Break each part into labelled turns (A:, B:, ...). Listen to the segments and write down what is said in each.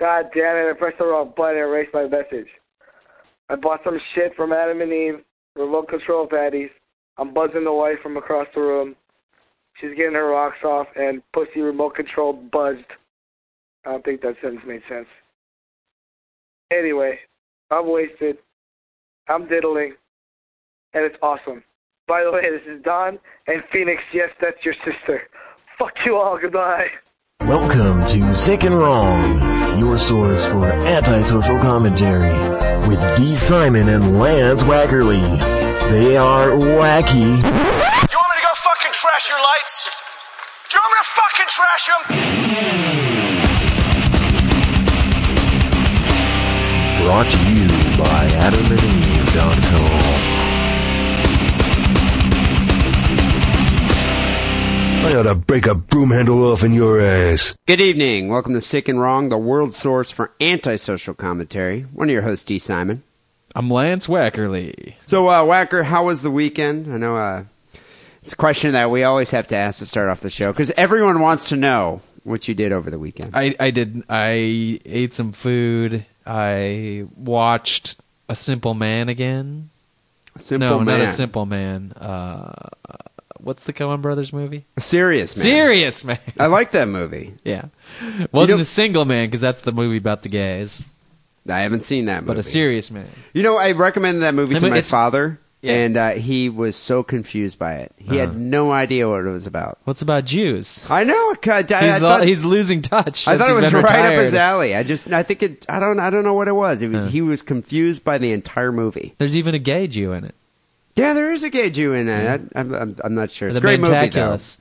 A: God damn it, I pressed the wrong button and erased my message. I bought some shit from Adam and Eve, remote control patties. I'm buzzing the wife from across the room. She's getting her rocks off and pussy remote controlled buzzed. I don't think that sentence made sense. Anyway, I'm wasted. I'm diddling. And it's awesome. By the way, this is Don and Phoenix. Yes, that's your sister. Fuck you all. Goodbye.
B: Welcome to Sick and Wrong, your source for antisocial commentary with D. Simon and Lance Wackerly. They are wacky.
C: You want me to go fucking trash your lights? Do you want me to fucking trash them?
B: Brought to you by AdamandEve.com.
D: I ought to break a broom handle off in your ass.
E: Good evening. Welcome to Sick and Wrong, the world's source for antisocial commentary. One of your hosts, D. Simon.
F: I'm Lance Wackerly.
E: So, uh, Whacker, how was the weekend? I know uh, it's a question that we always have to ask to start off the show because everyone wants to know what you did over the weekend.
F: I, I did I ate some food. I watched A Simple Man again.
E: Simple
F: no,
E: man.
F: not a Simple Man. Uh, what's the Coen Brothers movie?
E: Serious man.
F: Serious Man.
E: I like that movie.
F: yeah, wasn't
E: know-
F: a single man because that's the movie about the gays,
E: I haven't seen that movie.
F: but a serious man.
E: You know, I recommended that movie
F: I
E: to
F: mean,
E: my
F: it's-
E: father,
F: Yeah. Uh-huh.
E: and uh, he was so confused by it. He had no idea what it was about.
F: What's about Jews?
E: I know. I, I,
F: He's,
E: I
F: lo-
E: thought,
F: he's losing touch.
E: I
F: since
E: thought
F: he's
E: it was
F: been
E: right
F: retired.
E: up his alley. I just, I think it. I don't, I don't know what it was. It was
F: Yeah.
E: He was confused by the entire movie.
F: There's even a gay Jew in it.
E: Yeah, there is a gay Jew in it. I, I'm, I'm, I'm not sure. It's a
F: the
E: great movie though.
F: Mentaculous.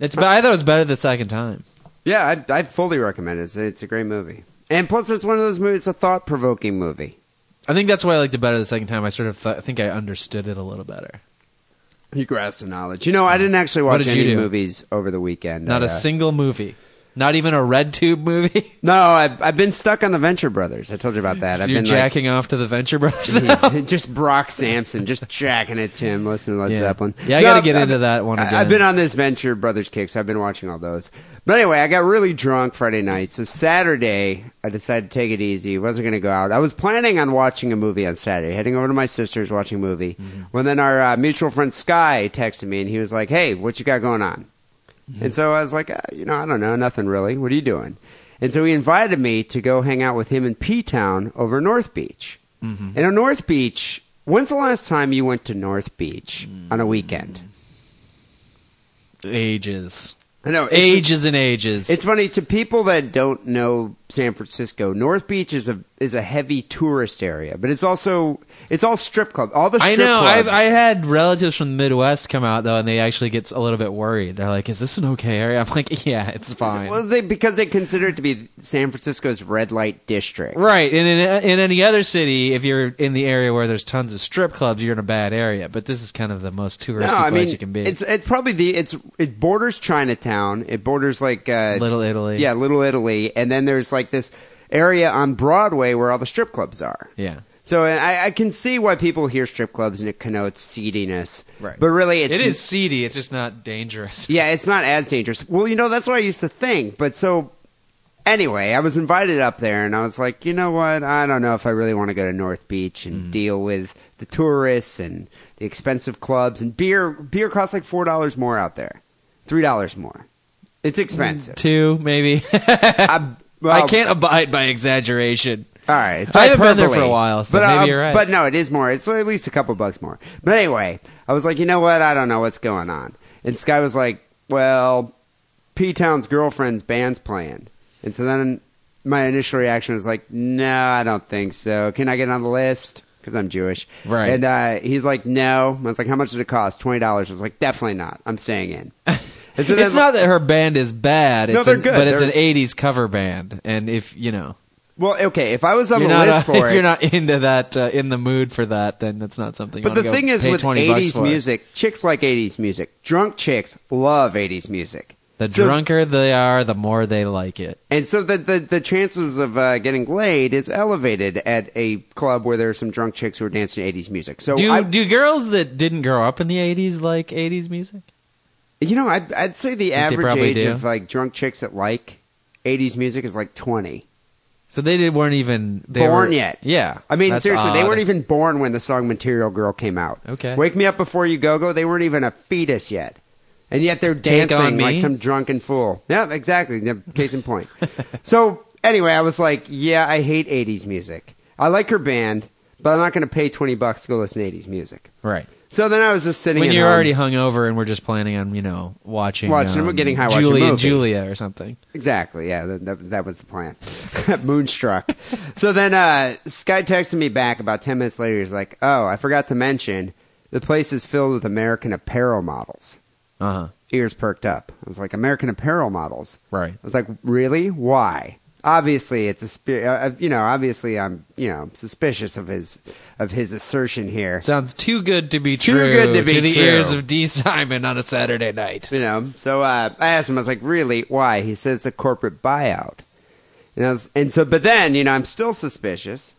F: It's. But I thought it was better the second time.
E: Yeah, I, I fully recommend it. It's, it's a great movie. And plus, it's one of those movies. It's a thought provoking movie.
F: I think that's why I liked it better the second time. I sort of th- think I understood it a little better.
E: You grasp the knowledge. You know, I didn't actually watch
F: did you
E: any
F: do?
E: movies over the weekend.
F: Not
E: I,
F: a
E: uh,
F: single movie. Not even a red tube movie.
E: No, I've, I've been stuck on the Venture Brothers. I told you about that. I've
F: You're
E: been
F: jacking off to the Venture Brothers. now?
E: Like, just Brock Sampson, just jacking it to him, listening to Led
F: Yeah.
E: Zeppelin.
F: Yeah, I gotta get into that one
E: I-
F: again.
E: I've been on this Venture Brothers kick, so I've been watching all those. But anyway, I got really drunk Friday night, so Saturday I decided to take it easy. wasn't going to go out. I was planning on watching a movie on Saturday, heading over to my sister's, watching a movie.
F: Mm-hmm.
E: When then our uh, mutual friend Sky texted me, and he was like, "Hey, what you got going on?" And so I was like, uh, you know, I don't know, nothing really. What are you doing? And so he invited me to go hang out with him in P Town over North Beach.
F: Mm-hmm.
E: And on North Beach, when's the last time you went to North Beach on a weekend?
F: ages,
E: I know it's-
F: ages, and ages.
E: It's funny to people that don't know San Francisco. North Beach is a is a heavy tourist area, but it's also it's all strip club. All the
F: I
E: strip
F: know. I've,
E: Clubs.
F: I had relatives from the Midwest come out though, and they actually get a little bit worried. They're like, "Is this an okay area?" I'm like, "Yeah, it's fine."
E: well, they, because they consider it to be San Francisco's red light district.
F: Right, and in, in any other city, if you're in the area where there's tons of strip clubs, you're in a bad area. But this is kind of the most touristy place you can be.
E: It's it's probably the it's it borders Chinatown. It borders like uh,
F: Little Italy.
E: Yeah, Little Italy, and then there's like this area on Broadway where all the strip clubs are.
F: yeah,
E: So I, I can see why people hear strip clubs and it connotes seediness.
F: Right.
E: But really, it's
F: it is seedy. It's just not dangerous.
E: yeah, it's not as dangerous. Well, you know, that's what I used to think. But so, anyway, I was invited up there and I was like, you know what? I don't know if I really want to go to North Beach and
F: Mm-hmm.
E: deal with the tourists and the expensive clubs and beer. Beer costs like $4 more out there, $3 more. It's expensive.
F: Two, maybe.
E: I,
F: Mm, I can't abide by exaggeration.
E: All right, it's
F: I haven't been there for
E: hyperbole.
F: a while, so
E: but,
F: maybe
E: uh,
F: you're right.
E: But no, it is more. It's at least a couple bucks more. But anyway, I was like, you know what? I don't know what's going on. And Sky was like, well, P Town's girlfriend's band's playing. And so then my initial reaction was like, no, I don't think so. Can I get on the list? Because I'm Jewish.
F: Right.
E: And uh, he's like, no. I was like, how much does it cost? $20. I was like, definitely not. I'm staying in. And so then-
F: it's not that her band is bad.
E: No,
F: It's
E: they're
F: an-
E: good.
F: But it's
E: They're-
F: an '80s cover band, and if you know,
E: Well, okay, if I was on
F: you're
E: the
F: not,
E: list
F: uh,
E: for
F: if
E: it.
F: you're not into that, uh, in the mood for that, then that's not something. you
E: But the
F: wanna go
E: thing is,
F: pay
E: with
F: 20 bucks
E: 80s
F: for.
E: music, chicks like 80s music. Drunk chicks love 80s music.
F: the
E: So-
F: drunker they are, the more they like it.
E: And so the, the, the chances of uh, getting laid is elevated at a club where there are some drunk chicks who are dancing to 80s music. So,
F: Do
E: I,
F: do girls that didn't grow up in the '80s like '80s music?
E: you know, I'd, I'd say the average
F: probably
E: age
F: do.
E: of like drunk chicks that like 80s music is like 20.
F: So they did, weren't even they
E: born
F: were-
E: yet.
F: Yeah,
E: I mean,
F: That's
E: seriously, they
F: odd.
E: weren't even born when the song Material Girl came out.
F: Okay.
E: Wake Me Up Before You Go Go, they weren't even a fetus yet. And yet they're
F: Take on
E: dancing
F: Me?
E: like some drunken fool. Yeah, exactly. Yeah, Case in point. so, anyway, I was like, yeah, I hate 80s music. I like her band, but I'm not going to pay 20 bucks to go listen to 80s music.
F: right.
E: So then I was just sitting
F: When
E: at
F: you're
E: home.
F: already hungover and we're just planning on you know watching
E: um, Watching-
F: um,
E: getting high, watching a
F: Julie and
E: movie.
F: Julia or something.
E: Exactly. Yeah, that, that, that was the plan. Moonstruck. so then uh, Sky texted me back about 10 minutes later. He's like, Oh, I forgot to mention the place is filled with American apparel models.
F: Uh huh.
E: Ears perked up. I was like, American apparel models?
F: Right.
E: I was like, Really? Why? Obviously, it's a spe- uh, uh, you know. Obviously, I'm you know suspicious of his of his assertion here.
F: Sounds too good to be
E: Too
F: true.
E: good to be
F: the
E: true.
F: ears of D. Simon on a Saturday night.
E: You know, so uh, I asked him. I was like, "Really? Why?" He said it's a corporate buyout, and I was, and so, but then you know, I'm still suspicious.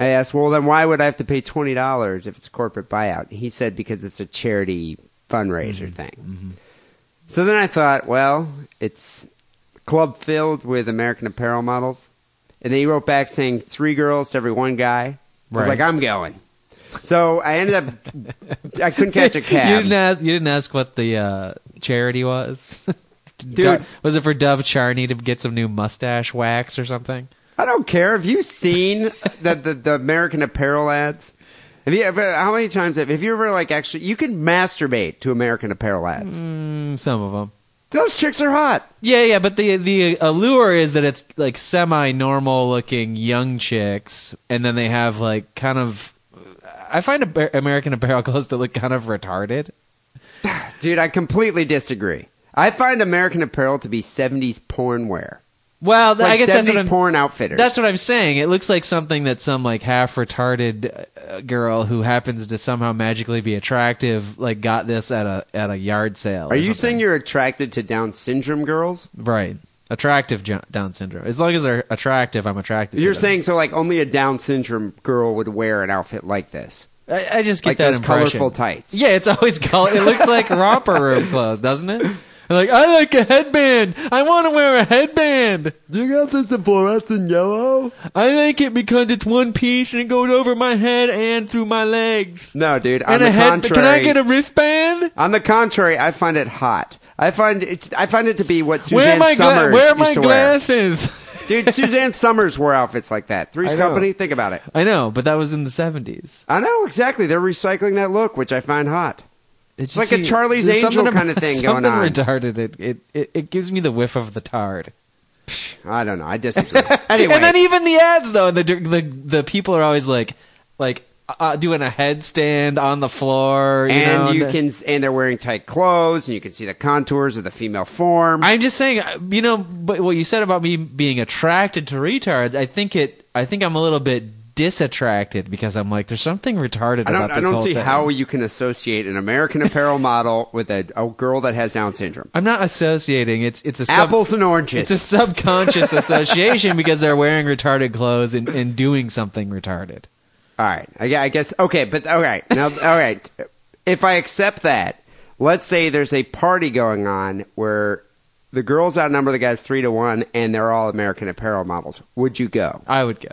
E: I asked, "Well, then why would I have to pay twenty dollars if it's a corporate buyout?" He said, "Because it's a charity
F: Mm-hmm.
E: fundraiser thing." So then I thought, well, it's club filled with American Apparel models, and then he wrote back saying three girls to every one guy. I was
F: Right.
E: like, "I'm going." So I ended up, I couldn't catch a cab.
F: you didn't ask. You didn't ask what the uh, charity was. Dove- was it for Dove Charney to get some new mustache wax or something?
E: I don't care. Have you seen the, the, the American Apparel ads? Have you ever, how many times have, have you ever like actually, you can masturbate to American Apparel ads.
F: Mm, some of them.
E: Those chicks are hot.
F: Yeah, yeah, but the the allure is that it's like semi-normal looking young chicks, and then they have like kind of. I find Amer- American Apparel clothes that look kind of retarded.
E: Dude, I completely disagree. I find American Apparel to be 70s porn wear.
F: Well,
E: It's like
F: I guess
E: 70s
F: that's what I'm,
E: porn outfitters.
F: That's what I'm saying. It looks like something that some like half retarded uh, girl who happens to somehow magically be attractive like got this at a at a yard sale. or
E: are you saying
F: something.
E: you're attracted to Down syndrome girls?
F: right? Attractive jo- Down syndrome. As long as they're attractive, I'm attracted. to
E: You're
F: them.
E: saying so like only a Down syndrome girl would wear an outfit like this.
F: I, I just get
E: Like
F: that
E: those
F: impression.
E: colorful tights.
F: Yeah, it's always color. It looks like romper room clothes, doesn't it? They're like I like a headband. I want to wear a headband.
E: You got this in fluorescent yellow?
F: I like it because it's one piece and it goes over my head and through my legs.
E: No, dude. On
F: and
E: the
F: a head.
E: contrary,
F: Can I get a wristband?
E: On the contrary, I find it hot. I find it, I find it to be what
F: Where are
E: Suzanne
F: my gla-
E: Summers
F: where
E: used
F: are my
E: to
F: glasses?
E: wear. Dude, Suzanne Summers wore outfits like that. Three's
F: I know.
E: Company, think about it.
F: I know, but that was in the seventies.
E: I know exactly. They're recycling that look, which I find hot.
F: It's
E: like a Charlie's Angel kinda thing going on.
F: Retarded. It, it it it gives me the whiff of the tard.
E: I don't know. I disagree. anyway,
F: And then even the ads though, and the the the people are always like like uh, doing a headstand on the floor. You
E: and
F: know,
E: you can, and they're wearing tight clothes, and you can see the contours of the female form.
F: I'm just saying, uh, you know, but what you said about me being attracted to retards, I think it. I think I'm a little bit disattracted because I'm like, there's something retarded
E: I
F: about
E: don't,
F: this
E: I don't
F: whole
E: see
F: thing.
E: how you can associate an American Apparel model with a, a girl that has Down syndrome.
F: I'm not associating. It's it's a sub-
E: Apples and oranges.
F: It's a subconscious association because they're wearing retarded clothes and, and doing something retarded.
E: All right. I, gue- I guess. Okay. But all right. Now, all right. If I accept that, let's say there's a party going on where the girls outnumber the guys three to one and they're all American apparel models. Would you go?
F: I would go.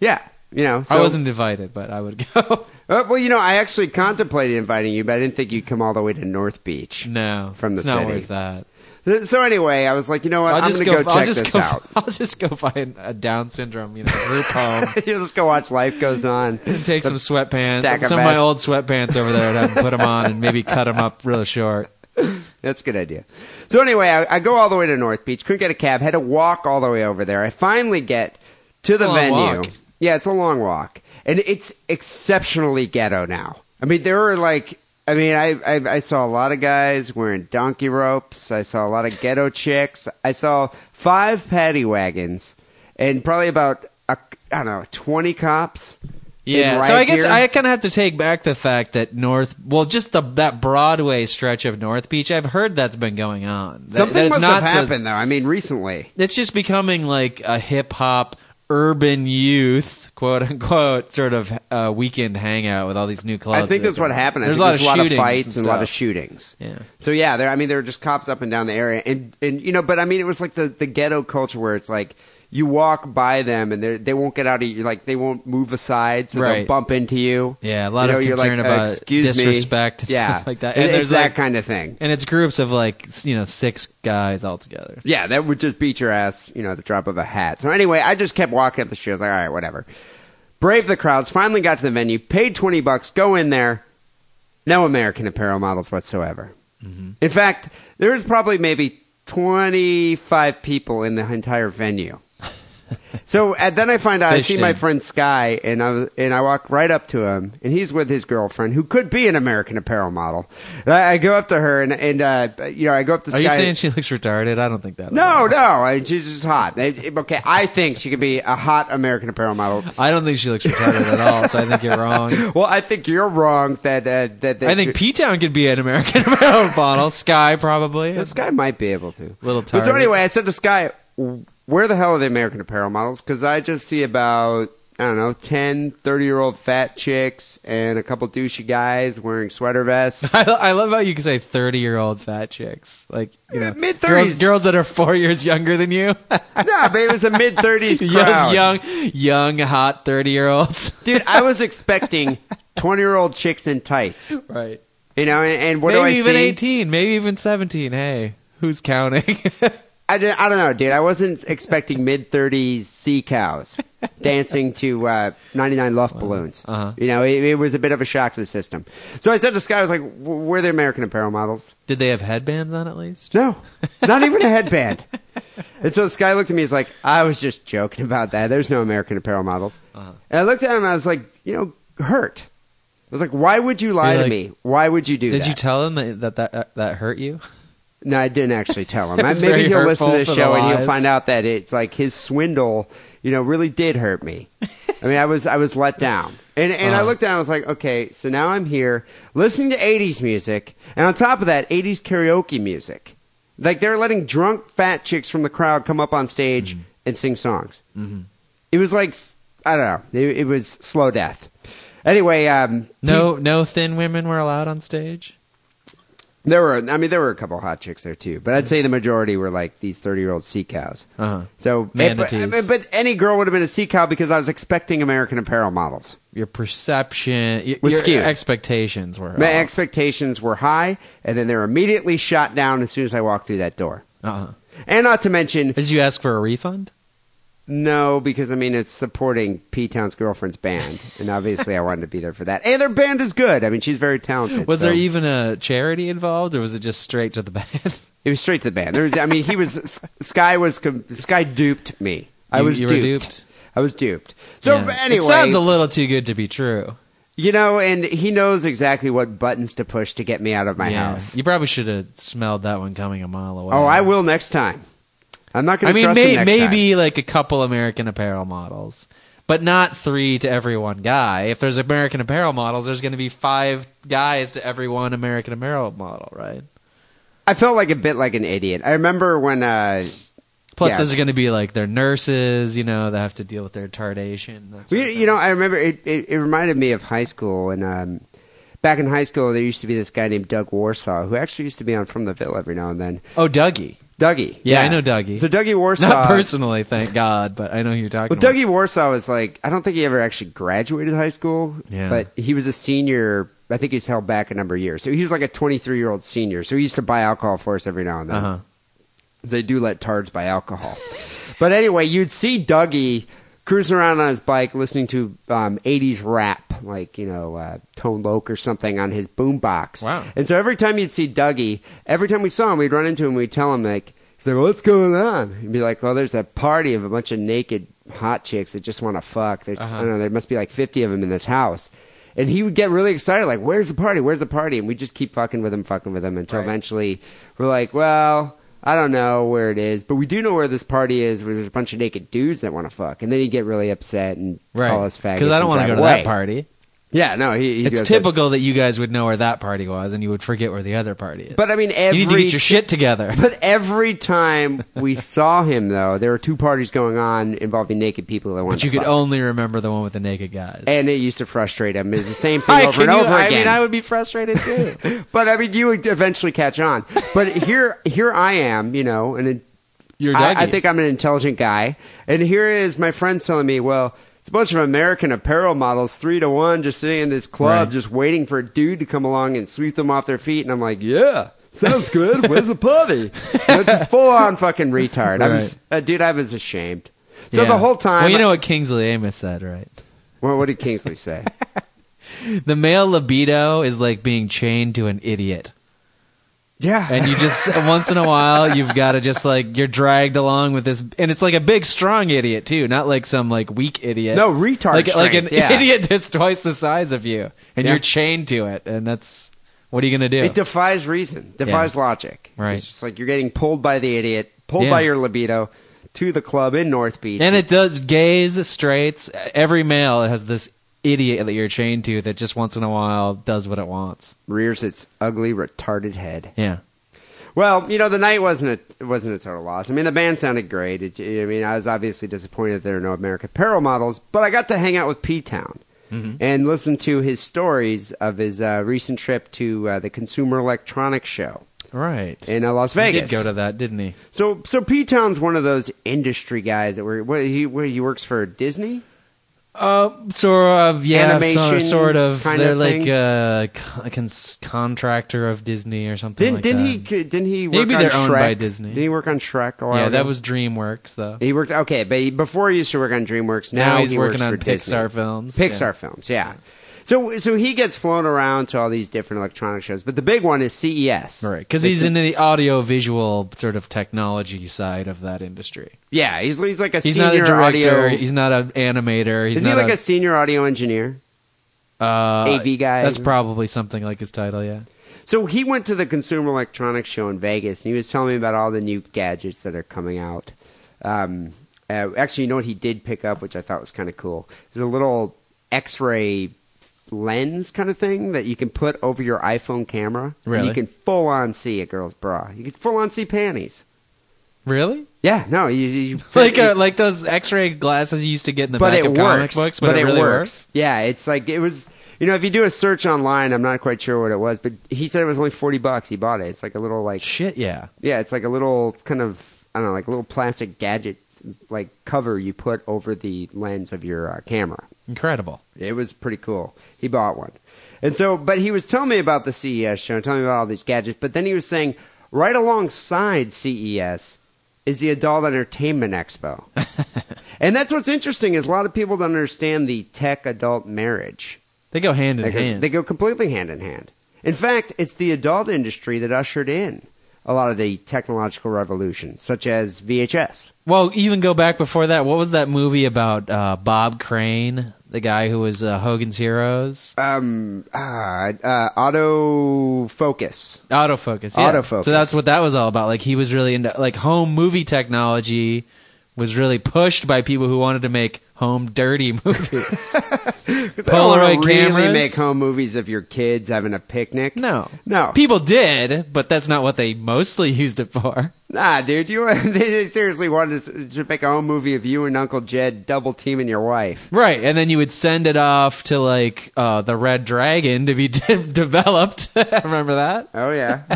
E: Yeah. You know,
F: I
E: so-
F: wasn't invited, but I would go.
E: Uh, well, you know, I actually contemplated inviting you, but I didn't think you'd come all the way to North Beach.
F: no,
E: From the
F: it's not
E: city.
F: worth that.
E: Th- So anyway, I was like, you know what?
F: I'll
E: am
F: just
E: gonna go, check
F: I'll just
E: this
F: go.
E: out.
F: I'll just go find a Down syndrome, you know, group home.
E: You'll just go watch Life Goes On.
F: Take
E: The
F: some sweatpants,
E: stack
F: some of
E: ass-
F: my old sweatpants over there, and have them put them on, and maybe cut them up real short.
E: That's a good idea. So anyway, I, I go all the way to North Beach. Couldn't get a cab. Had to walk all the way over there. I finally get to the
F: a long
E: venue.
F: walk.
E: Yeah, it's a long walk, and it's exceptionally ghetto now. I mean, there were like, I mean, I, I I saw a lot of guys wearing donkey ropes. I saw a lot of ghetto chicks. I saw five paddy wagons, and probably about a, I don't know twenty cops. in
F: Yeah, so I
E: riot
F: guess
E: gear.
F: I kind of have to take back the fact that North, well, just the that Broadway stretch of North Beach. I've heard that's been going on. That- that
E: something
F: it's
E: must
F: not
E: have
F: so-
E: happened though. I mean, recently.
F: it's just becoming like a hip hop urban youth quote unquote sort of uh, weekend hangout with all these new clubs.
E: I think that's what happened. I
F: There's
E: think
F: a lot,
E: there's
F: of shootings
E: fights and, a lot of
F: stuff.
E: shootings.
F: Yeah.
E: So yeah, there. I mean, there were just cops up and down the area, and and you know, but I mean, it was like the the ghetto culture where it's like you walk by them and they they won't get out of you. Like they won't move aside, so they'll
F: Right.
E: bump into you.
F: Yeah, a lot
E: You
F: of
E: know, you're
F: concern
E: like, uh,
F: about
E: "Excuse me."
F: disrespect and
E: yeah,
F: stuff like that.
E: It-
F: And
E: it's
F: there's,
E: that
F: like-
E: kind of thing.
F: And it's groups of like s- you know six guys all together.
E: Yeah, that would just beat your ass, you know, at the drop of a hat. So anyway, I just kept walking up the street. I was like, all right, whatever. Brave the crowds. Finally got to the venue. Paid twenty bucks. Go in there. No American Apparel models whatsoever.
F: Mm-hmm.
E: In fact, there was probably maybe twenty five people in the entire venue. so and then I find out I
F: Fished
E: see my
F: in.
E: friend Sky, and I was, and I walk right up to him, and he's with his girlfriend, who could be an American Apparel model. And I, I go up to her, and and uh, you know, I go up to
F: Are
E: Sky.
F: you saying she looks retarded? I don't think that.
E: No, no, I, she's just hot. I- I- Okay, I think she could be a hot American Apparel model.
F: I don't think she looks retarded at all. So I think you're wrong.
E: Well, I think you're wrong that uh, that, that
F: I think P Town could be an American Apparel model. Sky probably.
E: this guy might be able to.
F: Little
E: But so
F: target.
E: anyway, I said to Sky, "Where the hell are the American Apparel models?" Because I just see about I don't know 10, 30 year old fat chicks and a couple douchey guys wearing sweater vests.
F: I, I love how you can say thirty-year-old fat chicks, like you
E: Yeah,
F: know,
E: mid-thirties.
F: girls, girls that are four years younger than you.
E: no, but it was a mid thirties crowd.
F: Yes, young, young, hot thirty-year-olds.
E: dude. I was expecting twenty year old chicks in tights.
F: right.
E: You know, and, and what
F: maybe
E: do I
F: even
E: see?
F: eighteen. Maybe even seventeen. Hey, who's counting?
E: I, di- I don't know, dude. I wasn't expecting mid 30s sea cows dancing to uh, 99 Luft balloons.
F: Uh-huh.
E: You know, it, it was a bit of a shock to the system. So I said to this guy, I was like, "W- "Where are the American Apparel models?"
F: Did they have headbands on at least?
E: No, not even a headband. And so this guy looked at me. He's like, "I was just joking about that. There's no American Apparel models."
F: Uh-huh.
E: And I looked at him. and I was like, you know, hurt. I was like, "Why would you lie
F: You're
E: to
F: like,
E: me? Why would you do
F: Did
E: that?"
F: you tell them that that that, uh, that hurt you?
E: No, I didn't actually tell him. I,
F: It's
E: maybe
F: very
E: he'll listen to
F: hurtful
E: this
F: for the
E: show and he'll
F: lies.
E: find out that it's like his swindle, you know, really did hurt me. I mean, I was I was let down, and and
F: Uh.
E: I looked down. I was like, okay, so now I'm here listening to '80s music, and on top of that, '80s karaoke music. Like they're letting drunk fat chicks from the crowd come up on stage
F: Mm-hmm.
E: and sing songs. It was like s- I don't know. It, it was slow death. Anyway, um,
F: No, no thin women were allowed on stage.
E: There were, I mean, there were a couple hot chicks there too, but I'd say the majority were like these thirty-year-old sea cows.
F: Uh-huh.
E: So, eh, but,
F: Manatees.
E: I mean, but any girl would have been a sea cow because I was expecting American Apparel models.
F: Your perception, y-
E: Was
F: your
E: skewed.
F: expectations were.
E: My
F: off.
E: expectations were high, and then they were immediately shot down as soon as I walked through that door.
F: uh-huh.
E: And not to mention,
F: Did you ask for a refund?
E: no, because I mean, it's supporting P Town's girlfriend's band, and obviously I wanted to be there for that. And their band is good. I mean, she's very talented.
F: Was
E: so-
F: there even a charity involved, or was it just straight to the band?
E: It was straight to the band. There was, I mean, he was S- Sky was com- Sky duped me. I
F: You-
E: was
F: you were
E: duped.
F: duped?
E: I was duped. So
F: Yeah.
E: anyway,
F: it sounds a little too good to be true.
E: you know, and he knows exactly what buttons to push to get me out of my
F: Yeah.
E: house.
F: You probably should have smelled that one coming a mile away.
E: Oh, I will next time. I'm not going
F: I
E: to
F: mean,
E: trust him
F: may,
E: next
F: maybe like a couple American Apparel models, but not three to every one guy. If there's American Apparel models, there's going to be five guys to every one American Apparel model, right?
E: time. I felt like a bit like an idiot. I remember when uh,
F: Plus,
E: Yeah.
F: there's going to be like their nurses, you know, that have to deal with their retardation. that
E: You,
F: sort of
E: you know, I remember it, it, it reminded me of high school. And um, back in high school, there used to be this guy named Doug Warsaw who actually used to be on From the Ville every now and then.
F: thing. Oh, Dougie.
E: Dougie.
F: Yeah, I know Dougie.
E: So Dougie Warsaw.
F: Not personally, thank God, but I know who you're talking
E: Well, Dougie Warsaw was like, I don't think he ever actually graduated high school,
F: Yeah.
E: but he was a senior. I think he's held back a number of years. So he was like a 23 year old senior. So he used to buy alcohol for us every now and then.
F: about. Uh-huh.
E: They do let tards buy alcohol. but anyway, you'd see Dougie cruising around on his bike listening to um, 80s rap, like, you know, uh, Tone Loc or something on his boombox.
F: Wow.
E: And so every time you'd see Dougie, every time we saw him, we'd run into him, we'd tell him, like, he's like, what's going on? He'd be like, well, there's a party of a bunch of naked hot chicks that just want to fuck. There's,
F: Uh-huh.
E: I don't know, there must be like 50 of them in this house. And he would get really excited, like, where's the party? Where's the party? And we just keep fucking with him, fucking with him until
F: Right.
E: eventually we're like, well, I don't know where it is, but we do know where this party is where there's a bunch of naked dudes that want to fuck. And then he'd get really upset and
F: Right.
E: call us faggots.
F: Because I don't
E: want
F: want to go to that party.
E: Yeah, no, he, he'd
F: It's
E: be upset.
F: typical that you guys would know where that party was and you would forget where the other party is.
E: But I mean, every.
F: you need to get your shit together.
E: But every time we saw him, though, there were two parties going on involving naked people that wanted
F: But you
E: to
F: could
E: fuck.
F: only remember the one with the naked guys.
E: and it used to frustrate him. It's the same thing over and
F: you-
E: over
F: I
E: again.
F: mean, I would be frustrated too.
E: but I mean, you would eventually catch on. But here, here I am, you know, and it,
F: You're
E: I, I
F: Dougie.
E: think I'm an intelligent guy. And here is my friends telling me, well, it's a bunch of American apparel models, three to one, just sitting in this club,
F: Right.
E: just waiting for a dude to come along and sweep them off their feet. And I'm like, yeah, sounds good. Where's the party? That's a full on fucking retard. I was, uh, dude, I was ashamed. So
F: Yeah.
E: the whole time,
F: Well, you know what Kingsley Amos said, right?
E: Well, what did Kingsley say?
F: The male libido is like being chained to an idiot.
E: yeah,
F: and you just once in a while you've got to just like you're dragged along with this and it's like a big strong idiot too not like some like weak idiot
E: No, retard
F: like like an
E: strength, yeah.
F: idiot that's twice the size of you and
E: Yeah.
F: you're chained to it and that's what are you gonna do
E: It defies reason, defies
F: Yeah.
E: logic.
F: Right.
E: It's just like you're getting pulled by the idiot, pulled
F: Yeah.
E: by your libido to the club in North Beach.
F: and it does gays straights every male has this idiot that you're chained to that just once in a while does what it wants
E: rears its ugly, retarded head.
F: yeah
E: Well, you know, the night wasn't a, it wasn't a total loss. I mean, the band sounded great. It, I mean, I was obviously disappointed there are no American Apparel models, but I got to hang out with P Town
F: Mm-hmm.
E: and listen to his stories of his uh, recent trip to uh, the Consumer Electronics Show
F: right
E: in uh, Las
F: he
E: Vegas.
F: did go to that didn't he
E: so, so P Town's one of those industry guys that were. What, he, what, he works for Disney.
F: Uh, sort of, yeah,
E: Animation
F: so- sort of.
E: kind
F: they're
E: of
F: like
E: thing?
F: uh, con- a cons- contractor of Disney or something.
E: Didn't,
F: like
E: didn't
F: that.
E: he? Didn't he? Work
F: Maybe
E: on
F: they're owned
E: Shrek?
F: by Disney.
E: Didn't he work on Shrek? A while
F: Yeah,
E: ago?
F: that was DreamWorks though.
E: He worked okay, but he, before he used to work on DreamWorks. Now,
F: Now he's
E: he
F: working
E: works
F: on
E: for Disney.
F: Pixar films,
E: Pixar
F: yeah.
E: films, yeah. So so he gets flown around to all these different electronic shows, but the big one is E CES,
F: Right, because he's in the audio visual sort of technology side of that industry.
E: Yeah, he's he's like a
F: He's
E: senior
F: not a director.
E: audio.
F: He's not an animator. He's
E: is he
F: not
E: like a,
F: a,
E: senior audio engineer?
F: uh,
E: AV guy?
F: That's probably something like his title. Yeah,
E: So he went to the Consumer Electronics Show in Vegas, and he was telling me about all the new gadgets that are coming out. Um, uh, actually, you know what he did pick up, which I thought was kind of cool. There's a little X-ray lens kind of thing that you can put over your iPhone camera. and
F: Really?
E: you can full on see a girl's bra. You can full on see panties.
F: really?
E: Yeah, no, you, you
F: Like uh,
E: it's-
F: like those X-ray glasses you used to get in the
E: but
F: back
E: it
F: of comic
E: works.
F: books, but, it, really works.
E: Yeah, it's like it was. You know, if you do a search online, I'm not quite sure what it was, but he said it was only forty bucks. He bought it. It's like a little like
F: Shit, yeah.
E: Yeah, it's like a little kind of I don't know, like a little plastic gadget like cover you put over the lens of your uh, camera.
F: Incredible.
E: It was pretty cool. He bought one. And so, but he was telling me about the CES show and telling me about all these gadgets, but then he was saying right alongside CES is the Adult Entertainment Expo. and that's what's interesting is a lot of people don't understand the tech adult marriage.
F: They go hand in
E: They go,
F: hand.
E: they go completely hand in hand. In fact, it's the adult industry that ushered in a lot of the technological revolutions, such as VHS.
F: Well, even go back before that. What was that movie about uh, Bob Crane, the guy who was uh, Hogan's Heroes?
E: Um, ah, uh, autofocus.
F: Autofocus. Yeah.
E: Autofocus.
F: So that's what that was all about. Like he was really into like home movie technology was really pushed by people who wanted to make home dirty movies.
E: Because I don't wanna
F: Polaroid
E: really
F: cameras?
E: make home movies of your kids having a picnic.
F: no,
E: No.
F: People did, but that's not what they mostly used it for.
E: Nah, dude, you they seriously wanted to s- to make a home movie of you and Uncle Jed double teaming your wife.
F: Right, and then you would send it off to like uh, the Red Dragon to be de- developed. Remember that?
E: Oh yeah.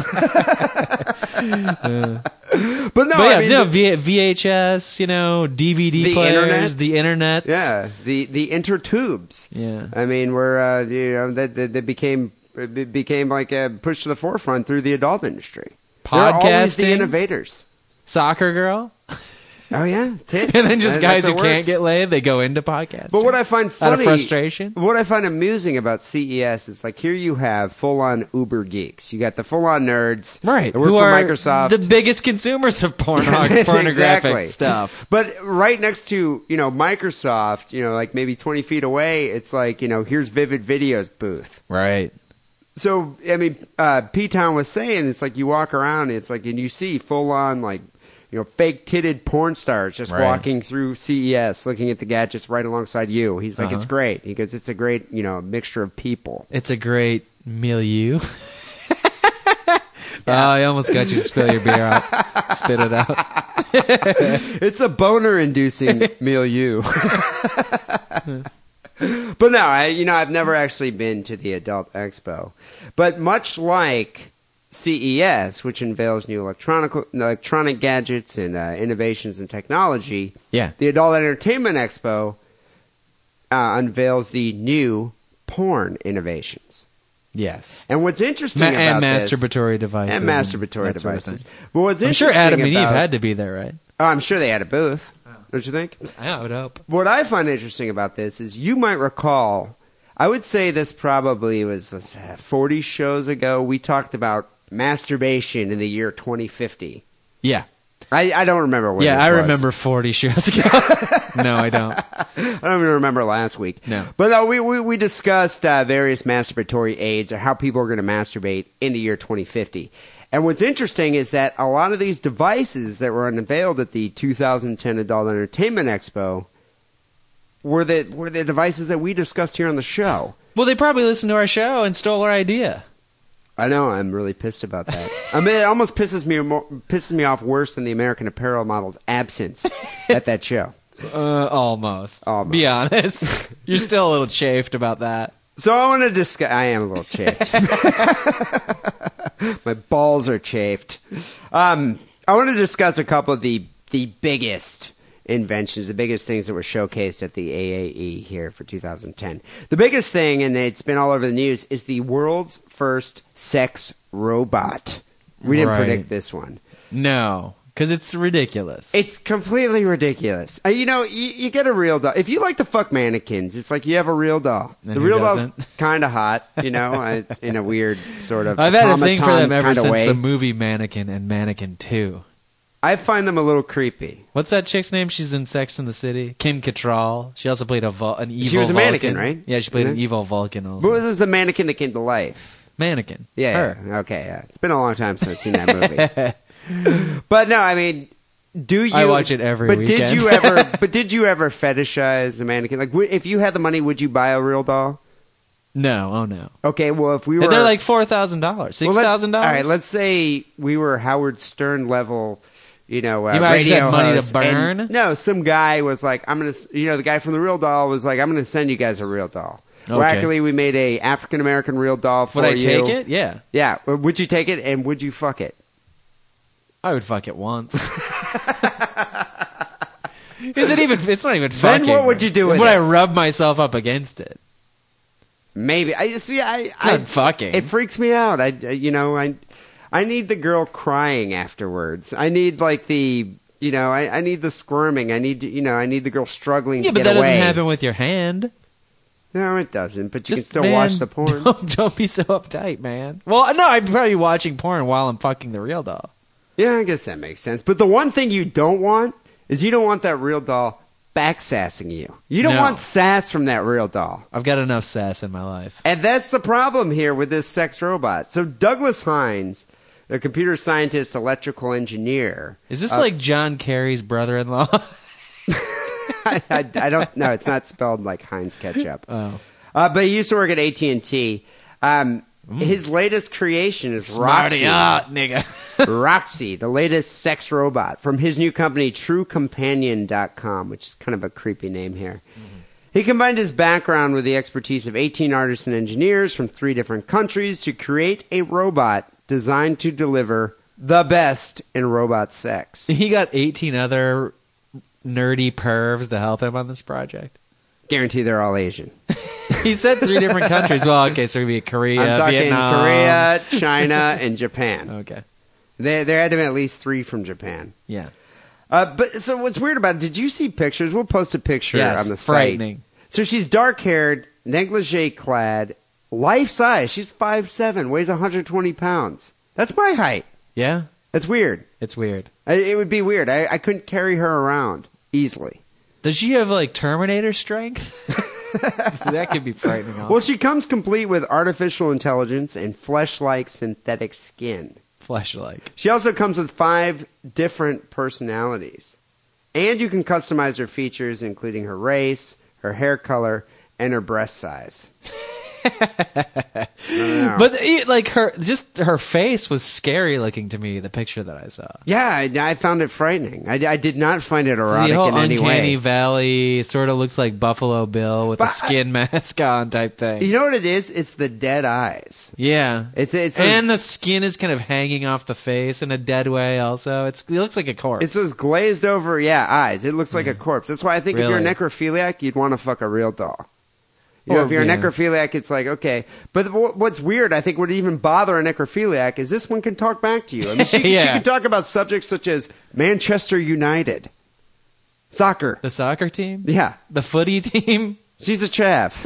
E: but no,
F: But yeah,
E: Oh, I mean,
F: no
E: the,
F: v- VHS, you know, DVD
E: The
F: players,
E: internet?
F: the internet.
E: yeah, the the intertubes.
F: Yeah.
E: I mean, we're uh, you know that that, that became it became like a push to the forefront through the adult industry. They're always the
F: Podcasting?
E: innovators.
F: Soccer girl.
E: Oh yeah, tits.
F: And then just
E: That- that's
F: guys who
E: how it
F: can't
E: works.
F: get laid, they go into podcasting.
E: But what I find funny,
F: Out of frustration?
E: what I find amusing about CES is like here you have full on Uber geeks. You got the full on nerds,
F: Right.
E: that work
F: who
E: for
F: are
E: Microsoft,
F: the biggest consumers of porno- pornographic
E: Exactly.
F: stuff.
E: But right next to you know Microsoft, you know like maybe twenty feet away, it's like you know here's Vivid Video's booth.
F: Right.
E: so I mean, uh, P Town was saying it's like you walk around, it's like, and you see full on like, you know, fake titted porn stars just
F: Right.
E: walking through CES, looking at the gadgets right alongside you. He's like,
F: Uh-huh.
E: it's great. He goes, it's a great, you know, mixture of people.
F: It's a great milieu. Oh, I almost got you to spill your beer out. Spit it out.
E: It's a boner inducing milieu. but no, I, you know, I've never actually been to the Adult Expo. But much like CES, which unveils new electronic electronic gadgets and uh, innovations in technology,
F: Yeah.
E: the Adult Entertainment Expo uh, unveils the new porn innovations.
F: Yes.
E: And what's interesting
F: Ma-
E: about
F: and
E: this-
F: masturbatory devices.
E: and masturbatory
F: that sort of
E: devices.
F: thing.
E: but what's
F: I'm sure
E: interesting
F: Adam and Eve
E: about-
F: had to be there, right?
E: Oh, I'm sure they had a booth. Don't you think?
F: I would hope.
E: What I find interesting about this is you might recall, I would say this probably was uh, 40 shows ago, we talked about masturbation in the year 2050.
F: Yeah.
E: I, I don't remember when
F: yeah,
E: this
F: I
E: was.
F: remember 40 shows ago. no, I don't.
E: I don't even remember last week.
F: No.
E: But uh, we, we, we discussed uh, various masturbatory aids or how people are going to masturbate in the year 2050. And what's interesting is that a lot of these devices that were unveiled at the 2010 Adult Entertainment Expo were the, were the devices that we discussed here on the show.
F: Well, they probably listened to our show and stole our idea.
E: I know. I'm really pissed about that. I mean, it almost pisses me more, pisses me off worse than the American Apparel model's absence at that show.
F: Uh, almost.
E: Almost.
F: Be honest. You're still a little chafed about that.
E: So I want to discuss. I am a little chafed. My balls are chafed. Um, I want to discuss a couple of the the biggest inventions, the biggest things that were showcased at the AAE here for 2010. The biggest thing, and it's been all over the news, is the world's first sex robot. We didn't
F: Right.
E: predict this one.
F: No, because it's ridiculous.
E: It's completely ridiculous. Uh, you know, you, you get a real doll. If you like to fuck mannequins, it's like you have a real doll. the
F: And who
E: real doll's
F: doesn't?
E: kind of hot, you know, it's in a weird sort of
F: I've had a thing for them
E: automaton
F: ever
E: kinda
F: since
E: way.
F: the movie Mannequin and Mannequin 2.
E: I find them a little creepy.
F: What's that chick's name? She's in Sex and the City. Kim Cattrall. She also played a vul- an evil.
E: was a
F: Vulcan.
E: mannequin, right?
F: Yeah, she played an
E: Mhm.
F: evil Vulcan. Also.
E: But this is the mannequin that came to life.
F: mannequin.
E: Yeah,
F: Her.
E: yeah. Okay, yeah. It's been a long time since I've seen that movie. but no, I mean, do you
F: I watch it every
E: But did
F: weekend.
E: you ever but did you ever fetishize the mannequin? Like w- if you had the money, would you buy a real doll?
F: No, oh no.
E: Okay, well, if we were
F: They're like four thousand dollars, six
E: Well, let-
F: thousand dollars.
E: All right, let's say we were Howard Stern level, you know, uh,
F: You might have
E: radio
F: said Money to
E: host, and-
F: Burn.
E: no, some guy was like, "I'm gonna," s- you know, the guy from the Real Doll was like, "I'm gonna send you guys a real doll."
F: Okay.
E: Well, actually, we made a African American real doll for
F: Would I
E: you.
F: take it? Yeah,
E: Yeah, w- would you take it and would you fuck it?
F: I would fuck it once. Is it even? It's not even fucking.
E: what would you do with
F: Would I
E: it?
F: rub myself up against it?
E: Maybe I see. I,
F: It's
E: I
F: not fucking.
E: It freaks me out. I, you know, I, I need the girl crying afterwards. I need like the, you know, I, I need the squirming. I need, you know, I need the girl struggling
F: yeah,
E: to
F: but
E: get
F: that
E: away.
F: doesn't happen with your hand.
E: No, it doesn't. But you
F: Just
E: can still
F: man,
E: watch the porn.
F: Don't, don't be so uptight, man. Well, no, I'm probably watching porn while I'm fucking the real doll.
E: yeah, I guess that makes sense. But the one thing you don't want is you don't want that real doll back sassing you. You don't
F: No.
E: want sass from that real doll.
F: I've got enough sass in my life.
E: And that's the problem here with this sex robot. So Douglas Hines, a computer scientist, electrical engineer.
F: Is this like John Kerry's brother-in-law?
E: I, I, I don't know. It's not spelled like Heinz ketchup.
F: Oh.
E: Uh, but he used to work at AT and T. Um, His latest creation is Roxy.
F: Mm. Smarty
E: Ah,
F: art, nigga.
E: Roxy, the latest sex robot from his new company, TrueCompanion.com, which is kind of a creepy name here.
F: Mm-hmm.
E: He combined his background with the expertise of 18 artists and engineers from three different countries to create a robot designed to deliver the best in robot sex.
F: he got 18 other nerdy pervs to help him on this project.
E: Guarantee they're all Asian.
F: He said three different countries. Well, okay, so it'd be Korea,
E: I'm talking
F: Vietnam.
E: Korea, China, and Japan.
F: Okay.
E: There, there had to be at least three from Japan.
F: Yeah.
E: Uh, but so what's weird about it, did you see pictures? We'll post a picture
F: Yes,
E: on the site.
F: frightening.
E: So she's dark haired, negligee clad, life size. She's 5'7, weighs 120 pounds. That's my height.
F: Yeah.
E: That's weird.
F: It's weird.
E: I, it would be weird. I, I couldn't carry her around easily.
F: Does she have like Terminator strength? that could be frightening. Also.
E: Well, she comes complete with artificial intelligence and flesh like synthetic skin.
F: Flashlight.
E: She also comes with five different personalities. And you can customize her features, including her race, her hair color, and her breast size.
F: But it, like her, just her face was scary looking to me. The picture that I saw,
E: Yeah, I, I found it frightening. I, I did not find it erotic
F: the whole
E: in any way.
F: uncanny valley sort of looks like Buffalo Bill with a
E: But I-
F: skin mask on type thing.
E: You know what it is? It's the dead eyes.
F: yeah,
E: It's it's those,
F: and the skin is kind of hanging off the face in a dead way. Also, it's it looks like a corpse. Mm.
E: it's those glazed over yeah eyes. It looks like a corpse. That's why I think if you're
F: Really?
E: a necrophiliac, you'd want to fuck a real doll. You know,
F: Or-
E: if you're
F: yeah.
E: a necrophiliac, it's like okay. But wh- what's weird, I think, would even bother a necrophiliac is this one can talk back to you. I mean, she, she
F: Yeah.
E: can talk about subjects such as Manchester United, soccer.
F: the soccer team,
E: Yeah,
F: the footy team.
E: she's a chaff.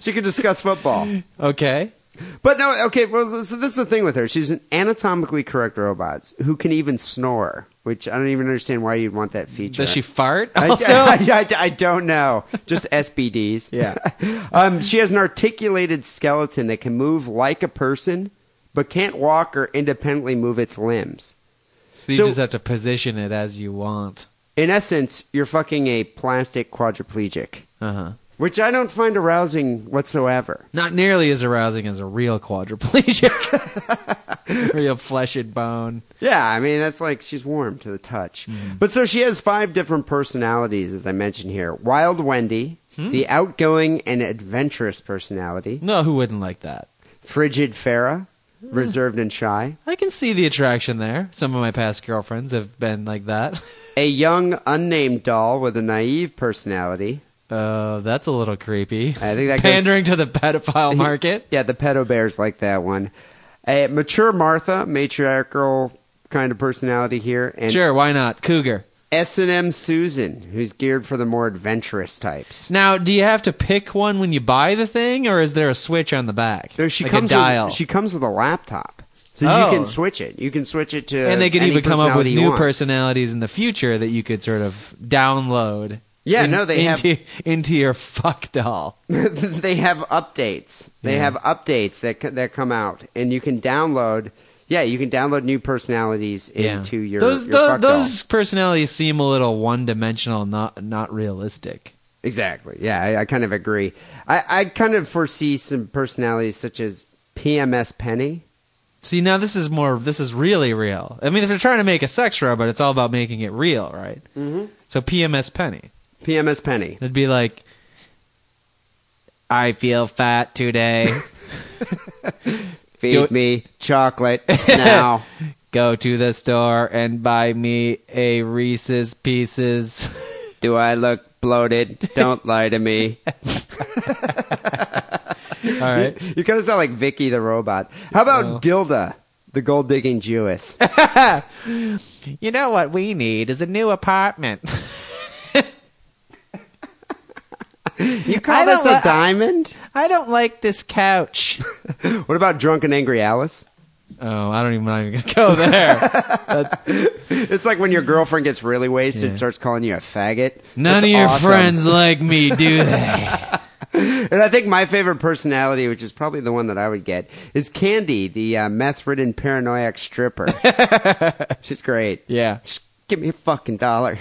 E: she can discuss football.
F: Okay,
E: But no, okay. Well, so this is the thing with her. She's an anatomically correct robot who can even snore, which I don't even understand why you'd want that feature.
F: does she fart?
E: I,
F: Also,
E: I- I- I don't know. Just SBDs. Yeah. Um, she has an articulated skeleton that can move like a person, but can't walk or independently move its limbs.
F: so you
E: so-
F: just have to position it as you want.
E: In essence, you're fucking a plastic quadriplegic,
F: Uh huh.
E: which I don't find arousing whatsoever.
F: Not nearly as arousing as a real quadriplegic, real flesh and bone.
E: Yeah, I mean that's like she's warm to the touch. But so she has five different personalities, as I mentioned here. Wild Wendy, the outgoing and adventurous personality.
F: No, who wouldn't like that?
E: Frigid Farah, reserved and shy.
F: I can see the attraction there. Some of my past girlfriends have been like that.
E: A young unnamed doll with a naive personality.
F: Uh, that's a little creepy.
E: I think that goes-
F: pandering to the pedophile market.
E: Yeah, the pedo bears like that one. A mature Martha, matriarchal kind of personality here, and
F: Sure, why not cougar?
E: S and M Susan, who's geared for the more adventurous types.
F: Now, do you have to pick one when you buy the thing, or is there a switch on the back?
E: No, she
F: like
E: comes
F: a dial.
E: With, she comes with a laptop, so
F: Oh.
E: you can switch it. You can switch it to,
F: and they could
E: any
F: even come up with
E: personality you
F: new
E: want.
F: personalities in the future that you could sort of download.
E: Yeah, no, they have-
F: into, into your fuck doll.
E: they have updates. They have updates that c- that come out, and you can download. Yeah, you can download new personalities into your
F: those
E: your
F: tho-
E: fuck doll.
F: those personalities seem a little one dimensional, not not realistic.
E: Exactly. Yeah, I, I kind of agree. I, I kind of foresee some personalities such as PMS Penny.
F: See, now this is more. This is really real. I mean, if they're trying to make a sex robot, it's all about making it real, right? Mm-hmm. So PMS Penny,
E: PMS Penny.
F: it'd be like, I feel fat today.
E: Feed
F: Do it-
E: me chocolate now.
F: Go to the store and buy me a Reese's Pieces.
E: Do I look bloated? Don't lie to me.
F: all right.
E: You kind of sound like Vicky the robot. How about Gilda, the gold digging Jewess?
F: You know what we need is a new apartment.
E: You
F: I
E: call
F: don't
E: this a
F: li-
E: diamond?
F: I don't like this couch.
E: What about drunk and angry Alice?
F: Oh, I don't even. I'm not even gonna go there.
E: It's like when your girlfriend gets really wasted and
F: Yeah.
E: starts calling you a faggot.
F: None
E: That's
F: of your
E: awesome.
F: friends like me, do they?
E: And I think my favorite personality, which is probably the one that I would get, is Candy, the uh, meth-ridden paranoiac stripper. She's great.
F: yeah.
E: Just give me a fucking dollar.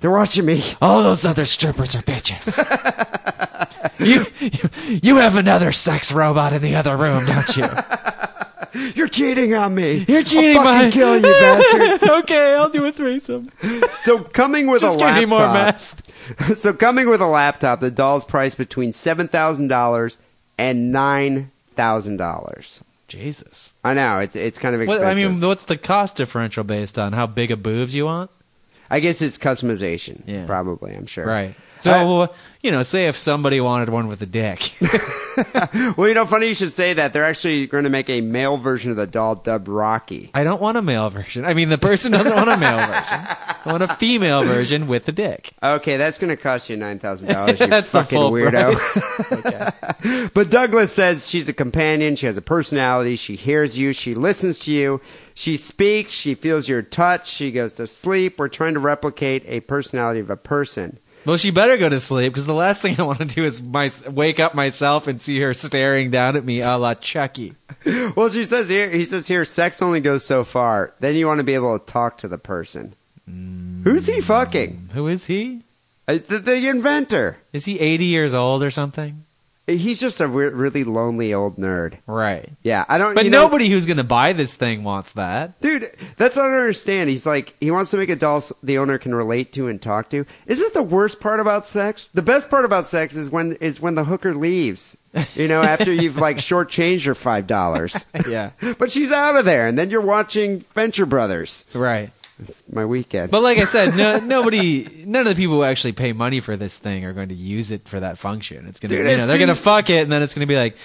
E: They're watching me.
F: All those other strippers are bitches. you, you, you have another sex robot in the other room, don't you?
E: You're cheating on me.
F: You're cheating
E: I'll fucking
F: by
E: kill you, bastard.
F: okay, I'll do a threesome.
E: So coming with
F: Just
E: a
F: give
E: laptop.
F: me more math.
E: so coming with a laptop, the doll's priced between seven thousand dollars and nine thousand dollars.
F: Jesus.
E: I know it's it's kind of
F: What,
E: expensive.
F: I mean, what's the cost differential based on how big a boobs you want?
E: I guess it's customization.
F: Yeah.
E: probably. I'm sure.
F: Right. So,
E: I-
F: well, you know, say if somebody wanted one with a dick.
E: well, you know, funny you should say that. They're actually going to make a male version of the doll dubbed Rocky.
F: I don't want a male version. I mean, the person doesn't want a male version. I want a female version with a dick.
E: Okay, that's going to cost you nine thousand dollars.
F: That's the
E: fucking
F: full
E: weirdo.
F: price.
E: But Douglas says she's a companion, she has a personality, she hears you, she listens to you, she speaks, she feels your touch, she goes to sleep. We're trying to replicate a personality of a person.
F: Well, she better go to sleep because the last thing I want to do is my, wake up myself and see her staring down at me a la Chucky.
E: Well, she says here, he says here, sex only goes so far. Then you want to be able to talk to the person.
F: Mm.
E: Who's he fucking?
F: Who is he?
E: Uh, The, the inventor.
F: Is he 80 years old or something?
E: He's just a weird, really lonely old nerd.
F: Right.
E: Yeah, I don't.
F: But
E: you know-
F: nobody who's going to buy this thing wants that.
E: dude, that's what I don't understand. He's like, he wants to make a doll s- the owner can relate to and talk to. Isn't that the worst part about sex? The best part about sex is when is when the hooker leaves. You know, after you've like shortchanged her five dollars.
F: Yeah.
E: but she's out of there, and then you're watching Venture Brothers.
F: Right.
E: It's my weekend.
F: But like I said, no, nobody, none of the people who actually pay money for this thing are going to use it for that function. It's going to,
E: Dude,
F: you
E: it
F: know, they're going to
E: seems-
F: fuck it, and then it's going to be like,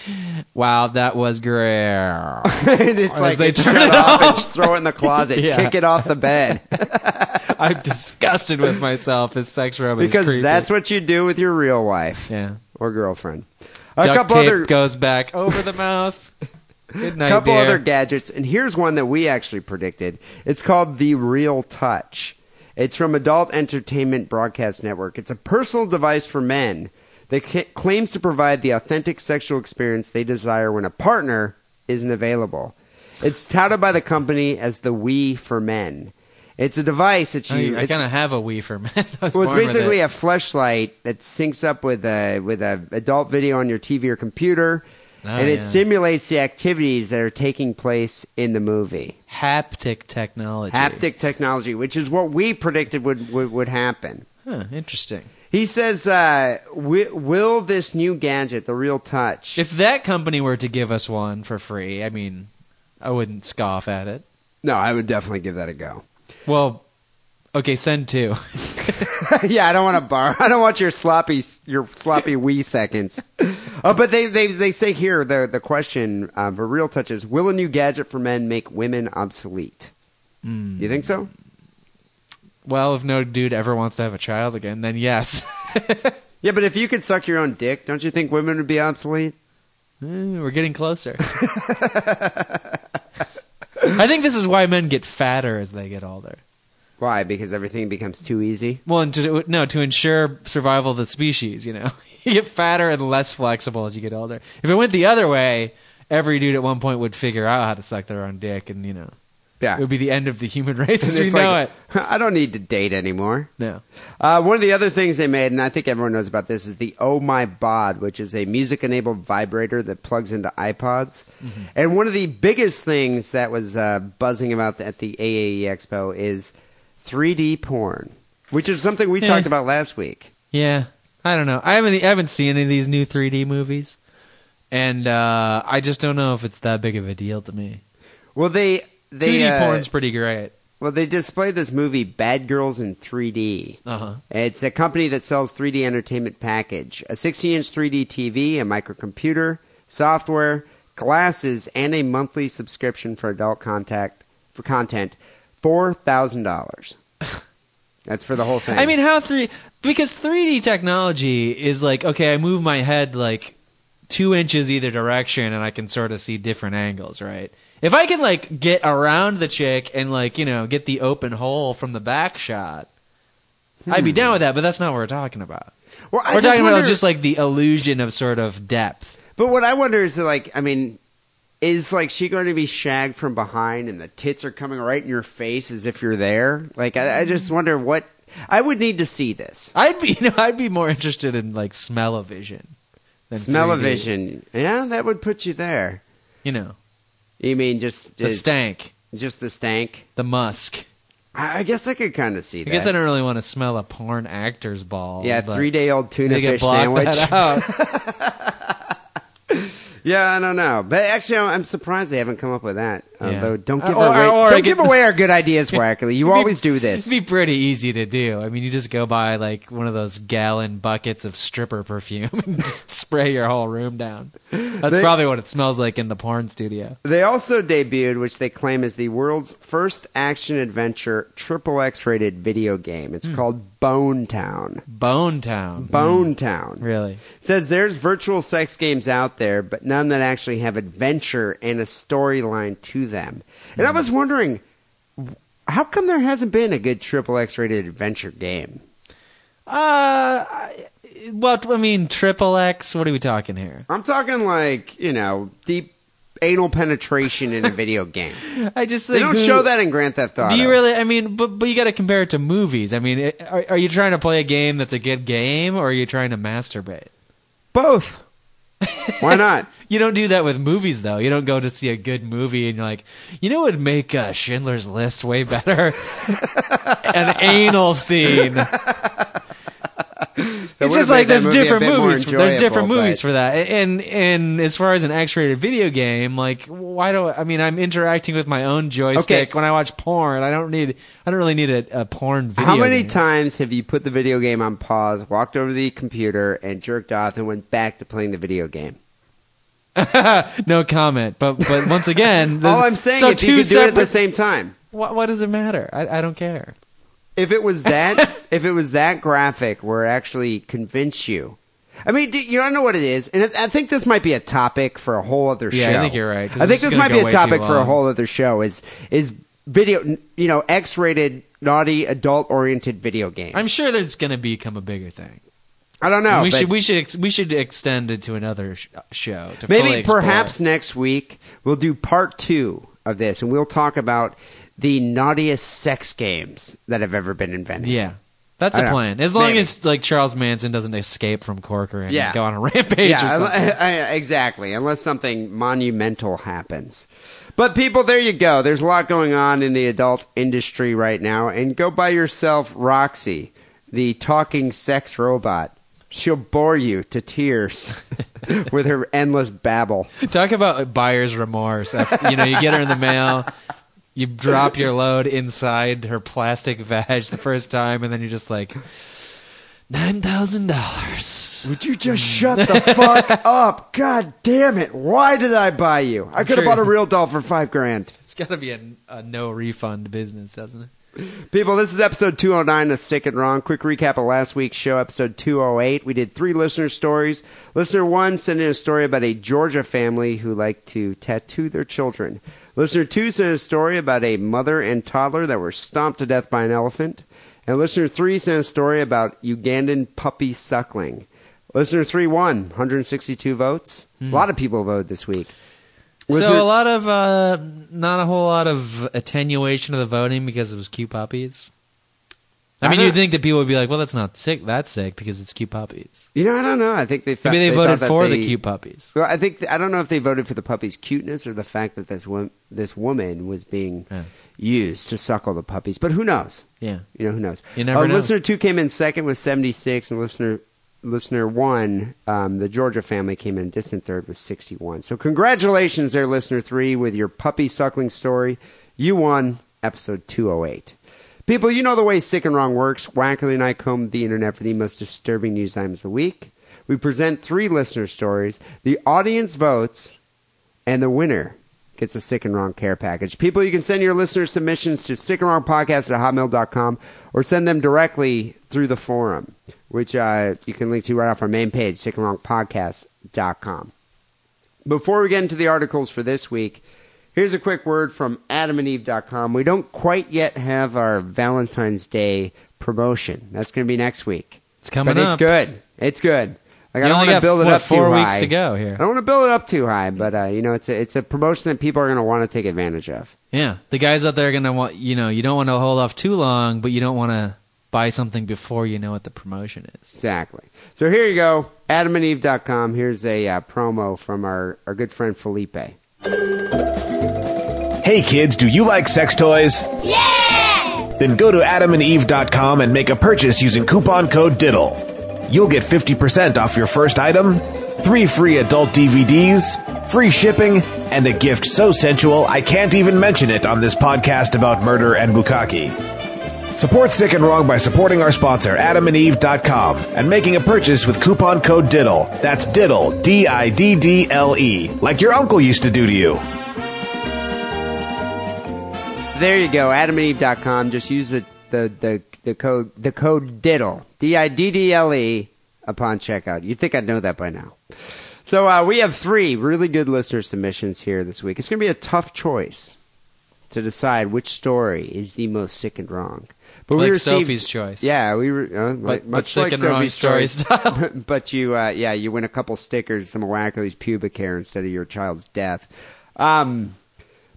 F: "Wow, that was great."
E: and it's like they
F: they turn
E: turn
F: it
E: it off and throw it in the closet,
F: Yeah.
E: kick it off the bed.
F: I'm disgusted with myself. This sex robot is
E: because
F: creepy.
E: that's what you do with your real wife
F: yeah.
E: or girlfriend. A
F: Duct
E: couple
F: tape
E: other
F: goes back over the mouth. Good night,
E: couple
F: dear.
E: other gadgets, and here's one that we actually predicted. It's called the Real Touch. It's from Adult Entertainment Broadcast Network. It's a personal device for men that ca- claims to provide the authentic sexual experience they desire when a partner isn't available. It's touted by the company as the Wii for men. It's a device that
F: I,
E: you. it's-
F: kind of have a wee for men. I was
E: well, it's
F: born with
E: basically
F: it.
E: a flashlight that syncs up with a with a adult video on your TV or computer,
F: Oh,
E: and it
F: yeah.
E: simulates the activities that are taking place in the movie.
F: haptic technology.
E: Haptic technology, which is what we predicted would would, would happen.
F: Huh, interesting.
E: He says, uh, wi- "Will this new gadget, the Real Touch?"
F: If that company were to give us one for free, I mean, I wouldn't scoff at it.
E: no, I would definitely give that a go.
F: Well, okay, send two.
E: yeah, I don't want to bar. I don't want your sloppy your sloppy wee seconds. Oh, but they, they they say here the the question uh, for real touch is will a new gadget for men make women obsolete? You think so?
F: Hmm. well, if no dude ever wants to have a child again, then yes. Eh,
E: Yeah, but if you could suck your own dick, don't you think women would be obsolete?
F: Mm, We're getting closer. I think this is why men get fatter as they get older.
E: Why? Because everything becomes too easy.
F: Well, and to, no, to ensure survival of the species, you know. you get fatter and less flexible as you get older. If it went the other way, every dude at one point would figure out how to suck their own dick and, you know,
E: Yeah,
F: it would be the end of the human race as
E: And
F: we
E: Ah. it's
F: know
E: like,
F: it.
E: I don't need to date anymore.
F: No.
E: Uh, one of the other things they made, and I think everyone knows about this, is the Oh My Bod, which is a music enabled vibrator that plugs into iPods.
F: Mm-hmm.
E: And one of the biggest things that was uh, buzzing about at the AAE Expo is 3D porn, which is something we
F: Yeah.
E: talked about last week.
F: Yeah, I don't know. I haven't I haven't seen any of these new 3D movies, and uh, I just don't know if it's that big of a deal to me.
E: Well, they. They,
F: 2D
E: uh,
F: porn's pretty great.
E: well, they displayed this movie, Bad Girls in 3D.
F: Uh huh.
E: It's a company that sells 3D entertainment package, a 16-inch 3D TV, a microcomputer, software, glasses, and a monthly subscription for adult contact for content, four thousand dollars. That's for the whole thing.
F: I mean, how three? Because 3D technology is like okay, I move my head like two inches either direction, and I can sort of see different angles, right? If I can like get around the chick and like you know get the open hole from the back shot, I'd be
E: Hmm.
F: down with that. But that's not what we're talking about.
E: well, I
F: we're
E: just
F: talking
E: wonder-
F: about just like the illusion of sort of depth.
E: But what I wonder is, like, I mean, is like she going to be shagged from behind, and the tits are coming right in your face as if you're there? Like, I, I just wonder what I would need to see this.
F: I'd be, you know, I'd be more interested in like smell-o-vision than 3D.
E: Smell-o-vision, yeah, that would put you there.
F: You know,
E: You mean just
F: the
E: just,
F: stank,
E: just the stank?
F: the musk.
E: I, I guess I could kind of see
F: I
E: that.
F: guess I don't really want to smell a porn actor's balls.
E: yeah,
F: but
E: three day old tuna
F: they can
E: fish
F: block
E: sandwich.
F: that out.
E: Yeah, I don't know, but actually, I'm, I'm surprised they haven't come up with that.
F: Yeah. Uh,
E: Although, don't give
F: Or-
E: away
F: or- or I
E: don't
F: could-
E: give away our good ideas, Wackley. You
F: It'd be-
E: always do this.
F: It'd be pretty easy to do. I mean, you just go buy like one of those gallon buckets of stripper perfume and just spray your whole room down. That's
E: They-
F: probably what it smells like in the porn studio.
E: They also debuted, which they claim is the world's first action adventure triple X rated video game.
F: Hmm.
E: It's called Bone Town.
F: Bone Town.
E: Bone Town.
F: Hmm. Really?
E: says there's virtual sex games out there, but none that actually have adventure and a storyline to them. And I
F: Mm-hmm.
E: was wondering, w- how come there hasn't been a good triple X rated adventure game?
F: Uh, I- what? I mean, triple X. What are we talking here?
E: I'm talking like you know deep anal penetration in a video game.
F: I just think
E: They don't
F: who-
E: show that in Grand Theft Auto.
F: Do you really? I mean, but but you got to compare it to movies. I mean, it, are, are you trying to play a game that's a good game, or are you trying to masturbate?
E: Both. Why not?
F: You don't do that with movies, though. You don't go to see a good movie and you're like, you know what would make uh, Schindler's List way better? An anal scene. it's
E: would've
F: just
E: made that
F: like there's
E: movie a
F: different
E: bit more
F: movies. There's different
E: enjoyable,
F: movies
E: but-
F: for that. And and as far as an X-rated video game, like why do I, I mean I'm interacting with my own joystick when I watch porn. I don't need. I don't really need a, a porn video.
E: How many
F: game.
E: times have you put the video game on pause, walked over to the computer, and jerked off and went back to playing the video game?
F: no comment. But but once again,
E: All
F: this-
E: I'm saying
F: so
E: is
F: two
E: you could do it at
F: separate.
E: the same time.
F: what, what does it matter? I, I don't care.
E: If it was that, if it was that graphic where it actually convinced you. I mean, do, you don't know what it is, and I I think this might be a topic for a whole other
F: Yeah, I
E: show.
F: think you're right, 'cause
E: I think
F: this is
E: this
F: gonna
E: might be
F: go
E: a
F: way too
E: topic for a
F: long.
E: whole other show. Is is video, you know, X-rated, naughty, adult-oriented video game?
F: I'm sure that's going to become a bigger thing.
E: I don't know.
F: we
E: but-
F: should we should ex- we should extend it to another sh- show. To fully
E: Maybe
F: explore.
E: perhaps next week we'll do part two of this and we'll talk about the naughtiest sex games that have ever been invented.
F: Yeah, that's
E: I
F: a
E: don't-
F: plan. As long
E: maybe.
F: as like Charles Manson doesn't escape from Corcoran and
E: Yeah.
F: go on a rampage
E: Yeah,
F: or something.
E: I- I- I- exactly. Unless something monumental happens. But people, there you go. There's a lot going on in the adult industry right now. And go buy yourself Roxy, the talking sex robot. She'll bore you to tears with her endless babble.
F: Talk about buyer's remorse. After- you know, you get her in the mail. You drop your load inside her plastic vag the first time, and then you're just like, nine thousand dollars.
E: Would you just shut the fuck up? God damn it. Why did I buy you? I could have
F: sure-
E: bought a real doll for five grand.
F: It's got to be a, a no refund business, doesn't it?
E: People, this is episode 209 of Sick and Wrong. Quick recap of last week's show, episode 208. We did three listener stories. Listener one sent in a story about a Georgia family who liked to tattoo their children. Listener two sent in a story about a mother and toddler that were stomped to death by an elephant. And listener three sent a story about Ugandan puppy suckling. Listener three won 162 votes. A lot of people voted this week. Listener-
F: Hmm. so a lot of uh, not a whole lot of attenuation of the voting because it was cute puppies. I,
E: I
F: mean,
E: don't-
F: you'd think that people would be like, "Well, that's not sick. That's sick because it's cute puppies."
E: you know, I don't know. I think they felt,
F: Maybe they,
E: they
F: voted
E: thought that
F: for
E: they-
F: the cute puppies.
E: Well, I think I don't know if they voted for the puppy's cuteness or the fact that this wom- this woman was being
F: Yeah.
E: used to suckle the puppies. But who knows?
F: Yeah.
E: You know who knows?
F: You never
E: Uh,
F: know.
E: Listener two came in second with seventy six, and listener listener one, um, the Georgia family came in distant third with sixty one. So congratulations, there, listener three, with your puppy suckling story. You won episode two oh eight. People, you know the way Sick and Wrong works. Wackerly and I comb the internet for the most disturbing news items of the week. We present three listener stories. The audience votes, and the winner gets a Sick and Wrong care package. People, you can send your listener submissions to sickandwrongpodcast at hotmail.com or send them directly through the forum, which uh, you can link to right off our main page, sickandwrongpodcast.com. Before we get into the articles for this week, here's a quick word from adamandeve.com. We don't quite yet have our Valentine's Day promotion. That's going to be next week.
F: It's coming
E: but
F: up.
E: It's good. It's good. Like,
F: You
E: I don't want
F: only
E: to
F: got,
E: build it
F: what,
E: up
F: four
E: too
F: weeks
E: high.
F: to go here.
E: I don't want to build it up too high, but uh, you know, it's a it's a promotion that people are going to want to take advantage of.
F: Yeah, the guys out there are gonna want you know you don't want to hold off too long, but you don't want to buy something before you know what the promotion is.
E: Exactly. So here you go, AdamandEve.com. Here's a uh, promo from our our good friend Felipe.
B: Hey kids, do you like sex toys? Yeah! Then go to adamandeve.com and make a purchase using coupon code DIDDLE. You'll get 50% off your first item, three free adult DVDs, free shipping, and a gift so sensual I can't even mention it on this podcast about murder and bukkake. Support Sick and Wrong by supporting our sponsor, adamandeve.com, and making a purchase with coupon code DIDDLE. That's DIDDLE, D I D D L E, like your uncle used to do to you.
E: So there you go, AdamandEve.com. Just use the the the, the code the code diddle d i d d l e upon checkout. You'd think I'd know that by now. So uh, we have three really good listener submissions here this week. It's going to be a tough choice to decide which story is the most sick and wrong. But
F: Like Sophie's Choice.
E: Yeah, we were uh, like,
F: but
E: much
F: sick
E: like
F: and wrong
E: Sophie's
F: story
E: Choice.
F: style.
E: But- but you, uh, yeah, you win a couple stickers, some of Wackerly's pubic hair instead of your child's death. Um,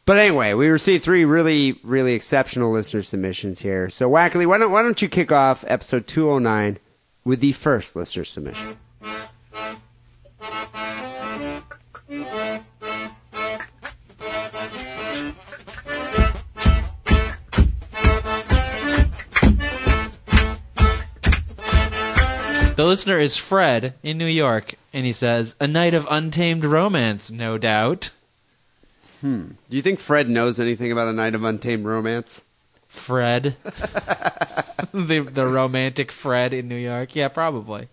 E: but anyway, we received three really, really exceptional listener submissions here. So Wackerly, why don't why don't you kick off episode oh two hundred nine with the first listener submission?
F: listener is Fred in New York, and he says, "A night of untamed romance, no doubt."
E: Do you think Fred knows anything about a night of untamed romance?
F: Fred, the the romantic Fred in New York. Yeah, probably.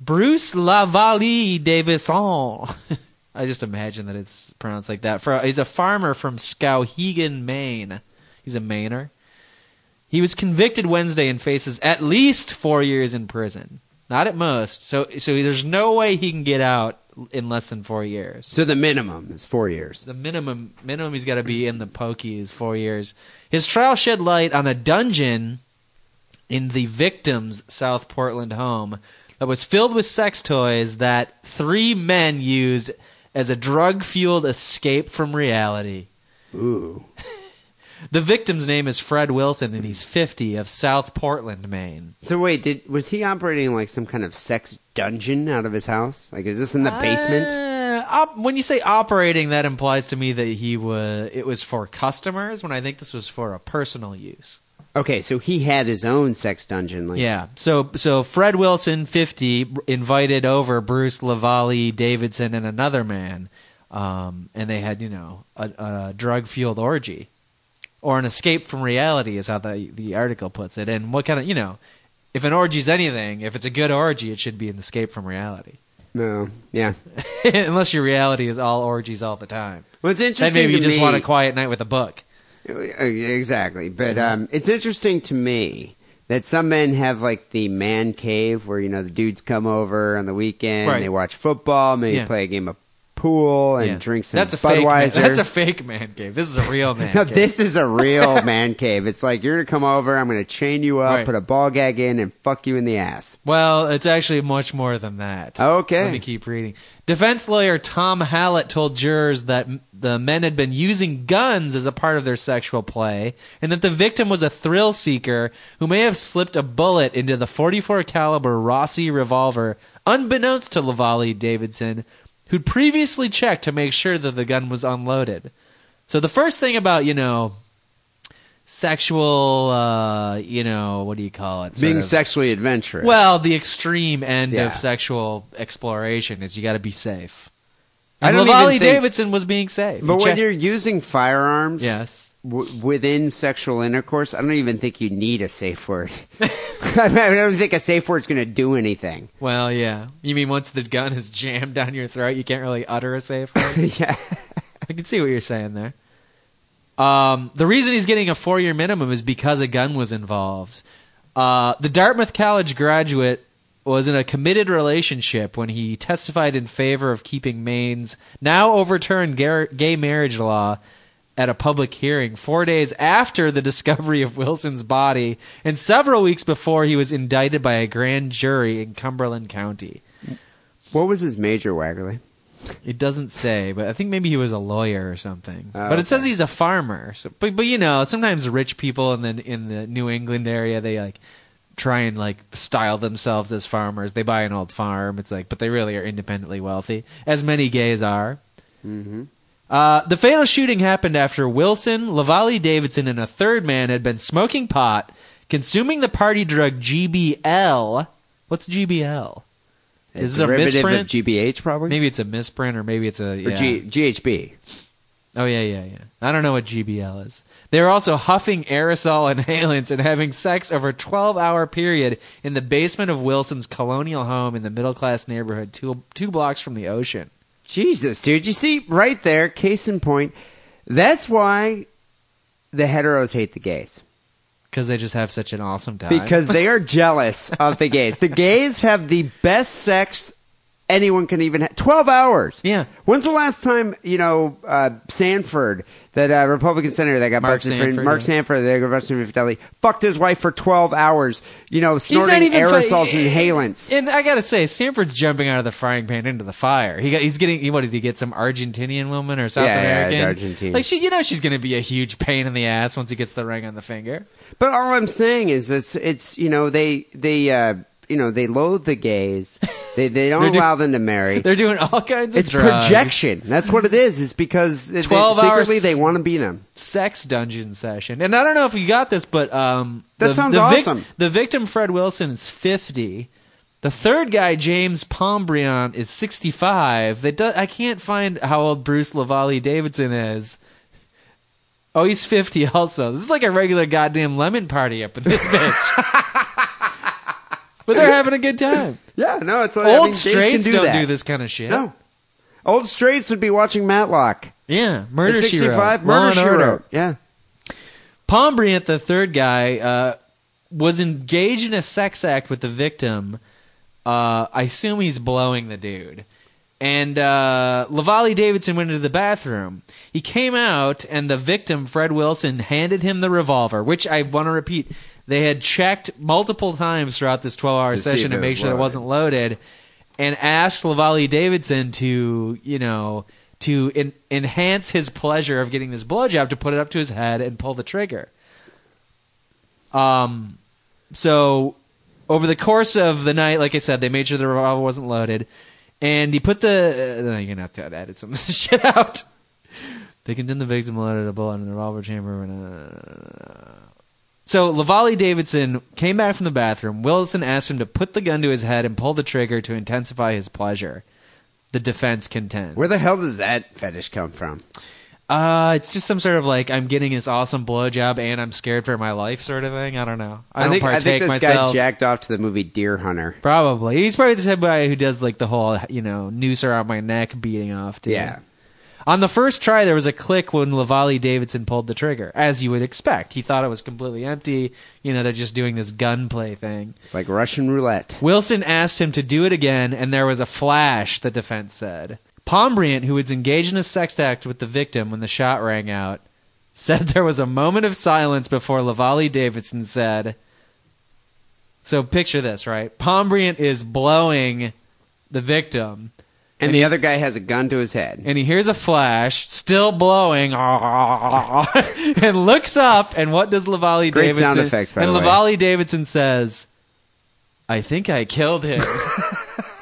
F: Bruce Lavallee Davison. I just imagine that it's pronounced like that. For he's a farmer from Skowhegan, Maine. He's a Mainer. He was convicted Wednesday and faces at least four years in prison. Not at most. So so there's no way he can get out in less than four years.
E: So the minimum is four years.
F: The minimum minimum he's got to be in the pokey is four years. His trial shed light on a dungeon in the victim's South Portland home that was filled with sex toys that three men used as a drug fueled escape from reality.
E: Ooh.
F: The victim's name is Fred Wilson, and he's 50 of South Portland, Maine.
E: So wait, did was he operating like some kind of sex dungeon out of his house? Like, is this in the basement?
F: Uh, op- when you say operating, that implies to me that he was it was for customers. When I think this was for a personal use.
E: Okay, so he had his own sex dungeon. Like,
F: Yeah. So so Fred Wilson, fifty, invited over Bruce Lavalle Davidson and another man, um, and they had you know a, a drug fueled orgy, or an escape from reality is how the the article puts it. And what kind of you know, if an orgy's anything, if it's a good orgy, it should be an escape from reality.
E: No. Yeah.
F: Unless your reality is all orgies all the time.
E: What's
F: Then
E: interesting?
F: maybe you
E: to
F: just
E: me-
F: want a quiet night with a book.
E: Exactly. But um, it's interesting to me that some men have like the man cave where, you know, the dudes come over on the weekend,
F: Right.
E: they watch football, maybe
F: Yeah.
E: play a game of pool and
F: Yeah.
E: drink some
F: That's a fake man.
E: Budweiser.
F: That's a fake man cave. This is a real man.
E: No,
F: cave.
E: this is a real man cave. It's like you're gonna come over, I'm gonna chain you up,
F: Right.
E: put a ball gag in, and fuck you in the ass.
F: Well, it's actually much more than that.
E: Okay.
F: Let me keep reading. Defense lawyer Tom Hallett told jurors that m- the men had been using guns as a part of their sexual play and that the victim was a thrill seeker who may have slipped a bullet into the 44 caliber Rossi revolver unbeknownst to Lavalle Davidson, who'd previously checked to make sure that the gun was unloaded. So the first thing about, you know, sexual uh, you know, what do you call it? Sort
E: Being
F: of-
E: sexually adventurous.
F: well, the extreme end
E: Yeah.
F: of sexual exploration is you got to be safe.
E: I
F: And
E: don't even
F: Lavalley
E: think-
F: Davidson was being safe.
E: but
F: He
E: when
F: checked-
E: you're using firearms
F: yes,
E: w- within sexual intercourse, I don't even think you need a safe word. I don't think a safe word's gonna do anything.
F: well, yeah. You mean once the gun is jammed down your throat, you can't really utter a safe word?
E: yeah.
F: I can see what you're saying there. Um, the reason he's getting a four year minimum is because a gun was involved. Uh, the Dartmouth College graduate was in a committed relationship when he testified in favor of keeping Maine's now overturned gar- gay marriage law at a public hearing four days after the discovery of Wilson's body and several weeks before he was indicted by a grand jury in Cumberland County.
E: What was his major, Waggerly?
F: It doesn't say, but I think maybe he was a lawyer or something.
E: Oh,
F: but it says he's a farmer. So, but but you know, sometimes rich people in the in the New England area they like try and like style themselves as farmers. They buy an old farm. It's like, but they really are independently wealthy, as many gays are.
E: Mm-hmm.
F: Uh, the fatal shooting happened after Wilson, Lavalle Davidson, and a third man had been smoking pot, consuming the party drug GBL. What's GBL? Is it a
E: derivative
F: misprint?
E: of GBH, probably?
F: Maybe it's a misprint, or maybe it's a
E: Or
F: yeah.
E: G- GHB.
F: Oh yeah, yeah, yeah. I don't know what GBL is. They were also huffing aerosol inhalants and having sex over a 12-hour period in the basement of Wilson's colonial home in the middle-class neighborhood, two two blocks from the ocean.
E: Jesus, dude. You see, right there, case in point. That's why the heteros hate the gays.
F: Because they just have such an awesome time.
E: Because they are jealous of the gays. The gays have the best sex anyone can even have. 12 hours.
F: Yeah.
E: When's the last time, you know, uh, Sanford, that uh, Republican senator that got
F: Mark
E: busted for,
F: Sanford,
E: Mark
F: yeah.
E: Sanford, that got busted for infidelity, fucked his wife for 12 hours, you know,
F: He's not
E: snorting
F: even fi-
E: aerosols and inhalants.
F: And I gotta say, Sanford's jumping out of the frying pan into the fire. He got, he's getting. He, what did he get? Some Argentinian woman or South
E: Yeah, yeah,
F: American?
E: the Argentine.
F: Like she, you know, she's gonna be a huge pain in the ass once he gets the ring on the finger.
E: But all I'm saying is this: it's you know they they uh, you know they loathe the gays, They they don't
F: They're do-
E: allow them to marry.
F: They're doing all kinds of
E: It's
F: drugs.
E: projection. That's what it is. It's because they- they-
F: 12 hours.
E: secretly they want to be them.
F: sex dungeon session. And I don't know if you got this, but um,
E: That
F: the,
E: sounds
F: the
E: awesome.
F: the victim Fred Wilson is fifty. The third guy, James Pombriant, is sixty-five. They do, I can't find how old Bruce Lavalle Davidson is. Oh, he's fifty. Also, this is like a regular goddamn lemon party up in this bitch. but they're having a good time.
E: Yeah, no, it's like, I
F: Old
E: mean, gays
F: straights
E: can do
F: not
E: that.
F: do this kind of shit.
E: No, old straights would be watching Matlock.
F: Yeah,
E: At
F: murder she wrote.
E: 65,
F: Law
E: Murder
F: and
E: She
F: Order.
E: Wrote. Yeah.
F: Pombriant, the third guy, uh, was engaged in a sex act with the victim. Uh, I assume he's blowing the dude. And uh, Lavali Davidson went into the bathroom. He came out, and the victim, Fred Wilson, handed him the revolver, which I want to repeat. They had checked multiple times throughout this 12 hour
E: To see if
F: session to
E: it
F: make
E: was
F: sure it
E: loaded.
F: wasn't loaded, and asked Lavali Davidson to, you know, to en- enhance his pleasure of getting this blowjob to put it up to his head and pull the trigger. Um, so over the course of the night, like I said, they made sure the revolver wasn't loaded, and he put the. Uh, no, you're gonna have to edit some of this shit out. They condemned the victim loaded a bullet in the revolver chamber. And, uh, so Lavali Davidson came back from the bathroom. Wilson asked him to put the gun to his head and pull the trigger to intensify his pleasure. The defense contends.
E: Where the hell does that fetish come from?
F: Uh, it's just some sort of like I'm getting this awesome blowjob and I'm scared for my life sort of thing. I don't know. I, don't
E: think,
F: partake
E: I think this
F: myself.
E: guy jacked off to the movie Deer Hunter.
F: Probably. He's probably the type of guy who does like the whole, you know, noose around my neck beating off. Dude.
E: Yeah.
F: On the first try, there was a click when Lavali Davidson pulled the trigger, as you would expect. He thought it was completely empty. You know, they're just doing this gunplay thing.
E: It's like Russian roulette.
F: Wilson asked him to do it again, and there was a flash, the defense said. Pombriant, who was engaged in a sex act with the victim when the shot rang out, said there was a moment of silence before Lavali Davidson said, So picture this, right? Pombriant is blowing the victim,
E: And the other guy has a gun to his head.
F: and he hears a flash, still blowing, and looks up, and what does Lavali
E: Great
F: Davidson
E: sound effects, by
F: And
E: the way.
F: Lavali Davidson says, I think I killed him.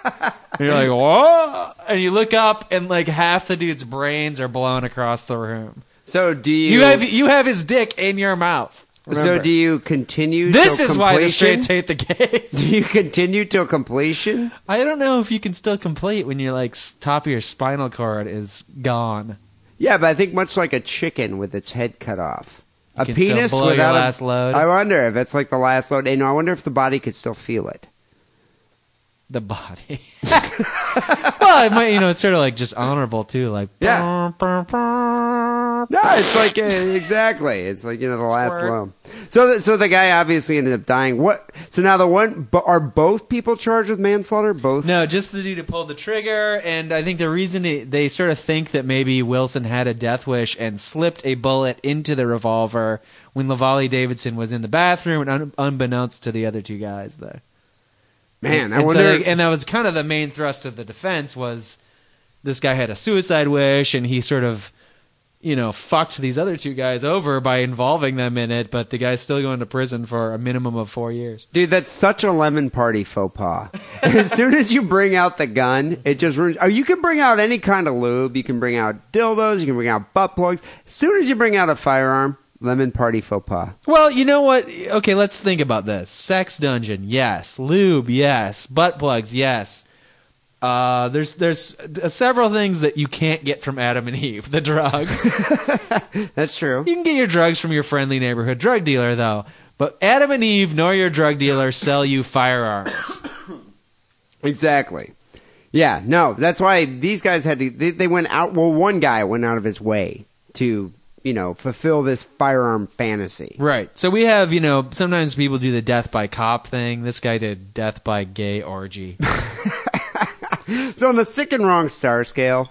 F: and you're like, whoa! And you look up, and like half the dude's brains are blown across the room.
E: So do you?
F: You have you have his dick in your mouth.
E: so do you continue?
F: this
E: till
F: is why the
E: completion?
F: straights hate the gays.
E: Do you continue till completion?
F: I don't know if you can still complete when your like s- top of your spinal cord is gone.
E: Yeah, but I think much like a chicken with its head cut off. a
F: can still
E: penis
F: blow your
E: without a-
F: last load.
E: I wonder if it's like the last load. And I wonder if the body could still feel it.
F: the body. well, it might, you know, it's sort of like just honorable too, like
E: Yeah.
F: "Brr, brr, brr."
E: No, it's like uh, exactly. It's like you know the last
F: Squirt.
E: loan. So, the, so the guy obviously ended up dying. What? So now the one bo- are both people charged with manslaughter? Both?
F: No, just the dude who pulled the trigger, and I think the reason it, they sort of think that maybe Wilson had a death wish and slipped a bullet into the revolver when Lavali Davidson was in the bathroom, and un- unbeknownst to the other two guys, though.
E: Man, I
F: and so
E: wonder.
F: they- and that was kind of the main thrust of the defense was this guy had a suicide wish, and he sort of, you know, fucked these other two guys over by involving them in it. But the guy's still going to prison for a minimum of four years.
E: Dude, that's such a lemon party faux pas. as soon as you bring out the gun, it just ruins. Oh, you can bring out any kind of lube. You can bring out dildos. You can bring out butt plugs. As soon as you bring out a firearm, lemon party faux pas.
F: Well, you know what? Okay, let's think about this. Sex dungeon, yes. Lube, yes. Butt plugs, yes. Uh, there's there's uh, several things that you can't get from Adam and Eve. The drugs.
E: That's true.
F: You can get your drugs from your friendly neighborhood drug dealer, though. But Adam and Eve nor your drug dealer sell you firearms.
E: Exactly. Yeah, no, that's why these guys had to. They, they went out. Well, one guy went out of his way to, you know, fulfill this firearm fantasy.
F: right. So we have, you know, sometimes people do the death by cop thing. This guy did death by gay orgy.
E: So on the sick and wrong star scale,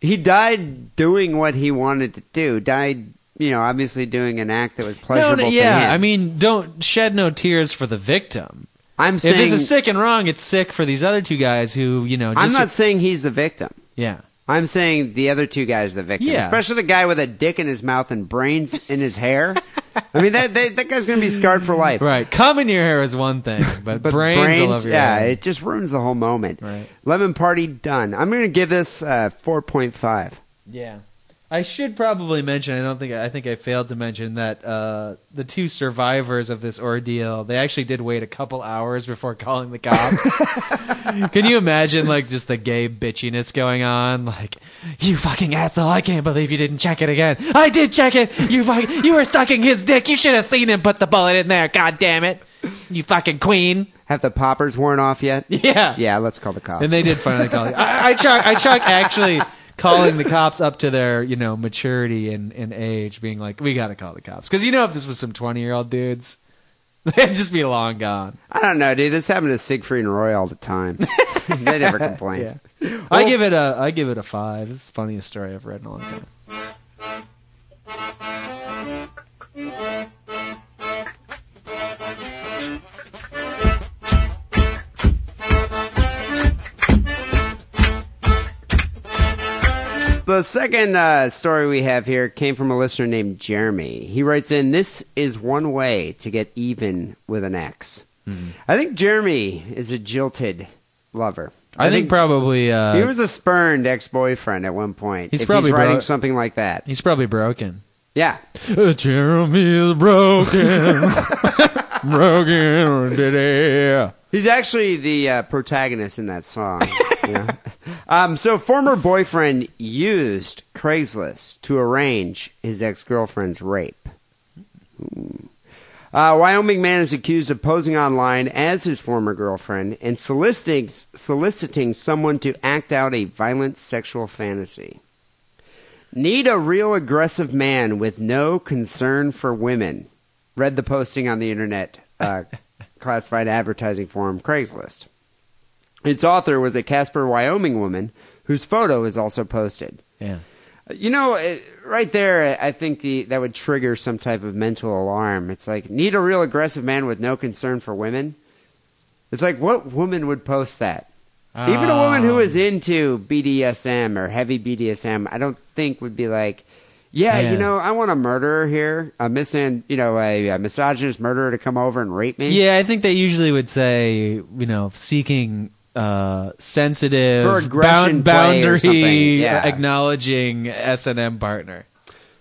E: he died doing what he wanted to do. Died, you know, obviously doing an act that was pleasurable to
F: yeah.
E: him.
F: I mean, don't shed no tears for the victim.
E: I'm
F: if
E: saying
F: this is sick and wrong, it's sick for these other two guys who, you know, just
E: I'm not saying he's the victim.
F: yeah.
E: I'm saying the other two guys are the victim,
F: Yeah.
E: especially the guy with a dick in his mouth and brains in his hair. I mean, that, that that guy's gonna be scarred for life.
F: Right. Cum in your hair is one thing, but,
E: But
F: brains,
E: brains,
F: all over your
E: yeah,
F: head.
E: it just ruins the whole moment.
F: Right.
E: Lemon Party done. I'm gonna give this uh, 4.5.
F: Yeah. I should probably mention. I don't think I think I failed to mention that uh, the two survivors of this ordeal they actually did wait a couple hours before calling the cops. Can you imagine like just the gay bitchiness going on? Like, you fucking asshole! I can't believe you didn't check it again. I did check it. You fucking, you were sucking his dick. You should have seen him put the bullet in there. God damn it! You fucking queen.
E: Have the poppers worn off yet?
F: Yeah.
E: Yeah, let's call the cops.
F: And they did finally call. I, I chalk I chalk actually calling the cops up to their you know maturity and, and age, being like, we got to call the cops because you know if this was some twenty year old dudes, they'd just be long gone.
E: I don't know, dude. This happened to Siegfried and Roy all the time. they never complained.
F: I give it a I give it a five. It's the funniest story I've read in a long time.
E: The second uh, story we have here came from a listener named Jeremy. He writes in, This is one way to get even with an ex.
F: Hmm.
E: I think Jeremy is a jilted lover.
F: I, think, probably uh,
E: he was a spurned ex boyfriend at one point.
F: He's
E: if
F: probably
E: he's writing
F: bro-
E: something like that.
F: he's probably broken.
E: Yeah.
F: Uh, Jeremy is broken, broken today.
E: He's actually the uh, protagonist in that song. Yeah. um, so, former boyfriend used Craigslist to arrange his ex girlfriend's rape. Hmm. Uh, Wyoming man is accused of posing online as his former girlfriend and soliciting, soliciting someone to act out a violent sexual fantasy. Need a real aggressive man with no concern for women. Read the posting on the internet, uh, classified advertising forum Craigslist. Its author was a Casper, Wyoming woman whose photo is also posted.
F: Yeah.
E: You know, eh, right there, I think the, that would trigger some type of mental alarm. It's like, need a real aggressive man with no concern for women? It's like, what woman would post that? Even a woman who is
F: Oh.
E: into BDSM or heavy BDSM, I don't think would be like, yeah,
F: Yeah.
E: you know, I want a murderer here, a missing, you know, a, a misogynist murderer to come over and rape me.
F: Yeah, I think they usually would say, you know, seeking uh, sensitive
E: For aggression play or something,
F: boundary
E: yeah.
F: acknowledging S and M partner.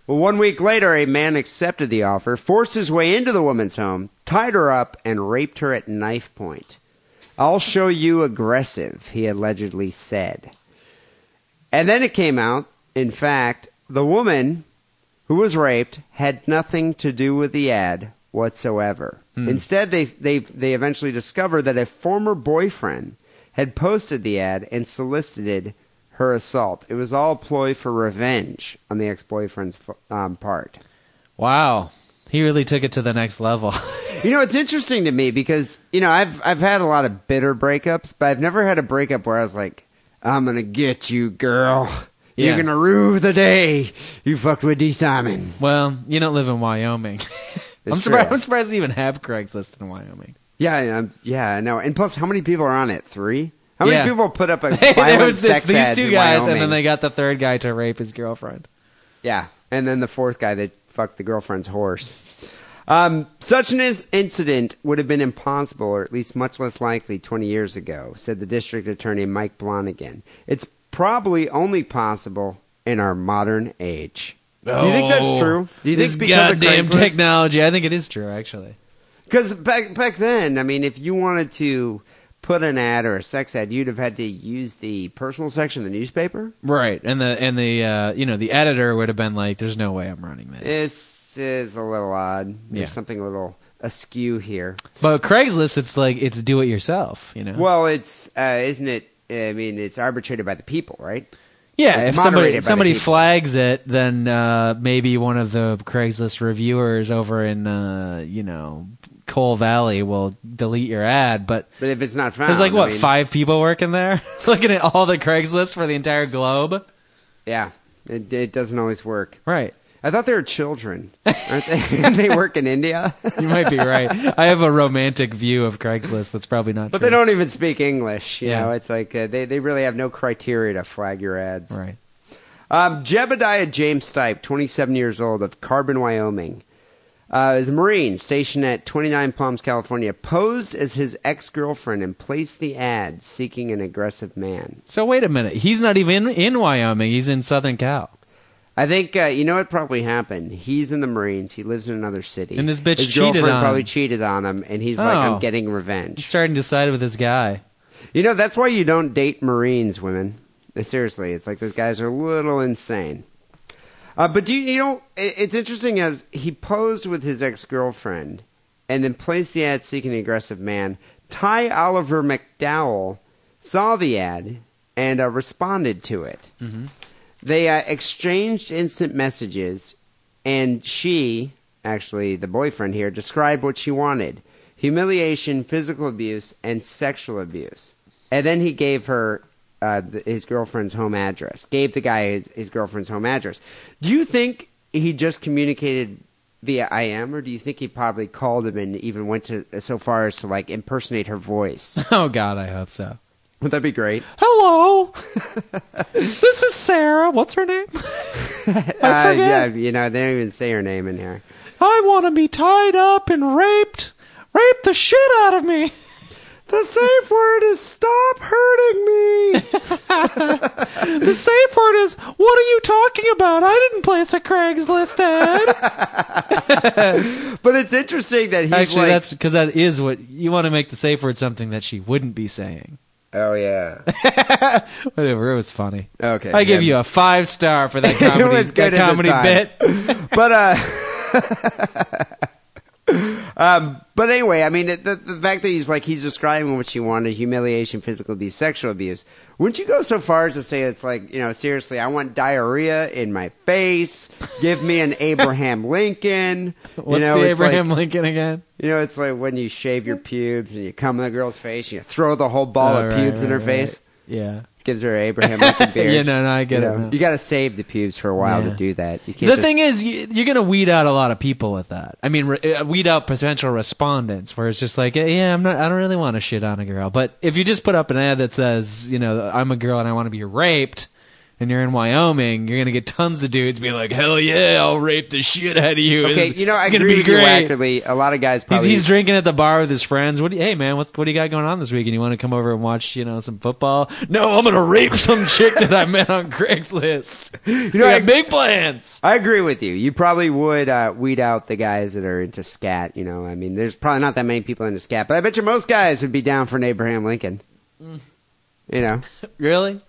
E: Well, one week later, a man accepted the offer, forced his way into the woman's home, tied her up, and raped her at knife point. I'll show you aggressive, he allegedly said. And then it came out, in fact, the woman who was raped had nothing to do with the ad whatsoever. Instead, they, they, they eventually discovered that a former boyfriend had posted the ad and solicited her assault. It was all a ploy for revenge on the ex boyfriend's um, part.
F: Wow, he really took it to the next level.
E: You know, it's interesting to me because you know I've I've had a lot of bitter breakups, but I've never had a breakup where I was like, "I'm gonna get you, girl. You're
F: Yeah.
E: gonna rue the day you fucked with D. Simon."
F: well, you don't live in Wyoming. I'm
E: It's
F: surprised.
E: true.
F: I'm surprised they even have Craigslist in Wyoming.
E: Yeah, yeah, um, yeah, I know. And plus, how many people are on it? Three. How many
F: Yeah.
E: people put up a
F: They- they
E: violent
F: would say
E: sex
F: these
E: ads in
F: two guys, and then
E: Wyoming?
F: they got the third guy to rape his girlfriend.
E: Yeah, and then the fourth guy that fucked the girlfriend's horse. Um, such an is- incident would have been impossible, or at least much less likely, 20 years ago, said the district attorney Mike Blonigan. It's probably only possible in our modern age. Do you think that's
F: Oh,
E: true? Do you
F: this
E: think because of
F: goddamn
E: Craigslist?
F: technology? I think it is true, actually.
E: Because back back then, I mean, if you wanted to put an ad or a sex ad, you'd have had to use the personal section of the newspaper.
F: Right, and the and the uh, you know the editor would have been like, "There's no way I'm running this."
E: This is a little odd. There's
F: Yeah.
E: something a little askew here.
F: But Craigslist, it's like it's do it yourself, you know.
E: Well, it's uh, isn't it? I mean, it's arbitrated by the people, right?
F: yeah,
E: it's
F: if somebody
E: moderated by
F: if
E: the
F: somebody
E: people.
F: flags it, then uh, maybe one of the Craigslist reviewers over in uh, you know Coal Valley will delete your ad. But
E: But if it's not found,
F: there's like
E: I
F: what
E: mean,
F: five people working there looking at all the Craigslist for the entire globe.
E: Yeah, it, it doesn't always work.
F: Right,
E: I thought they were children, aren't they? they work in India,
F: you might be right. I have a romantic view of Craigslist that's probably not.
E: but
F: true.
E: they don't even speak English. You
F: Yeah.
E: know, it's like uh, they they really have no criteria to flag your ads.
F: Right.
E: Um, Jebediah James Stipe, 27 years old, of Carbon, Wyoming, uh, is a Marine stationed at 29 Palms, California, posed as his ex girlfriend and placed the ad seeking an aggressive man.
F: So wait a minute. He's not even in Wyoming. He's in Southern Cal.
E: I think uh, you know what probably happened. He's in the Marines. He lives in another city,
F: And this bitch
E: His
F: cheated
E: girlfriend
F: on him.
E: probably cheated on him, and he's like,
F: Oh.
E: "I'm getting
F: He's
E: revenge."
F: starting to side with this guy.
E: You know that's why you don't date Marines women. Uh, Seriously, it's like those guys are a little insane. Uh, but do you, you know? It, it's interesting as he posed with his ex girlfriend, and then placed the ad seeking an aggressive man. Ty Oliver McDowell saw the ad and uh, responded to it. They uh, exchanged instant messages, and she, actually the boyfriend here, described what she wanted humiliation, physical abuse, and sexual abuse. And then he gave her uh, th his girlfriend's home address, gave the guy his, his girlfriend's home address. Do you think he just communicated via IM, or do you think he probably called him and even went to uh, so far as to like impersonate her voice?
F: Oh God, I hope so.
E: Would that be great?
F: Hello. this is Sarah. What's her name? I
E: Uh,
F: forget.
E: yeah, you know, they don't even say her name in here.
F: I want to be tied up and raped. Rape the shit out of me.
E: The safe word is stop hurting me.
F: The safe word is, what are you talking about? I didn't place a Craigslist ad.
E: But it's interesting that he's
F: Actually,
E: like,
F: that's because that is what you want to make the safe word something that she wouldn't be saying.
E: oh yeah,
F: Whatever, it was funny.
E: okay.
F: I give
E: yeah.
F: you a five star for that comedy,
E: was good
F: that
E: at the
F: comedy
E: time.
F: bit.
E: but uh, um, but anyway, I mean, the, the fact that he's like he's describing what she wanted: humiliation, physical abuse, sexual abuse. Wouldn't you go so far as to say it's like you know, seriously, I want diarrhea in my face. Give me an Abraham Lincoln.
F: What's
E: you know,
F: the
E: it's like-
F: Abraham Lincoln again?
E: You know, it's like when you shave your pubes and you come in a girl's face and you throw the whole ball
F: Oh,
E: of
F: right,
E: pubes in
F: right,
E: her
F: right.
E: face.
F: Yeah.
E: Gives her Abraham Lincoln beard.
F: Yeah, no, no, I get
E: you
F: it
E: know,
F: now.
E: You got to save the pubes for a while
F: Yeah.
E: to do that. You can't
F: The
E: just-
F: thing is, you, you're going to weed out a lot of people with that. I mean, re- uh, weed out potential respondents, where it's just like, eh, yeah, I'm not, I don't really want to shit on a girl. But if you just put up an ad that says, you know, I'm a girl and I want to be raped, and you're in Wyoming, you're going to get tons of dudes being like, hell yeah, I'll rape the shit out of you.
E: Okay,
F: It's-
E: you know, I
F: it's gonna
E: agree
F: be
E: with you.
F: great.
E: Actually, a lot of guys
F: He's,
E: probably
F: he's drinking at the bar with his friends. What? Do you, hey man, what's what do you got going on this weekend? You want to come over and watch you know some football? No, I'm gonna rape some chick that I met on Craigslist. You know,
E: know,
F: I
E: I-
F: have big plans.
E: I agree with you. You probably would uh, weed out the guys that are into scat. You know, I mean, there's probably not that many people into scat, but I bet you most guys would be down for an Abraham Lincoln.
F: Mm.
E: You know,
F: Really?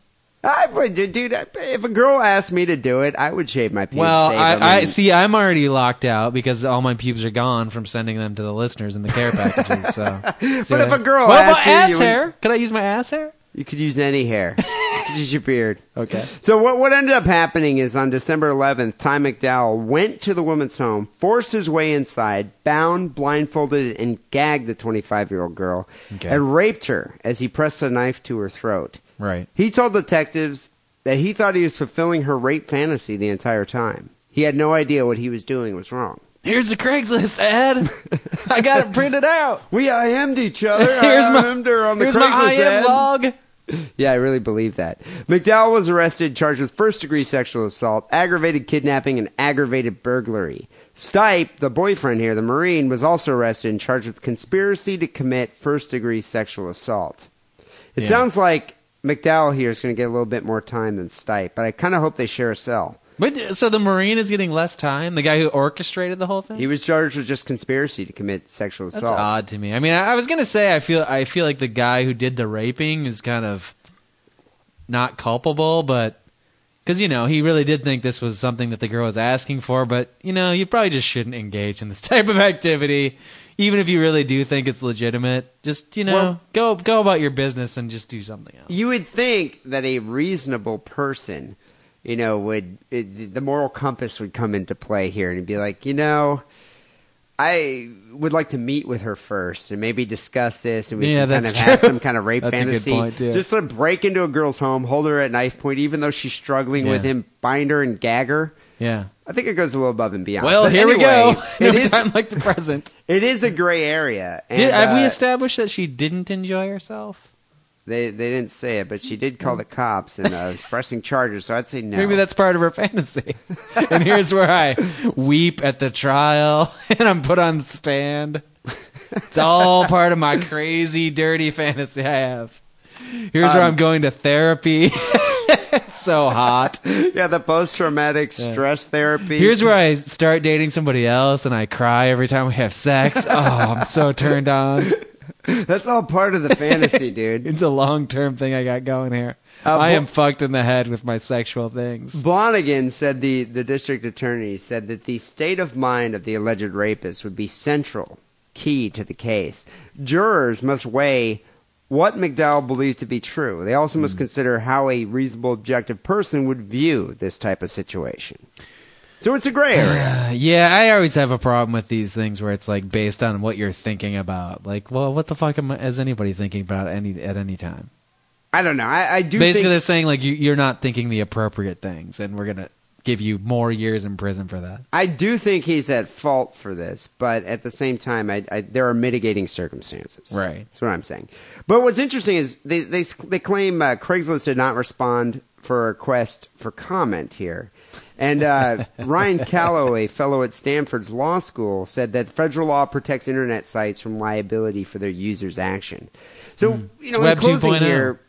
E: I would, dude. I- If a girl asked me to do it, I would shave my pubes.
F: Well,
E: save them,
F: I, I
E: and-
F: see. I'm already locked out because all my pubes are gone from sending them to the listeners in the care packages. So,
E: But if a girl
F: well,
E: asked
F: my
E: you,
F: ass
E: you would-
F: hair, could I use my ass hair?
E: You could use any hair. You could use your beard.
F: Okay.
E: So what what ended up happening is on December 11th, Ty McDowell went to the woman's home, forced his way inside, bound, blindfolded, and gagged the 25 year old girl,
F: Okay.
E: and raped her as he pressed a knife to her throat.
F: Right.
E: He told detectives that he thought he was fulfilling her rape fantasy the entire time. He had no idea what he was doing was wrong.
F: Here's the Craigslist ad. I got it printed out.
E: We IM'd each other.
F: Here's my,
E: IM'd her on the
F: here's
E: Craigslist
F: my IM
E: ad.
F: log.
E: Yeah, I really believe that. McDowell was arrested, charged with first degree sexual assault, aggravated kidnapping, and aggravated burglary. Stipe, the boyfriend here, the Marine, was also arrested and charged with conspiracy to commit first degree sexual assault. It
F: Yeah.
E: sounds like McDowell here is going to get a little bit more time than Stipe, but I kind of hope they share a cell.
F: But so the Marine is getting less time. The guy who orchestrated the whole thing.
E: He was charged with just conspiracy to commit sexual assault.
F: That's odd to me. I mean, I, I was gonna say I feel I feel like the guy who did the raping is kind of not culpable, but because you know he really did think this was something that the girl was asking for. But you know, you probably just shouldn't engage in this type of activity, even if you really do think it's legitimate. Just you know,
E: Well-
F: go go about your business and just do something else.
E: You would think that a reasonable person, you know, would it, the moral compass would come into play here and be like, you know, I would like to meet with her first and maybe discuss this, and we
F: Yeah,
E: can kind of
F: that's
E: have
F: true.
E: some kind of rape
F: That's a good
E: fantasy.
F: point, yeah.
E: Just to break into a girl's home, hold her at knife point, even though she's struggling with
F: Yeah.
E: him, bind her and gag her.
F: Yeah.
E: I think it goes a little above and beyond.
F: Well,
E: But
F: here we
E: anyway,
F: go. No
E: it is
F: time like the present.
E: it is a gray area. And,
F: Did, have we
E: uh,
F: established that she didn't enjoy herself?
E: They they didn't say it, but she did call the cops and uh, pressing charges. So I'd say no.
F: Maybe that's part of her fantasy. and here's where I weep at the trial and I'm put on stand. It's all part of my crazy, dirty fantasy I have. Here's
E: Um,
F: where I'm going to therapy. it's so hot.
E: yeah the post traumatic stress therapy.
F: Here's where I start dating somebody else and I cry every time we have sex. Oh, I'm so turned on.
E: that's all part of the fantasy, dude.
F: It's a long term thing I got going here.
E: Uh,
F: I
E: Bl-
F: am fucked in the head with my sexual things.
E: Blonigan said the, the district attorney said that the state of mind of the alleged rapist would be central key to the case. Jurors must weigh what McDowell believed to be true. They also
F: Hmm.
E: must consider how a reasonable objective person would view this type of situation. So it's a gray area.
F: Uh, yeah, I always have a problem with these things where it's like based on what you're thinking about. Like, well, what the fuck am, is anybody thinking about any at any time?
E: I don't know. I, I do
F: Basically,
E: think-
F: they're saying like you, you're not thinking the appropriate things, and we're gonna give you more years in prison for that.
E: I do think he's at fault for this, but at the same time, I, I, there are mitigating circumstances.
F: Right.
E: That's what I'm saying. But what's interesting is they they they claim uh, Craigslist did not respond for a request for comment here, and uh, Ryan Callow, a fellow at Stanford's law school, said that federal law protects internet sites from liability for their users' action. So you know,
F: It's Hmm. Web
E: in closing
F: 2.0.
E: here,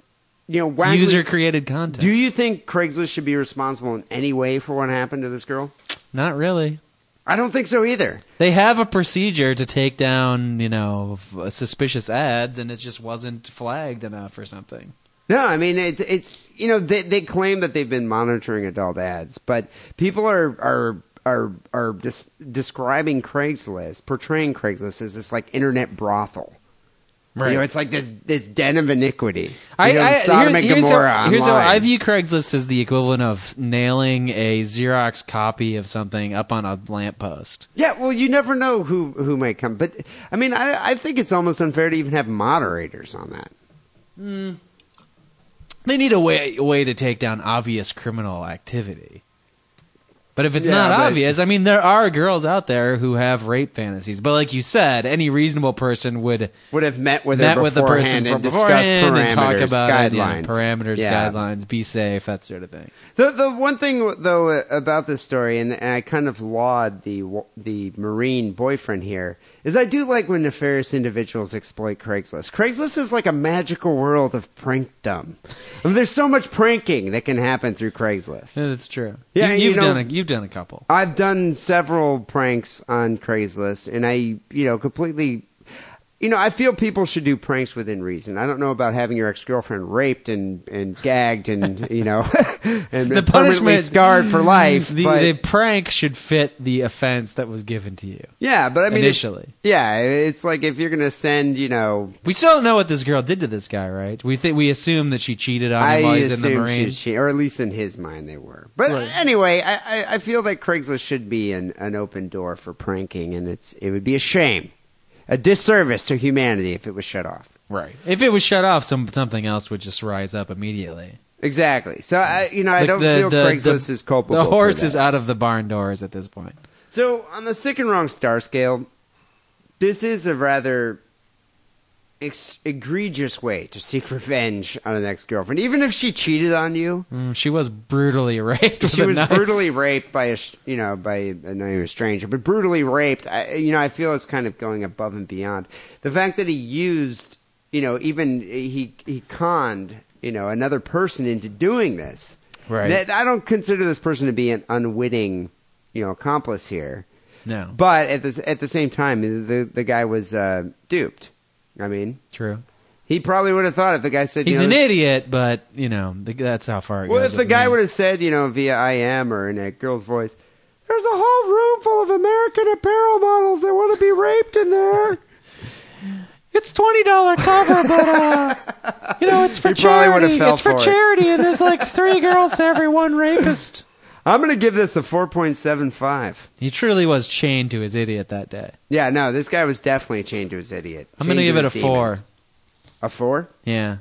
E: you know,
F: It's
E: Wagner-
F: user created content.
E: Do you think Craigslist should be responsible in any way for what happened to this girl?
F: not really.
E: I don't think so either.
F: They have a procedure to take down, you know, f- suspicious ads, and it just wasn't flagged enough or something.
E: No, I mean it's it's you know they they claim that they've been monitoring adult ads, but people are are are are dis- describing Craigslist, portraying Craigslist as this like internet brothel. You know, it's like this this den of iniquity.
F: I,
E: you know,
F: I,
E: Sodom
F: here-
E: and
F: here's,
E: Gomorrah
F: how, here's how
E: online.
F: I view Craigslist as the equivalent of nailing a Xerox copy of something up on a lamppost.
E: Yeah, well, you never know who who might come, but I mean, I I think it's almost unfair to even have moderators on that.
F: They need a way, a way to take down obvious criminal activity. But if it's
E: Yeah,
F: not
E: but-
F: obvious, I mean, there are girls out there who have rape fantasies. But like you said, any reasonable person would
E: Would have met with
F: met
E: her
F: with the person
E: beforehand
F: from
E: and discussed
F: beforehand and talk
E: parameters,
F: about it, yeah,
E: guidelines.
F: parameters,
E: Yeah.
F: guidelines, be safe, that sort of thing.
E: The the one thing though uh, about this story, and, and I kind of laud the w- the marine boyfriend here, is I do like when nefarious individuals exploit Craigslist. Craigslist is like a magical world of prankdom. I mean, there's so much pranking that can happen through Craigslist.
F: Yeah, that's true.
E: Yeah,
F: you,
E: you
F: have
E: know-
F: done a, you've done a couple.
E: I've done several pranks on Craigslist, and I, you know, completely, you know, I feel people should do pranks within reason. I don't know about having your ex girlfriend raped and, and gagged and you know, and
F: the
E: permanently
F: punishment
E: scarred for life.
F: The,
E: but-
F: the prank should fit the offense that was given to you.
E: Yeah, but I mean, it-
F: Initially.
E: yeah, it's like if you're gonna send, you know,
F: We still don't know what this girl did to this guy, right? We think we assume that she cheated on
E: I
F: him while he's in the
E: assume she,
F: Marines.
E: she, or at least in his mind, they were. But
F: Right.
E: anyway, I, I, I feel that Craigslist should be an, an open door for pranking, and it's it would be a shame, a disservice to humanity if it was shut off.
F: Right. If it was shut off, some something else would just rise up immediately.
E: Exactly. So I, you know, I
F: Like
E: don't
F: the-
E: feel
F: the-
E: Craigslist
F: the-
E: is culpable.
F: The
E: for
F: horse
E: that.
F: is out of the barn doors at this point.
E: So on the sick and wrong star scale, this is a rather ex- egregious way to seek revenge on an ex-girlfriend, even if she cheated on you.
F: Mm, she was brutally raped. with
E: she
F: a
E: was
F: knife.
E: brutally raped by a sh- you know by a, not even a stranger, but brutally raped. I, you know, I feel it's kind of going above and beyond the fact that he used you know even he he conned you know another person into doing this.
F: Right.
E: That- I don't consider this person to be an unwitting you know accomplice here,
F: No.
E: but at the at the same time, the the guy was uh, duped. I mean,
F: True.
E: he probably would have thought if the guy said you
F: He's
E: know,
F: an idiot, but you know the, that's how far it
E: well,
F: goes.
E: if the
F: with
E: guy
F: me.
E: would have said, you know, via I am or in a girl's voice, there's a whole room full of American apparel models that want to be raped in there.
F: It's twenty dollar cover, but uh, you know it's for
E: You probably would've
F: charity.
E: fell
F: It's for,
E: for it.
F: charity, and there's like three girls to every one rapist.
E: I'm going to give this a 4.75.
F: He truly was chained to his idiot that day.
E: Yeah, no, this guy was definitely chained to his idiot.
F: I'm gonna
E: Chained
F: give
E: to
F: it a
E: his demons.
F: four.
E: A four?
F: Yeah,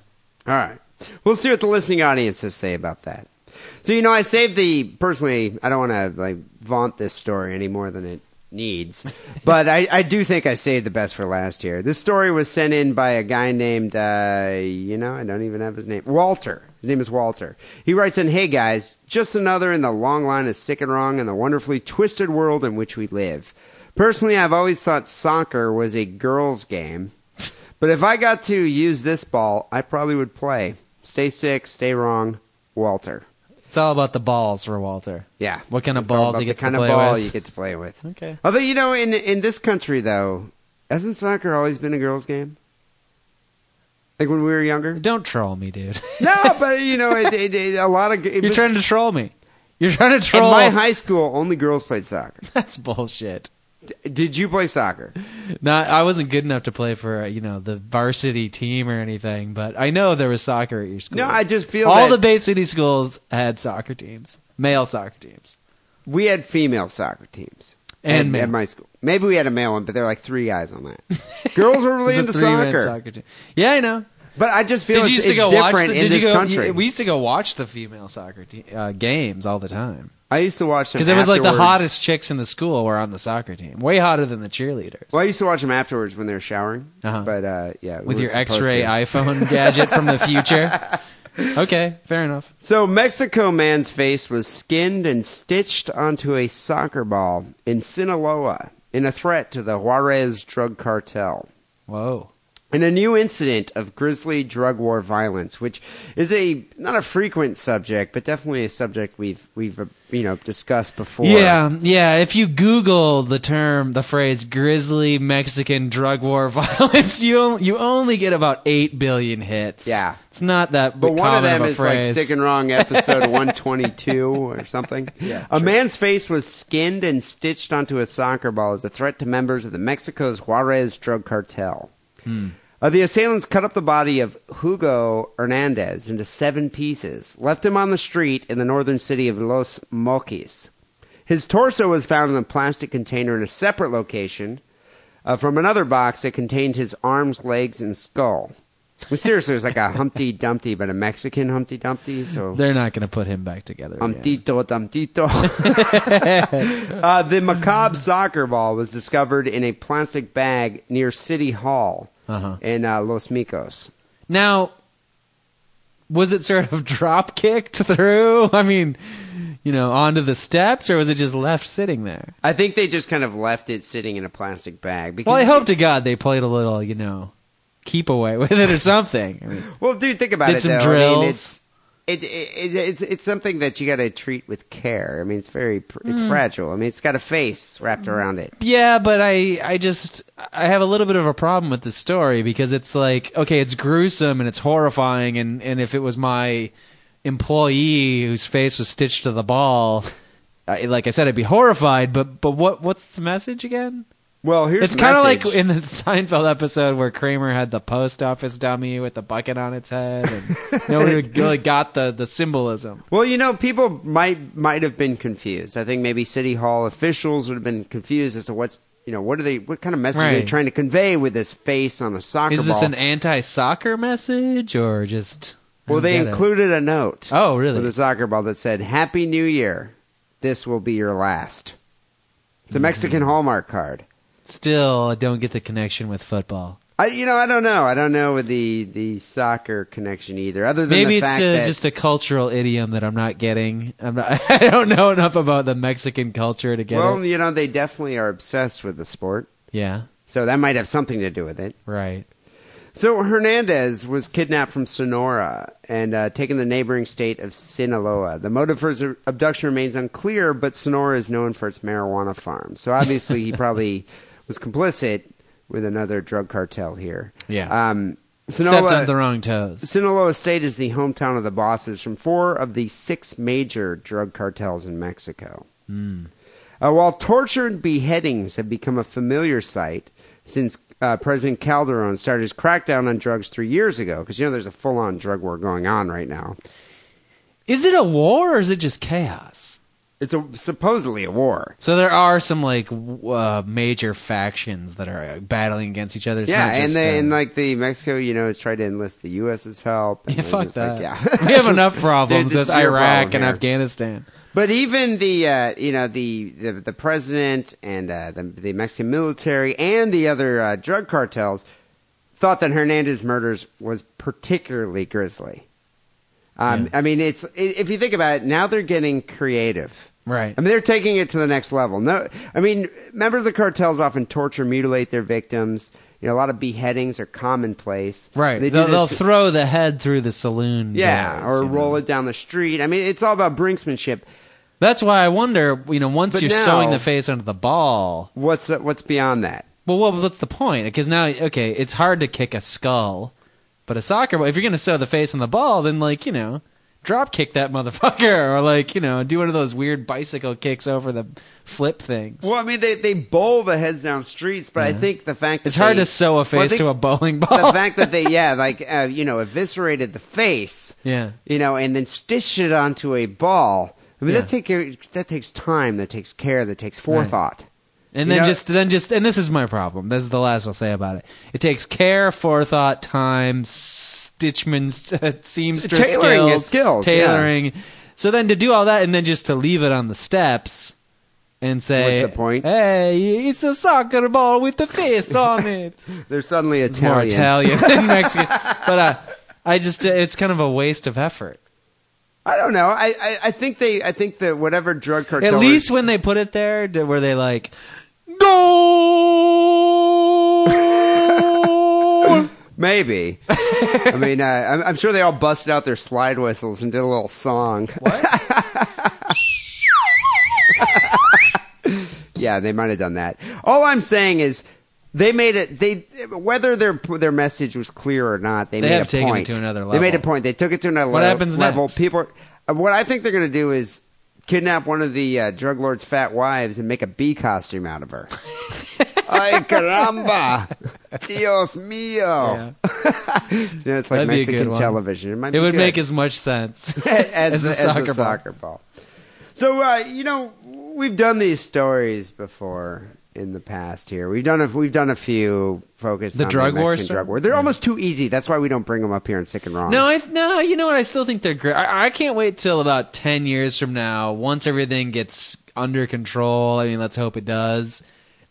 E: All right. We'll see what the listening audience has to say about that. So, you know, I saved the, personally, I don't want to like vaunt this story any more than it needs. But I, I do think I saved the best for last here. This story was sent in by a guy named, uh, you know, I don't even have his name. Walter. His name is Walter. He writes in Hey guys, just another in the long line of sick and wrong and the wonderfully twisted world in which we live. Personally, I've always thought soccer was a girls' game. But if I got to use this ball, I probably would play. Stay sick, stay wrong, Walter.
F: It's all about the balls for Walter.
E: Yeah.
F: What kind of
E: It's all
F: balls
E: about
F: he gets
E: the kind
F: to play
E: of ball
F: with.
E: you get to play with.
F: Okay.
E: Although you know, in in this country though, hasn't soccer always been a girls' game? Like when we were younger.
F: Don't troll me, dude.
E: no, but you know, it, it, it- a lot of it
F: You're
E: was-
F: trying to troll me. You're trying to
E: At
F: troll.
E: my high school, only girls played soccer.
F: That's bullshit.
E: Did you play soccer?
F: Not, I wasn't good enough to play for uh, you know the varsity team or anything, but I know there was soccer at your school.
E: No, I just feel
F: all
E: that
F: the Bay City schools had soccer teams, male soccer teams.
E: we had female soccer teams.
F: And
E: at,
F: male.
E: at my school, maybe we had a male one, but there were like three guys on that. girls were really
F: It
E: into
F: was a three-man
E: soccer.
F: team. Yeah, I know.
E: but I just feel
F: did
E: it's,
F: you used to
E: it's
F: go
E: different
F: watch? The,
E: in
F: did
E: this
F: you go?
E: country.
F: We used to go watch the female soccer te- uh, games all the time
E: I used to watch them
F: because it was like the
E: afterwards.
F: hottest chicks in the school were on the soccer team, way hotter than the cheerleaders.
E: Well, I used to watch them afterwards when they were showering.
F: Uh-huh.
E: But uh, yeah, we
F: With your
E: weren't supposed
F: X-ray
E: to.
F: iPhone gadget from the future. Okay, fair enough.
E: So Mexico man's face was skinned and stitched onto a soccer ball in Sinaloa in a threat to the Juarez drug cartel.
F: Whoa.
E: In a new incident of grisly drug war violence, which is a not a frequent subject, but definitely a subject we've we've uh, you know discussed before.
F: Yeah, yeah. If you Google the term, the phrase "grizzly Mexican drug war violence," you on- you only get about eight billion hits.
E: Yeah.
F: it's not that
E: But
F: common
E: one of them
F: a
E: is
F: phrase.
E: like sick and wrong episode 122 or something. Yeah, a man's face was skinned and stitched onto a soccer ball as a threat to members of the Mexico's Juarez drug cartel.
F: Hmm.
E: Uh, the assailants cut up the body of Hugo Hernandez into seven pieces, left him on the street in the northern city of Los Moquis. His torso was found in a plastic container in a separate location uh, from another box that contained his arms, legs, and skull. Well, seriously, it was like a Humpty Dumpty, but a Mexican Humpty Dumpty. So
F: They're not going to put him back together. again.
E: Humptito, Dumptito. uh, the macabre soccer ball was discovered in a plastic bag near City Hall
F: Uh-huh.
E: in uh, Los Micos.
F: Now, was it sort of drop kicked through? I mean, you know, onto the steps, or was it just left sitting there?
E: I think they just kind of left it sitting in a plastic bag. Because,
F: Well, I hope to God they played a little, you know, keep away with it or something. I mean,
E: Well, dude, think about
F: Did
E: it.
F: some
E: though. I
F: drills.
E: mean, it's, it, it, it, it's it's something that you got to treat with care. I mean, it's very pr- it's
F: Hmm.
E: fragile. I mean, it's got a face wrapped around it.
F: Yeah, but I I just I have a little bit of a problem with this story because it's like okay, it's gruesome and it's horrifying and and if it was my employee whose face was stitched to the ball, I, like I said I'd be horrified, but but what what's the message again?
E: Well, here's
F: it's kind of like in the Seinfeld episode where Kramer had the post office dummy with the bucket on its head and nobody really got the the symbolism.
E: Well, you know, people might might have been confused. I think maybe city hall officials would have been confused as to what's you know what are they what kind of message are they
F: Right.
E: trying to convey with this face on a soccer
F: Is this
E: ball?
F: an anti-soccer message or just I
E: well,
F: don't
E: they
F: get it.
E: included a note
F: Oh, really?
E: with a soccer ball that said "Happy New Year, this will be your last." It's
F: Hmm.
E: a Mexican Hallmark card.
F: Still, I don't get the connection with football.
E: I, you know, I don't know. I don't know with the, the soccer connection either. Other than
F: Maybe
E: the
F: it's
E: fact
F: uh,
E: that
F: just a cultural idiom that I'm not getting. I'm not, I don't know enough about the Mexican culture to get
E: well,
F: it.
E: you know, they definitely are obsessed with the sport,
F: Yeah,
E: so that might have something to do with it.
F: right.
E: So Hernandez was kidnapped from Sonora and uh, taken to the neighboring state of Sinaloa. The motive for his abduction remains unclear, but Sonora is known for its marijuana farm. So obviously, he probably was complicit with another drug cartel here.
F: Yeah.
E: Um,
F: Stepped
E: Sinaloa-
F: on the wrong toes.
E: Sinaloa State is the hometown of the bosses from four of the six major drug cartels in Mexico.
F: Hmm.
E: Uh, while torture and beheadings have become a familiar sight since uh, President Calderon started his crackdown on drugs three years ago, because you know there's a full on drug war going on right now.
F: Is it a war or is it just chaos?
E: It's a, supposedly a war.
F: So there are some like w- uh, major factions that are uh, battling against each other. It's
E: yeah,
F: not
E: and
F: just,
E: they,
F: uh,
E: and like the Mexico, you know, has tried to enlist the U.S.'s help. and
F: yeah,
E: they're
F: fuck
E: just like,
F: that.
E: yeah,
F: we have enough
E: They're
F: problems
E: just
F: with
E: your
F: Iraq
E: problem
F: and
E: here.
F: Afghanistan.
E: But even the uh, you know the, the the president and uh, the the Mexican military and the other uh, drug cartels thought that Hernandez murders was particularly grisly. Um, I mean, it's i- if you think about it, now they're getting creative.
F: Right.
E: I mean, they're taking it to the next level. No, I mean, members of the cartels often torture, mutilate their victims. You know, a lot of beheadings are commonplace.
F: Right.
E: They do
F: they'll, they'll
E: this-
F: throw the head through the saloon.
E: yeah,
F: doors,
E: or
F: you know.
E: roll it down the street. I mean, it's all about brinksmanship.
F: That's why I wonder, you know, once
E: But
F: you're
E: now-
F: sewing the face under the ball,
E: What's the, what's beyond that?
F: well, what, what's the point? Because now, okay, it's hard to kick a skull, but a soccer ball, if you're going to sew the face on the ball, then, like, you know, drop kick that motherfucker or, like, you know, do one of those weird bicycle kicks over the flip things.
E: Well, I mean, they, they bowl the heads down streets, but I think the fact that
F: It's hard
E: they-
F: to sew
E: well, I
F: a face
E: think
F: to a bowling ball.
E: the fact that they yeah like uh, you know eviscerated the face
F: Yeah.
E: you know and then stitched it onto a ball. I mean
F: Yeah.
E: that take care, that takes time, that takes care, that takes forethought.
F: And
E: You
F: then
E: know-
F: just then just and this is my problem. This is the last I'll say about it. It takes care, forethought, time, stitchman, st- seamstress
E: Tailoring
F: skills,
E: is skills, yeah.
F: tailoring. So then to do all that and then just to leave it on the steps and say,
E: What's the point?
F: Hey, it's a soccer ball with a face on it.
E: There's suddenly
F: It's more
E: Italian.
F: Italian than Mexican, but uh, I just uh, it's kind of a waste of effort.
E: I don't know. I, I, I think they I think that whatever drug cartel
F: At least when they put it there, d- were they like, go?
E: maybe. I mean, uh, I'm, I'm sure they all busted out their slide whistles and did a little song.
F: what?
E: Yeah, they might have done that. All I'm saying is they made it. They whether their their message was clear or not, they,
F: They
E: made
F: have
E: a
F: taken it
E: point.
F: to another
E: They
F: level.
E: made a point. They took it to another
F: What
E: level.
F: happens
E: level.
F: next?
E: People. Are, uh, what I think they're going to do is kidnap one of the uh, drug lord's fat wives and make a bee costume out of her. Ay caramba, Dios mío! You know, it's like
F: That'd be a good
E: Mexican
F: one.
E: television. It, might
F: It
E: be
F: would
E: good
F: make as much sense
E: as, the, as the soccer,
F: ball.
E: ball. So uh, you know we've done these stories before in the past. Here we've done a we've done a few focused
F: The
E: on
F: drug
E: the
F: war
E: Mexican
F: story?
E: drug war. They're almost too easy. That's why we don't bring them up here in sick and wrong.
F: No, I no. You know what? I still think they're great. I, I can't wait till about ten years from now, once everything gets under control. I mean, let's hope it does.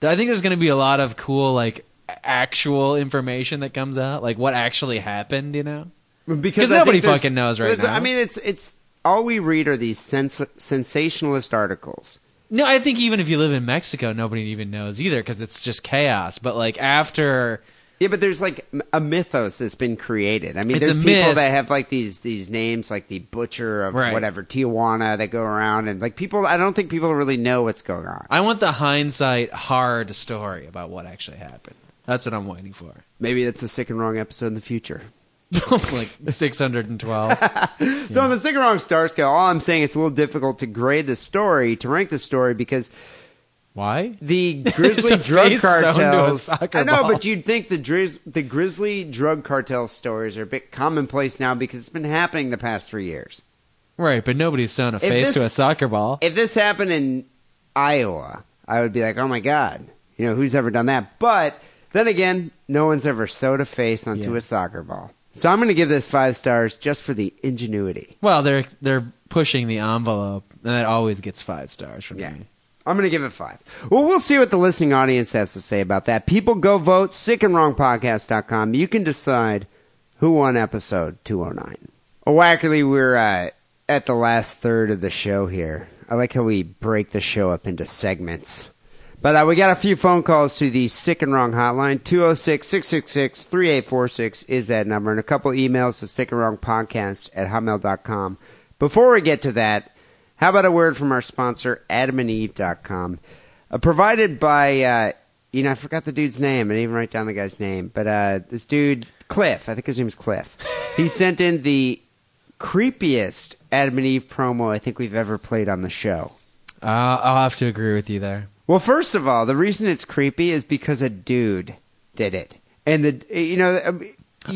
F: Th- I think there's going to be a lot of cool, like a- actual information that comes out, like what actually happened. You know?
E: because
F: 'Cause
E: I think
F: nobody
E: there's-
F: fucking knows right
E: there's-
F: now.
E: I mean, it's it's all we read are these sens- sensationalist articles.
F: No, I think even if you live in Mexico, nobody even knows either because it's just chaos. But like after,
E: Yeah, but there's like m- a mythos that's been created. I mean,
F: It's
E: there's
F: a
E: people
F: myth.
E: that have like these these names, like the butcher of
F: Right.
E: whatever Tijuana, that go around and like people. I don't think people really know what's going on.
F: I want the hindsight hard story about what actually happened. That's what I'm waiting for.
E: Maybe that's a sick and wrong episode in the future.
F: like 612.
E: So on the sick and wrong star scale, all I'm saying it's a little difficult to grade the story, to rank the story because
F: Why?
E: the
F: There's
E: grizzly
F: a
E: drug
F: face sewn to a
E: cartels.
F: soccer
E: I know,
F: ball.
E: but you'd think the drizz, the grizzly drug cartel stories are a bit commonplace now because it's been happening the past three years.
F: Right, but nobody's sewn a face
E: this-
F: to a soccer ball.
E: If this happened in Iowa, I would be like, oh my god, you know who's ever done that? But then again, no one's ever sewed a face onto
F: Yeah.
E: a soccer ball. So I'm going to give this five stars just for the ingenuity.
F: well, they're they're pushing the envelope, and that always gets five stars from
E: Yeah.
F: me.
E: I'm going to give it five. Well, we'll see what the listening audience has to say about that. People go vote, sickandwrongpodcast.com. You can decide who won episode 209. Well, Wackerly, we're uh, at the last third of the show here. I like how we break the show up into segments. But uh, we got a few phone calls to the Sick and Wrong hotline. 206 666 3846 is that number. And a couple emails to sick and wrong podcast at hotmail.com. Before we get to that, how about a word from our sponsor, adamandeve.com? Uh, provided by, uh, you know, I forgot the dude's name. I didn't even write down the guy's name. But uh, this dude, Cliff, I think his name is Cliff, he sent in the creepiest Adam and Eve promo I think we've ever played on the show.
F: Uh, I'll have to agree with you there.
E: Well, first of all, the reason it's creepy is because a dude did it, and the you know um,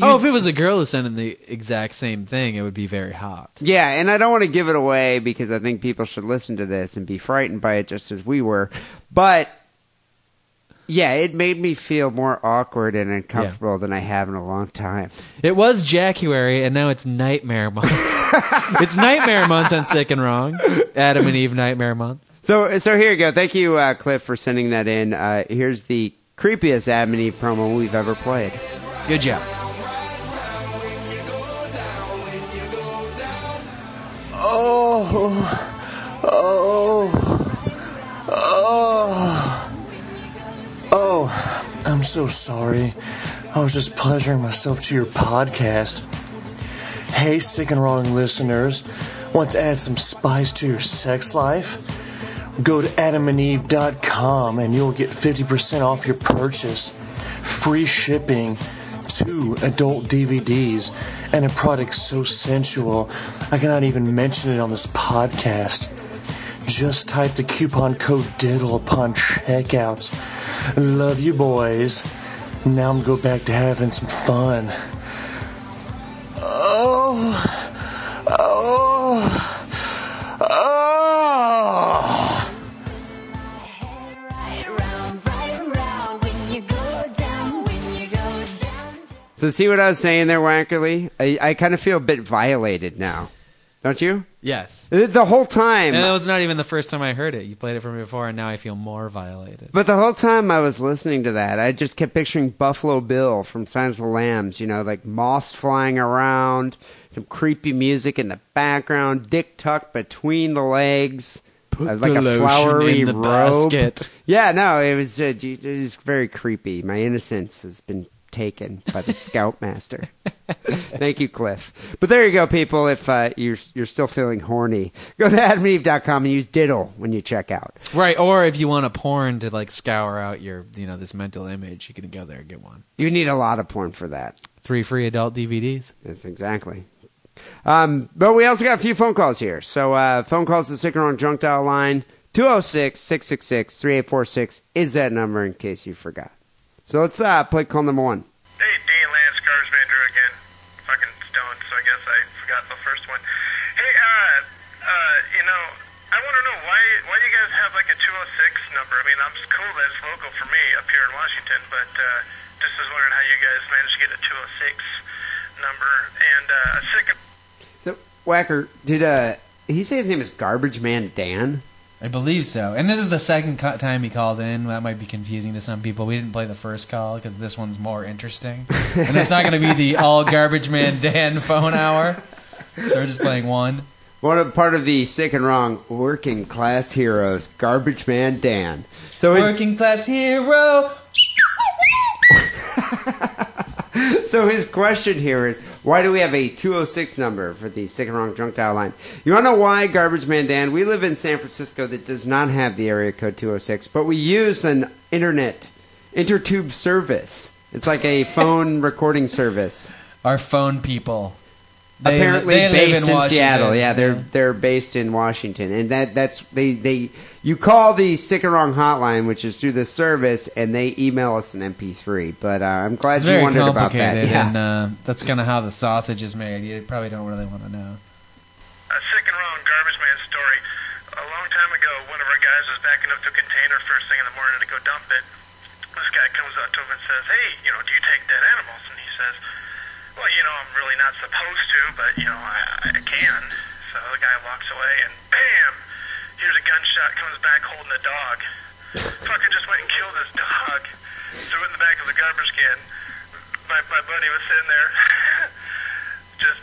F: oh, if it was a girl that sent in the exact same thing, it would be very hot.
E: Yeah, and I don't want to give it away because I think people should listen to this and be frightened by it just as we were. But yeah, it made me feel more awkward and uncomfortable than I have in a long time.
F: It was January, and now it's Nightmare Month. it's Nightmare Month on Sick and Wrong. Adam and Eve Nightmare Month.
E: So so here you go. Thank you, uh, Cliff, for sending that in. Uh, here's the creepiest Adam and Eve promo we've ever played.
F: Good job.
G: Oh, I'm so sorry. I was just pleasuring myself to your podcast. Hey, sick and wrong listeners, want to add some spice to your sex life? Go to adamandeve.com and you'll get 50% off your purchase, free shipping, two adult DVDs, and a product so sensual I cannot even mention it on this podcast. Just type the coupon code DIDDLE E upon checkout. Love you, boys. Now I'm go back to having some fun. Oh, oh, oh.
E: So see what I was saying there, Wankerly? I, I kind of feel a bit violated now. Don't you?
F: Yes.
E: Uh, The- The whole time.
F: And that was not even the first time I heard it. You played it for me before, and now I feel more violated.
E: But the whole time I was listening to that, I just kept picturing Buffalo Bill from Signs of the Lambs, you know, like moss flying around, some creepy music in the background, dick tucked between the legs, uh, like a
F: the lotion
E: flowery
F: in the
E: robe.
F: basket.
E: Yeah, no, it was, uh, it was very creepy. My innocence has been taken by the scoutmaster. Thank you, Cliff. But there you go, people. If uh, you're you're still feeling horny, go to adamandeve.com and use diddle when you check out.
F: Right, or if you want a porn to like scour out your, you know, this mental image, you can go there and get one.
E: You need a lot of porn for that.
F: Three free adult DVDs.
E: That's exactly. Um, but we also got a few phone calls here. So uh, phone calls to Sick and Wrong Junk Dial line 206 666 3846 is that number in case you forgot. So let's uh, play call number one.
H: Hey, Dean Lance Carsvander again. Fucking stoned, so I guess I forgot the first one. Hey, uh, uh, you know, I want to know why why you guys have like a 206 number. I mean, I'm it's cool that it's local for me up here in Washington, but uh, just was wondering how you guys managed to get a 206 number. And uh, a sick.
E: So, Whacker, did uh, he say his name is Garbage Man Dan?
F: I believe so. And this is the second co- time he called in. That might be confusing to some people. We didn't play the first call because this one's more interesting. And it's not going to be the all garbage man Dan phone hour. So we're just playing one.
E: One of part of the Sick and Wrong Working Class Heroes, Garbage Man Dan. So his
F: Working class hero.
E: So his question here is, why do we have a 206 number for the sick and wrong drunk dial line? You want to know why, Garbage Man Dan? We live in San Francisco that does not have the area code 206, but we use an internet intertube service. It's like a phone recording service.
F: Our phone people.
E: Apparently
F: they live
E: based in,
F: Washington.
E: Seattle. Yeah, they're they're based in Washington, and that that's they they you call the sick and wrong hotline, which is through the service, and they email us an MP3. But uh, I'm glad
F: It's
E: you
F: very
E: wondered about that.
F: complicated, and uh, that's kind of how the sausage is made. You probably don't really want to know.
H: A sick and wrong garbage man story. A long time ago, one of our guys was backing up to a container first thing in the morning to go dump it. This guy comes up to him and says, Hey, you know, do you take dead animals? And he says, Well, you know, I'm really not supposed to, but, you know, I, I can. So the guy walks away, and bam! Here's a gunshot, comes back holding a dog. Fucker just went and killed his dog, threw it in the back of the garbage can. My, my buddy was sitting there, just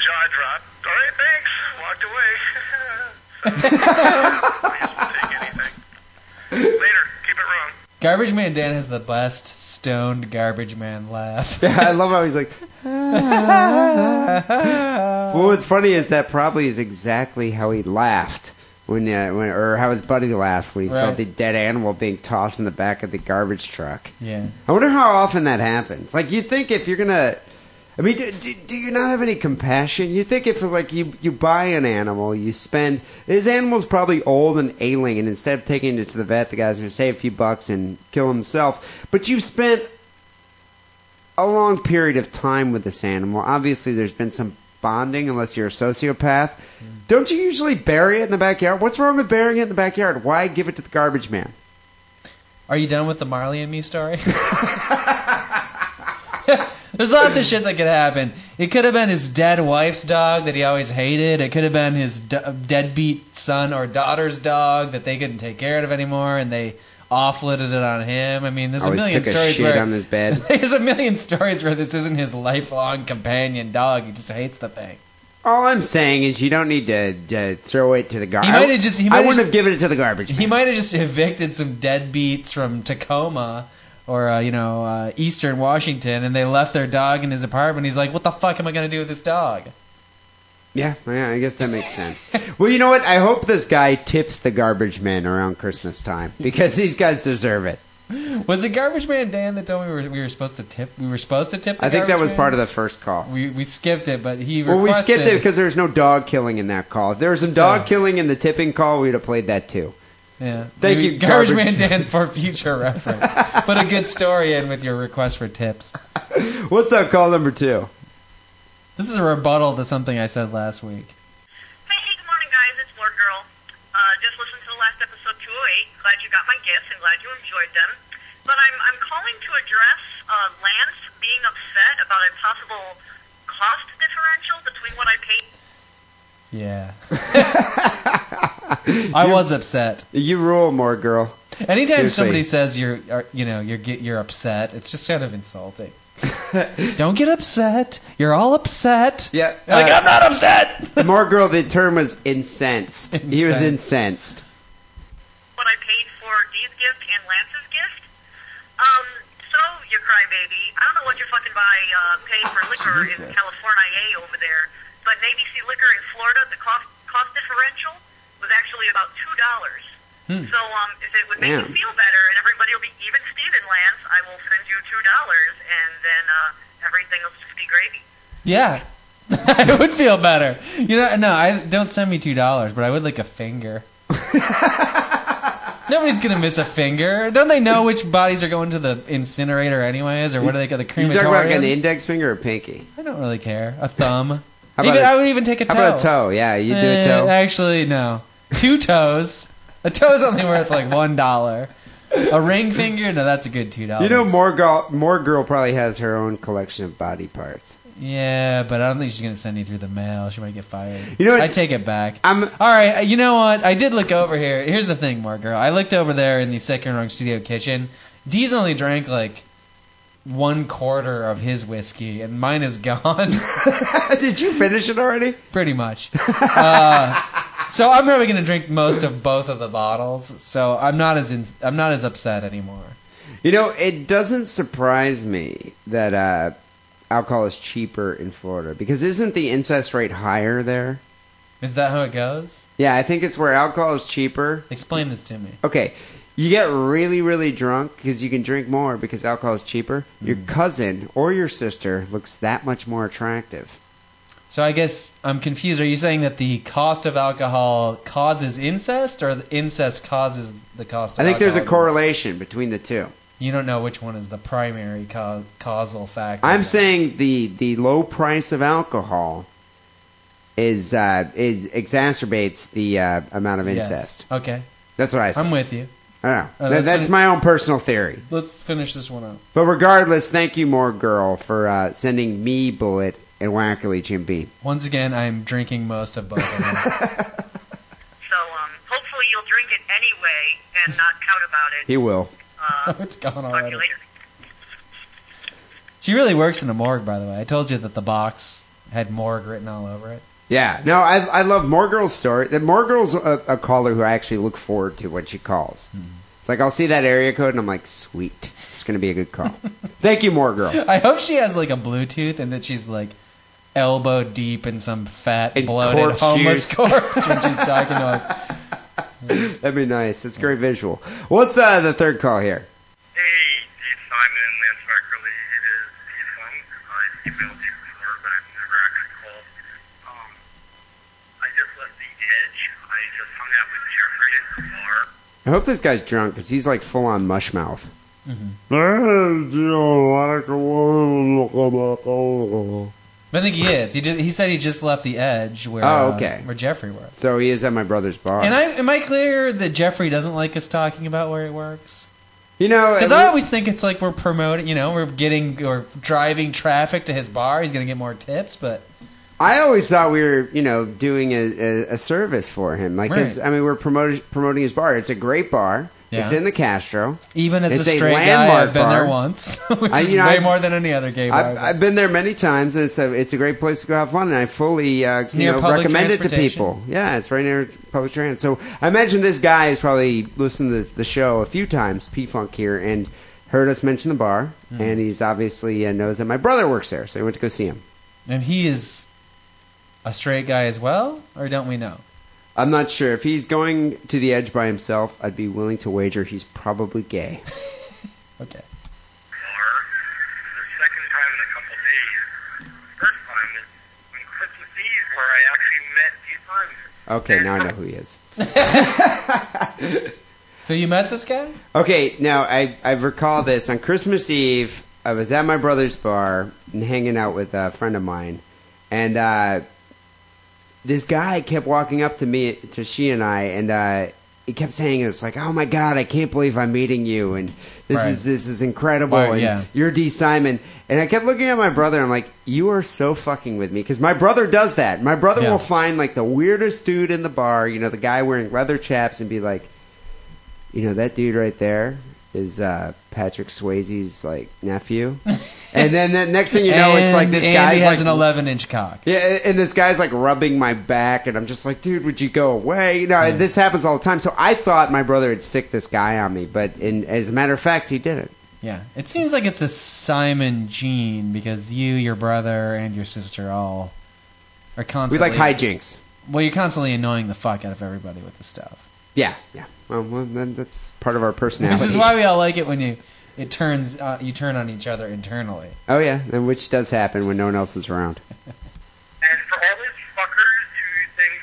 H: jaw drop. All right, thanks. Walked away. so, I guess we'll take anything. Later. Keep it wrong.
F: Garbage man Dan has the best stoned garbage man laugh.
E: Yeah, I love how he's like. well, what's funny is that probably is exactly how he laughed when, uh, when or how his buddy laughed when he saw
F: Right.
E: the dead animal being tossed in the back of the garbage truck.
F: Yeah.
E: I wonder how often that happens. Like, you think if you're gonna, I mean, do, do, do you not have any compassion? You think if it's like you you buy an animal, you spend this animal's probably old and ailing, and instead of taking it to the vet, the guy's gonna save a few bucks and kill himself. But you've spent a long period of time with this animal. Obviously, there's been some bonding, unless you're a sociopath.
F: Mm-hmm.
E: Don't you usually bury it in the backyard? What's wrong with burying it in the backyard? Why give it to the garbage man?
F: Are you done with the Marley and me story? There's lots of shit that could happen. It could have been his dead wife's dog that he always hated. It could have been his d- deadbeat son or daughter's dog that they couldn't take care of anymore, and they offloaded it on him. I mean, there's a
E: Always
F: million
E: took a
F: stories
E: shit
F: where
E: on his bed.
F: there's a million stories where this isn't his lifelong companion dog. He just hates the thing.
E: All I'm saying is you don't need to, uh throw it to the garbage.
F: He might have just- he might
E: I
F: have
E: wouldn't
F: just-
E: have given it to the garbage.
F: He might have just evicted some deadbeats from Tacoma or uh, you know uh, Eastern Washington, and they left their dog in his apartment. He's like, "What the fuck am I gonna do with this dog?"
E: Yeah, yeah, I guess that makes sense. well, you know what? I hope this guy tips the garbage man around Christmas time because these guys deserve it.
F: Was it Garbage Man Dan that told me we were, we were supposed to tip? We were supposed to tip. The
E: I think that was part of
F: the.
E: the first call.
F: We, we skipped it, but he
E: Well,
F: requested.
E: we skipped it because there was no dog killing in that call. If there was some dog killing in the tipping call, we'd have played that too.
F: yeah.
E: Thank
F: We-
E: you,
F: Garbage,
E: Garbage
F: Man Dan, for future reference. Put a good story in with your request for tips.
E: What's up, call number two?
F: This is a rebuttal to something I said last week.
I: Hey, hey, good morning, guys. It's War Girl. Uh, just listened to the last episode 208. Glad you got my gifts and glad you enjoyed them. But I'm, I'm calling to address uh, Lance being upset about a possible cost differential between what I paid
F: Yeah. I was upset.
E: You rule more, girl.
F: Anytime
E: Seriously.
F: somebody says you're, are- you know, you're get you're upset, it's just kind of insulting. Don't get upset. You're all upset.
E: Yeah,
F: Like
E: uh,
F: I'm not upset.
E: more girl. The term was incensed. He was incensed.
I: what I paid for Dee's gift and Lance's gift. Um, so, you crybaby, I don't know what you're fucking by uh, paying for liquor in
F: Jesus.
I: California over there, but Navy Sea liquor in Florida, the cost cost differential was actually about two dollars. So, um, if it would make
E: Damn.
I: you feel better and everybody will be even Steven Lance, I will send you two dollars, and then uh, everything will just be gravy.
F: Yeah. I would feel better. You know, no, I don't send me two dollars, but I would like a finger. Nobody's gonna miss a finger. Don't they know which bodies are going to the incinerator anyways, or what do they got the
E: You talking
F: crematorium?
E: about like an index finger or pinky?
F: I don't really care. A thumb.
E: How
F: even,
E: about a-
F: I would even take a toe.
E: How about a toe? Yeah, you do
F: Eh,
E: a toe.
F: Actually, no. Two toes. A toe's only worth like one dollar. A ring finger? No, that's a good two dollars.
E: You know, more girl, more girl probably has her own collection of body parts.
F: Yeah, but I don't think she's gonna send you through the mail. She might get fired.
E: You know what?
F: I take it back.
E: I'm-
F: all right. uh, You know what? I did look over here. Here's the thing, Mark. Girl, I looked over there in the second rung studio kitchen. Dee's only drank like one quarter of his whiskey, and mine is gone,
E: Did you finish it already?
F: pretty much. Uh, so I'm probably gonna drink most of both of the bottles. So I'm not as in, I'm not as upset anymore.
E: You know, it doesn't surprise me that uh, alcohol is cheaper in Florida because isn't the incest rate higher there?
F: Is that how it goes?
E: Yeah, I think it's where alcohol is cheaper.
F: Explain this to me.
E: Okay, you get really, really drunk because you can drink more because alcohol is cheaper. Your cousin or your sister looks that much more attractive.
F: So I guess I'm confused. Are you saying that the cost of alcohol causes incest, or the incest causes the cost? of
E: I think there's a
F: alcohol?
E: correlation between the two.
F: You don't know which one is the primary ca- causal factor.
E: I'm saying the the low price of alcohol is uh, is exacerbates the uh, amount of
F: Yes.
E: incest.
F: Okay,
E: That's what I said.
F: I'm with you.
E: I don't know.
F: Oh,
E: That-
F: that's
E: that's my own personal theory.
F: Let's finish this one up.
E: But regardless, thank you, more girl, for uh, sending me bullet and wackily Jim Beam.
F: Once again, I'm drinking most of both. of them.
I: So, um, hopefully you'll drink it anyway and not count about it.
E: He will.
F: Oh, it's gone
I: Talk to
F: already.
I: you later.
F: She really works in a morgue, by the way. I told you that the box had morgue written all over it.
E: Yeah. No, I I love more girl's story. That more girl's a, a caller who I actually look forward to when she calls.
F: Hmm.
E: It's like I'll see that area code and I'm like, sweet, it's gonna be a good call. thank you, more girl.
F: I hope she has like a Bluetooth and that she's like elbow deep in some fat,
E: In
F: bloated,
E: corpse
F: homeless
E: juice.
F: corpse when she's talking to us.
E: That'd be nice. It's great visual. What's uh, the third call here?
H: Hey, it's Simon Lance Beckerly. It is Ethan. I emailed you before, but I've never actually called. Um, I just left the edge. I just hung out with Jeffrey at the bar.
E: I hope this guy's drunk because he's like full on mush mouth.
F: I think he is. He just he said he just left the edge where
E: Oh,
F: uh,
E: okay.
F: where Jeffrey was.
E: So he is at my brother's bar.
F: And I am I clear that Jeffrey doesn't like us talking about where he works?
E: you know,
F: Because
E: at
F: I
E: le-
F: always think it's like we're promoting, you know, we're getting or driving traffic to his bar. He's gonna get more tips, but
E: I always thought we were, you know, doing a, a, a service for him. Like, 'cause,
F: Right.
E: I mean, we're promoting promoting his bar. It's a great bar.
F: Yeah.
E: It's in the Castro.
F: even as
E: It's
F: a
E: a
F: straight guy,
E: landmark
F: I've been there
E: bar.
F: once, which
E: I-
F: is
E: you know,
F: way
E: I-
F: more than any other gay bar.
E: I've, I've been there many times, and it's a it's a great place to go have fun. And I fully uh, you
F: near
E: know,
F: public
E: recommend it to
F: transportation.
E: people. Yeah, it's right near public transit. So I imagine this guy has probably listened to the show a few times, P Funk here, and heard us mention the bar.
F: Hmm.
E: And he's obviously uh, knows that my brother works there, so he went to go see him.
F: and he is a straight guy as well, or don't we know?
E: I'm not sure if he's going to the edge by himself. I'd be willing to wager he's probably gay.
F: Okay.
H: bar. The second time in a couple days. First time is on Christmas Eve where I actually met these friends.
E: Okay, now I know who he is.
F: So you met this guy?
E: Okay, now I, I recall this. On Christmas Eve, I was at my brother's bar and hanging out with a friend of mine. And uh, this guy kept walking up to me, to she and I, and uh, he kept saying this, like, oh my God, I can't believe I'm meeting you. And this
F: Right.
E: is this is incredible.
F: Right,
E: and
F: yeah.
E: You're D. Simon. And I kept looking at my brother. I'm like, you are so fucking with me. Because my brother does that. My brother
F: Yeah.
E: will find, like, the weirdest dude in the bar, you know, the guy wearing leather chaps, and be like, you know that dude right there is uh, Patrick Swayze's like nephew, and then the next thing you know, it's like this
F: and
E: guy's
F: he has
E: like
F: an 11 inch cock.
E: yeah, and this guy's like rubbing my back, and I'm just like, dude, would you go away? You know, and this happens all the time. So I thought my brother had sick this guy on me, but in, as a matter of fact, he didn't.
F: Yeah, it seems like it's a Simon gene because you, your brother, and your sister all are
E: We
F: constantly
E: like hijinks.
F: Well, you're constantly annoying the fuck out of everybody with this stuff.
E: Yeah, yeah. Well, well, then that's part of our
F: This
E: personality.
F: is why we all like it when you it turns uh, you turn on each other internally.
E: oh yeah, and which does happen when no one else is around.
H: And for all those fuckers who think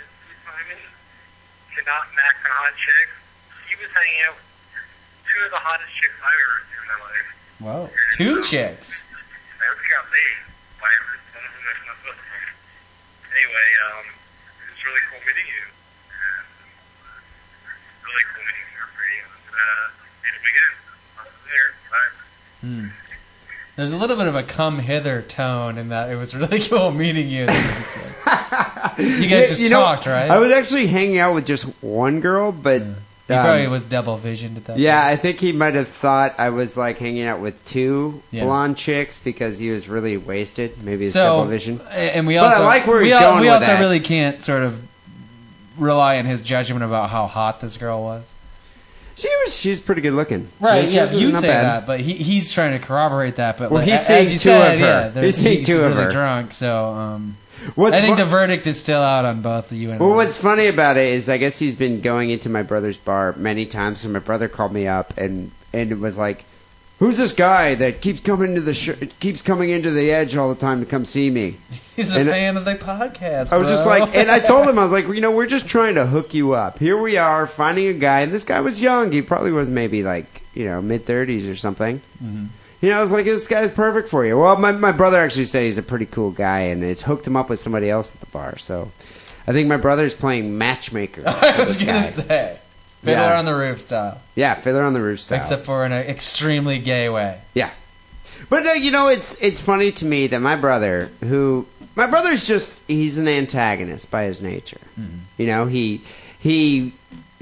H: that Steve Simon cannot mack on hot chicks, he was hanging out with two of the hottest chicks I ever seen in my life.
F: Whoa, two chicks.
H: I just got laid by one of them that's not supposed to. Anyway, um, it was really cool meeting you. And uh, really cool meeting you for you. And, uh, meet him again. I'll see you there. Bye.
F: Hmm. There's a little bit of a come hither tone in that it was really cool meeting you. that you said. You guys just
E: know,
F: talked, right?
E: I was actually hanging out with just one girl, but
F: he
E: um,
F: probably was double visioned at that.
E: Yeah, I think he might have thought I was like hanging out with two
F: Yeah.
E: blonde chicks because he was really wasted. Maybe his double
F: so
E: vision.
F: a- and we
E: But I
F: also
E: like where
F: we
E: he's
F: al-
E: going
F: we
E: with
F: also
E: that.
F: really can't sort of rely on his judgment about how hot this girl was.
E: She was. She's pretty good looking.
F: Right,
E: she
F: yeah,
E: was
F: you
E: not
F: say
E: bad.
F: that, but he, he's trying to corroborate that. But
E: Well,
F: like,
E: he's
F: a-
E: seeing
F: as you
E: two
F: said,
E: of
F: yeah,
E: her.
F: there-
E: He's seeing two of
F: really
E: her.
F: drunk. So um,
E: What's
F: I think
E: fu-
F: the verdict is still out on both you and
E: well,
F: I.
E: what's funny about it is, I guess he's been going into my brother's bar many times, and my brother called me up and and was like, "Who's this guy that keeps coming to the sh- keeps coming into the edge all the time to come see me?"
F: he's a
E: and-
F: fan of the podcast.
E: I was just
F: bro.
E: like, and I told him, I was like, you know, we're just trying to hook you up. Here we are finding a guy, and this guy was young. He probably was maybe like, you know, mid 30s or something.
F: Mm-hmm.
E: You know, I was like, this guy's perfect for you. Well, my, my brother actually said he's a pretty cool guy, and has hooked him up with somebody else at the bar. So I think my brother's playing matchmaker.
F: I
E: with
F: was
E: this
F: gonna
E: guy.
F: say, fiddler
E: Yeah.
F: on the roof style,
E: Yeah, Fiddler on the Roof style.
F: except for in an extremely gay way.
E: Yeah. But uh, you know, it's it's funny to me that my brother, who my brother's just he's an antagonist by his nature.
F: Mm-hmm.
E: You know, he he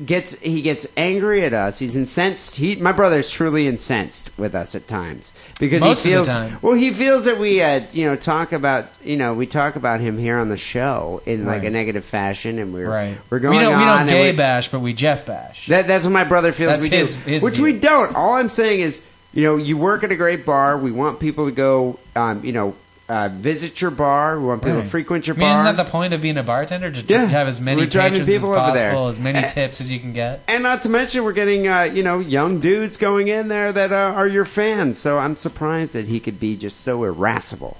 E: gets he gets angry at us. He's incensed. He my brother's truly incensed with us at times because
F: Most of the
E: he feels
F: time.
E: well, he feels that we uh, you know talk about you know we talk about him here on the show in like
F: Right.
E: a negative fashion, and we're
F: Right?
E: we're going
F: we don't
E: on
F: we don't
E: and
F: gay
E: we-
F: bash, but we Jeff bash.
E: that, that's what my brother feels
F: That's
E: we do.
F: his- his
E: which
F: view.
E: we don't. All I'm saying is, you know, you work at a great bar. We want people to go, um, you know, uh, visit your bar. We want people to
F: Right.
E: frequent your
F: I mean,
E: bar.
F: isn't that the point of being a bartender? To
E: Yeah.
F: have as many
E: We're driving
F: patrons
E: people
F: as
E: over there.
F: possible, as many
E: Eh.
F: tips as you can get.
E: and not to mention, we're getting, uh, you know, young dudes going in there that uh, are your fans. So I'm surprised that he could be just so irascible.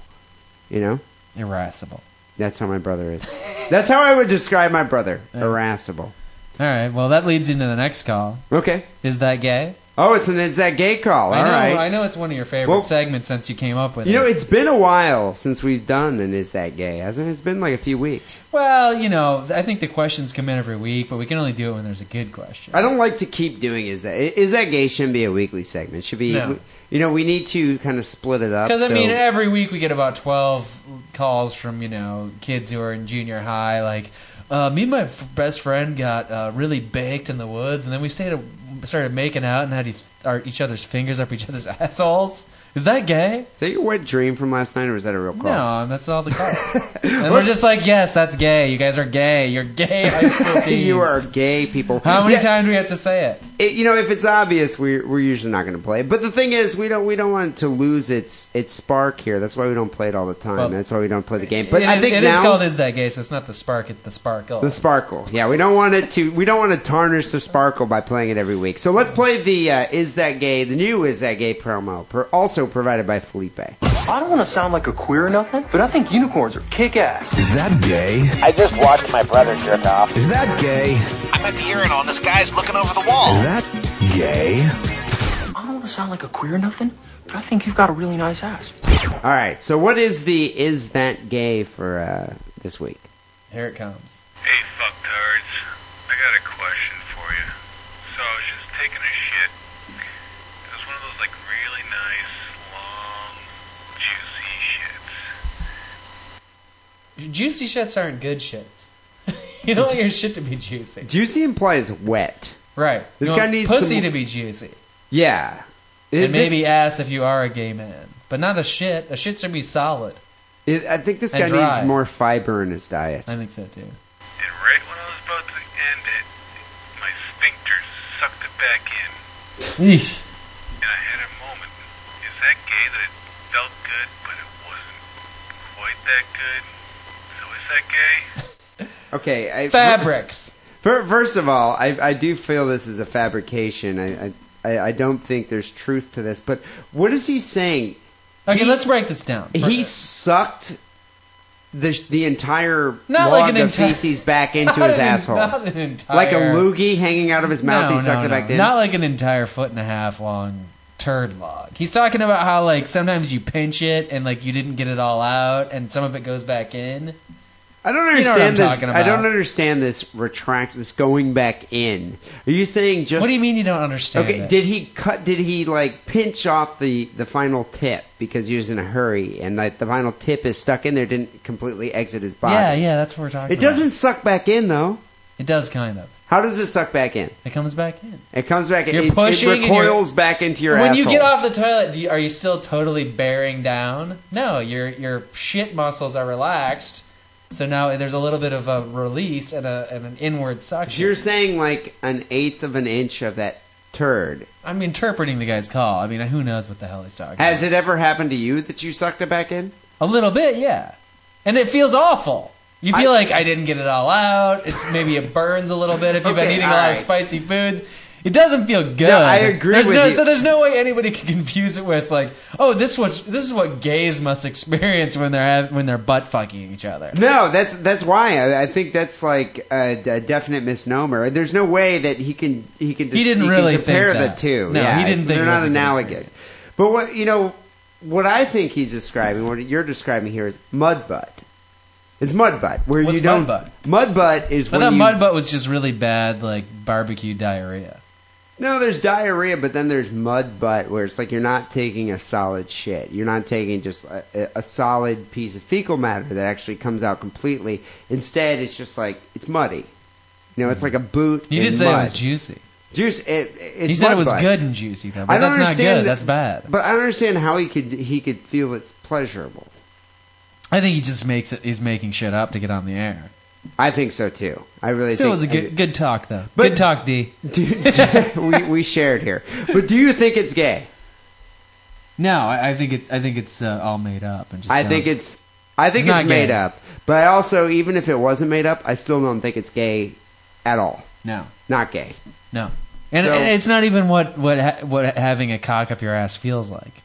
E: You know,
F: Irascible.
E: that's how my brother is. that's how I would describe my brother. Irascible.
F: All right. Well, that leads into the next call.
E: Okay.
F: Is that gay?
E: Oh, it's an it's that gay call.
F: I
E: All
F: know.
E: right.
F: I know it's one of your favorite
E: Well-
F: segments since you came up with
E: You know,
F: it.
E: it's been a while since we've done an Is That Gay, hasn't it? It's been like a few weeks.
F: Well, you know, I think the questions come in every week, but we can only do it when there's a good question.
E: I don't like to keep doing Is That Is That Gay shouldn't be a weekly segment. It should be,
F: No.
E: you know, we need to kind of split it up.
F: Because I
E: so-
F: mean, every week we get about twelve calls from you know kids who are in junior high. Like, uh, me and my f- best friend got uh, really baked in the woods, and then we stayed a- started making out and had e- our, each other's fingers up each other's assholes. Is that gay?
E: is that your wet dream from last night, or is that a real call?
F: No, that's all the calls. and we're just like, yes, that's gay. You guys are gay. You're gay high school teens.
E: you are gay people.
F: How many
E: Yeah,
F: times do we have to say it?
E: it- you know, if it's obvious, we're, we're usually not going to play it. But the thing is, we don't we don't want to lose its its spark here. That's why we don't play it all the time.
F: Well,
E: That's why we don't play the game. But
F: It
E: I
F: is-
E: think
F: it
E: now
F: is called "Is That Gay," so it's not the spark; it's the sparkle.
E: The sparkle. Yeah, we don't want it to. We don't want to tarnish the sparkle by playing it every week. So let's play the uh, "Is That Gay?" The new "Is That Gay?" promo, per, also provided by Felipe.
J: I don't want to sound like a queer or nothing, but I think unicorns are kick ass.
D: Is that gay?
K: I just watched my brother jerk off.
D: Is that gay?
K: I'm at the urinal and this guy's looking over the
D: Is
K: wall.
D: that gay?
J: I don't want to sound like a queer or nothing, but I think you've got a really nice ass.
E: All right. So what is the "Is That Gay?" for uh, this week?
F: Here it comes.
H: Hey, fucktards. I got a question for you. So I was just taking a shit. It was one of those, like, really nice, long, juicy shits.
F: Juicy shits aren't good shits. you don't want your shit to be juicy,
E: Juicy implies wet.
F: right?
E: This
F: you
E: guy
F: want
E: needs
F: pussy
E: some-
F: to be juicy,
E: Yeah. It-
F: and
E: this-
F: maybe ass if you are a gay man, but not a shit. A shit should be solid.
E: it- I think this guy
F: and dry.
E: needs more fiber in his diet.
F: I think so too.
H: And right when I was about to end it, my sphincter sucked it back in, and I had a moment. Is that gay that it felt good, but it wasn't quite that good? So is that gay?
E: Okay. I,
F: Fabrics.
E: Fir- First of all, I, I do feel this is a fabrication. I, I- I I don't think there's truth to this. But what is he saying?
F: Okay,
E: He-
F: let's break this down.
E: He sucked the the entire
F: Not
E: log
F: like an
E: of
F: entire-
E: feces back into
F: Not
E: his
F: an-
E: asshole,
F: Not an entire.
E: like a loogie hanging out of his mouth.
F: No,
E: he
F: no,
E: sucked
F: no.
E: it back in.
F: Not like an entire foot and a half long turd log. He's talking about how like sometimes you pinch it and like you didn't get it all out, and some of it goes back in.
E: I don't
F: You know what I'm
E: understand this.
F: talking
E: I don't
F: about.
E: understand this retract. This going back in. Are you saying just?
F: What do you mean you don't understand?
E: Okay,
F: it?
E: did he cut? Did he like pinch off the the final tip because he was in a hurry and like the final tip is stuck in there, didn't completely exit his body?
F: Yeah, yeah, that's what we're talking.
E: It doesn't suck back in though.
F: About. It does kind of.
E: How does it suck back in?
F: It comes back in.
E: It comes back in.
F: You're
E: it,
F: pushing
E: It
F: and you're-
E: recoils back into your
F: when
E: asshole.
F: you get off the toilet, do you, are you still totally bearing down? No, your your shit muscles are relaxed, so now there's a little bit of a release and, a, and an inward suction.
E: You're saying like an eighth of an inch of that turd.
F: I'm interpreting the guy's call. I mean, who knows what the hell he's talking?
E: Has
F: about.
E: it ever happened to you that you sucked it back in?
F: a little bit, yeah, and it feels awful. You feel like I didn't get it all out. It, maybe it burns a little bit if you've been
E: Okay,
F: eating a
E: all
F: lot of
E: right.
F: spicy foods. It doesn't feel good.
E: I agree
F: There's
E: with
F: no,
E: you.
F: So there's no way anybody can confuse it with like, oh, this was this is what gays must experience when they're hav- when they're butt fucking each other.
E: No, that's that's why I, I think that's like a, a definite misnomer. There's no way that he can he can
F: He didn't
E: can
F: really think
E: compare
F: that.
E: the two.
F: No,
E: Yeah,
F: he didn't
E: it's-
F: think
E: they're not
F: it was a good
E: analogous.
F: experience.
E: But what you know, what I think he's describing, what you're describing here, is mud butt. It's mud butt where
F: What's
E: you don't
F: mud
E: mud butt is
F: I
E: when
F: thought
E: you,
F: mud butt was just really bad, like barbecue diarrhea.
E: No, there's diarrhea, but then there's mud butt, where it's like you're not taking a solid shit. You're not taking just a, a solid piece of fecal matter that actually comes out completely. Instead, it's just like it's muddy. You know, it's like a boot.
F: You
E: in
F: did say it
E: mud.
F: was juicy.
E: juice. It, it's
F: He said
E: mud
F: it was
E: butt.
F: good and juicy though,
E: I
F: but
E: don't
F: that's not
E: understand
F: good.
E: that-
F: That's bad.
E: But I don't understand how he could he could feel it's pleasurable.
F: I think he just makes it. He's making shit up to get on the air.
E: I think so too. I really
F: Still, was a
E: think
F: good good talk though.
E: But-
F: good talk, D.
E: we we shared here. But do you think it's gay?
F: No, I, I think it's I think it's uh, all made up and just.
E: I
F: dumb.
E: think it's I think
F: It's
E: it's,
F: not
E: made
F: gay.
E: up. But I also even if it wasn't made up, I still don't think it's gay at all.
F: no,
E: Not gay.
F: no, and,
E: So-
F: and it's not even what what ha- what having a cock up your ass feels like.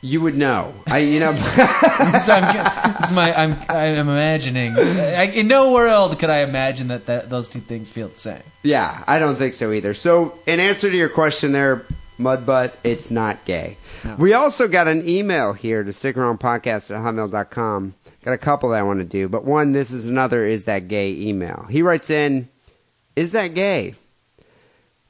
E: You would know. I you know
F: So I'm, it's my I'm I'm imagining. I, in no world could I imagine that, that those two things feel the same.
E: Yeah, I don't think so either. So in answer to your question there, Mudbutt, it's not gay. We also got an email here to stickaroundpodcast at hotmail.com. Got a couple that I want to do, but one, this is another, is that gay email. He writes in, is that gay?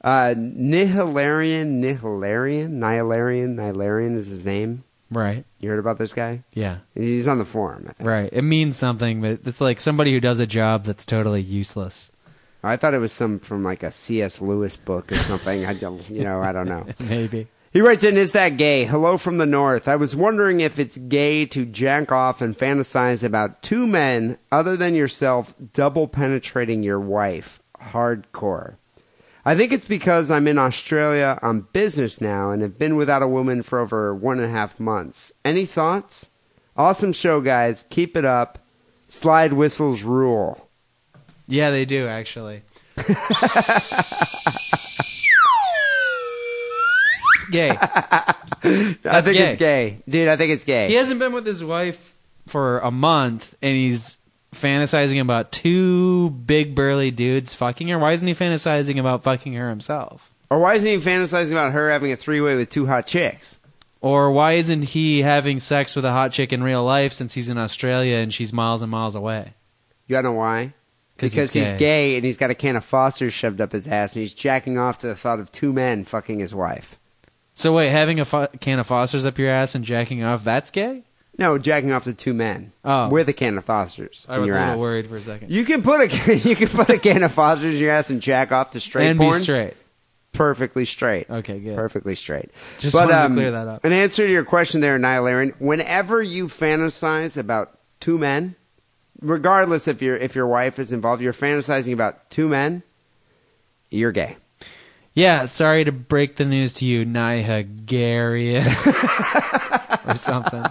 E: Uh, Nihilarian, Nihilarian, Nihilarian, Nihilarian is his name.
F: Right.
E: You heard about this guy?
F: Yeah.
E: He's on the forum. I think.
F: Right. It means something, but it's like somebody who does a job that's totally useless.
E: I thought it was some from like a C.S. Lewis book or something. I don't, you know, I don't know.
F: Maybe.
E: He writes in, Is that gay? Hello from the North. I was wondering if it's gay to jack off and fantasize about two men other than yourself double penetrating your wife. Hardcore. I think it's because I'm in Australia on business now and have been without a woman for over one and a half months. Any thoughts? Awesome show, guys. Keep it up. Slide whistles rule.
F: Yeah, they do actually. gay.
E: I
F: That's
E: think
F: gay.
E: it's gay. Dude, I think it's gay.
F: He hasn't been with his wife for a month, and he's fantasizing about two big burly dudes fucking her. Why isn't he fantasizing about fucking her himself?
E: Or why isn't he fantasizing about her having a three way with two hot chicks?
F: Or why isn't he having sex with a hot chick in real life since he's in Australia and she's miles and miles away?
E: You gotta know why?
F: 'Cause
E: Because he's gay. and he's got a can of Foster's shoved up his ass and he's jacking off to the thought of two men fucking his wife.
F: So wait, having a fo- can of Fosters up your ass and jacking off—that's gay.
E: No, jacking off to two men
F: Oh.
E: with a can of Foster's
F: I
E: in
F: was a
E: your
F: little
E: ass.
F: worried for a second.
E: You can put a you can put a can of Foster's in your ass and jack off to straight
F: and
E: porn.
F: be straight.
E: Perfectly straight.
F: Okay, good.
E: perfectly straight. um,
F: Just wanted to clear that up.
E: In answer to your question there, Nihilarian, whenever you fantasize about two men, regardless if your if your wife is involved, you're fantasizing about two men, you're gay.
F: Yeah, sorry to break the news to you, Nihagarian. or something.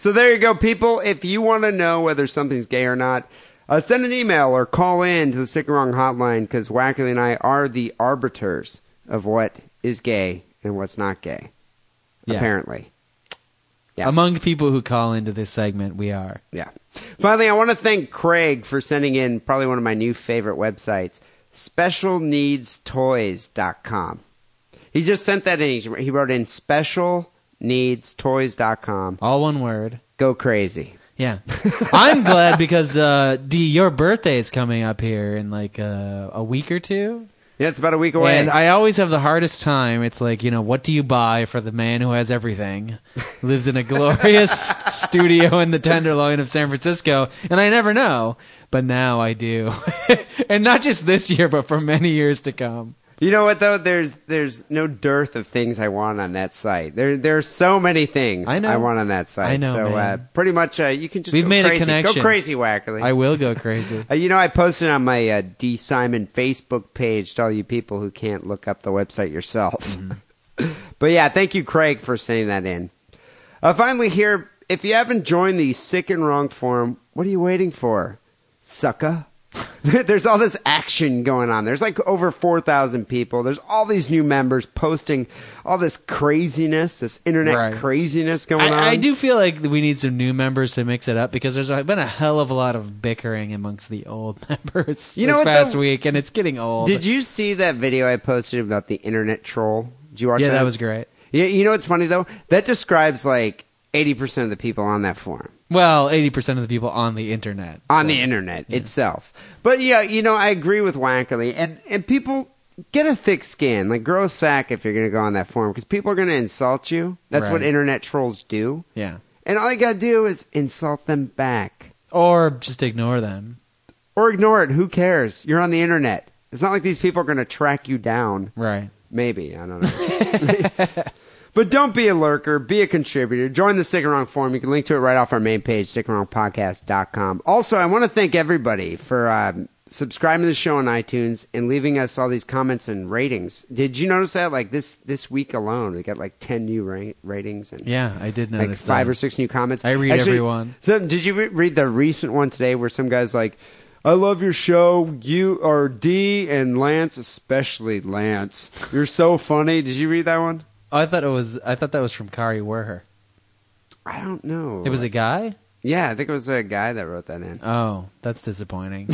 E: So there you go, people. If you want to know whether something's gay or not, uh, send an email or call in to the Sick and Wrong hotline because Wackerly and I are the arbiters of what is gay and what's not gay,
F: Yeah.
E: apparently. Yeah.
F: Among people who call into this segment, we are.
E: Yeah. Finally, I want to thank Craig for sending in probably one of my new favorite websites, specialneedstoys.com. He just sent that in. He wrote in specialneedstoys.com.
F: All one word.
E: Go crazy.
F: Yeah. I'm glad because, uh, D, your birthday is coming up here in like uh, a week or two.
E: Yeah, it's about a week away.
F: And I always have the hardest time. It's like, you know, what do you buy for the man who has everything, lives in a glorious studio in the tenderloin of San Francisco? And I never know, but now I do. and not just this year, but for many years to come.
E: you know what though? There's there's no dearth of things I want on that site. There there are so many things
F: I know.
E: want on that site.
F: I know,
E: So uh,
F: man.
E: pretty much uh, you can just
F: We've
E: go
F: made a
E: crazy.
F: connection.
E: Go crazy, Wackerly.
F: I will go crazy.
E: Uh, you know, I posted on my uh, D Simon Facebook page to all you people who can't look up the website yourself.
F: Mm-hmm.
E: but yeah, thank you, Craig, for sending that in. Uh, finally, here, if you haven't joined the Sick and Wrong Forum, what are you waiting for, sucker? There's all this action going on. There's like over 4,000 people. There's all these new members posting all this craziness, this internet
F: Right.
E: craziness going on.
F: I, I do feel like we need some new members to mix it up because there's been a hell of a lot of bickering amongst the old members
E: You know
F: this
E: what,
F: past
E: though?
F: week, and it's getting old.
E: Did you see that video I posted about the internet troll? Did you watch
F: Yeah,
E: that?
F: that was great.
E: You, you know what's funny though? That describes like eighty percent of the people on that forum
F: Well, 80% of the people on the internet.
E: on the internet itself. But yeah, you know I agree with Wackerly, and and people get a thick skin, like grow a sack if you're going to go on that forum because people are going to insult you. That's what
F: Right.
E: internet trolls do,
F: Yeah.
E: and all you got to do is insult them back
F: Or just ignore them.
E: or ignore it. Who cares? You're on the internet. It's not like these people are going to track you down.
F: Right.
E: Maybe. I don't know. but don't be a lurker. Be a contributor. Join the Stick Around Forum. You can link to it right off our main page, stickaroundpodcast.com. Also, I want to thank everybody for um, subscribing to the show on iTunes and leaving us all these comments and ratings. Did you notice that? Like this this week alone, we got like 10 new ra- ratings and
F: Yeah, I did
E: like
F: notice
E: five
F: that.
E: or six new comments.
F: I read
E: Actually,
F: everyone.
E: Some, did you re- read the recent one today where some guy's like, I love your show, you or D and Lance, especially Lance. You're so funny. Did you read that one?
F: Oh, I thought it was. I thought that was from Kari Werher.
E: I don't know.
F: It was a guy.
E: yeah, I think it was a guy that wrote that in.
F: Oh, that's disappointing.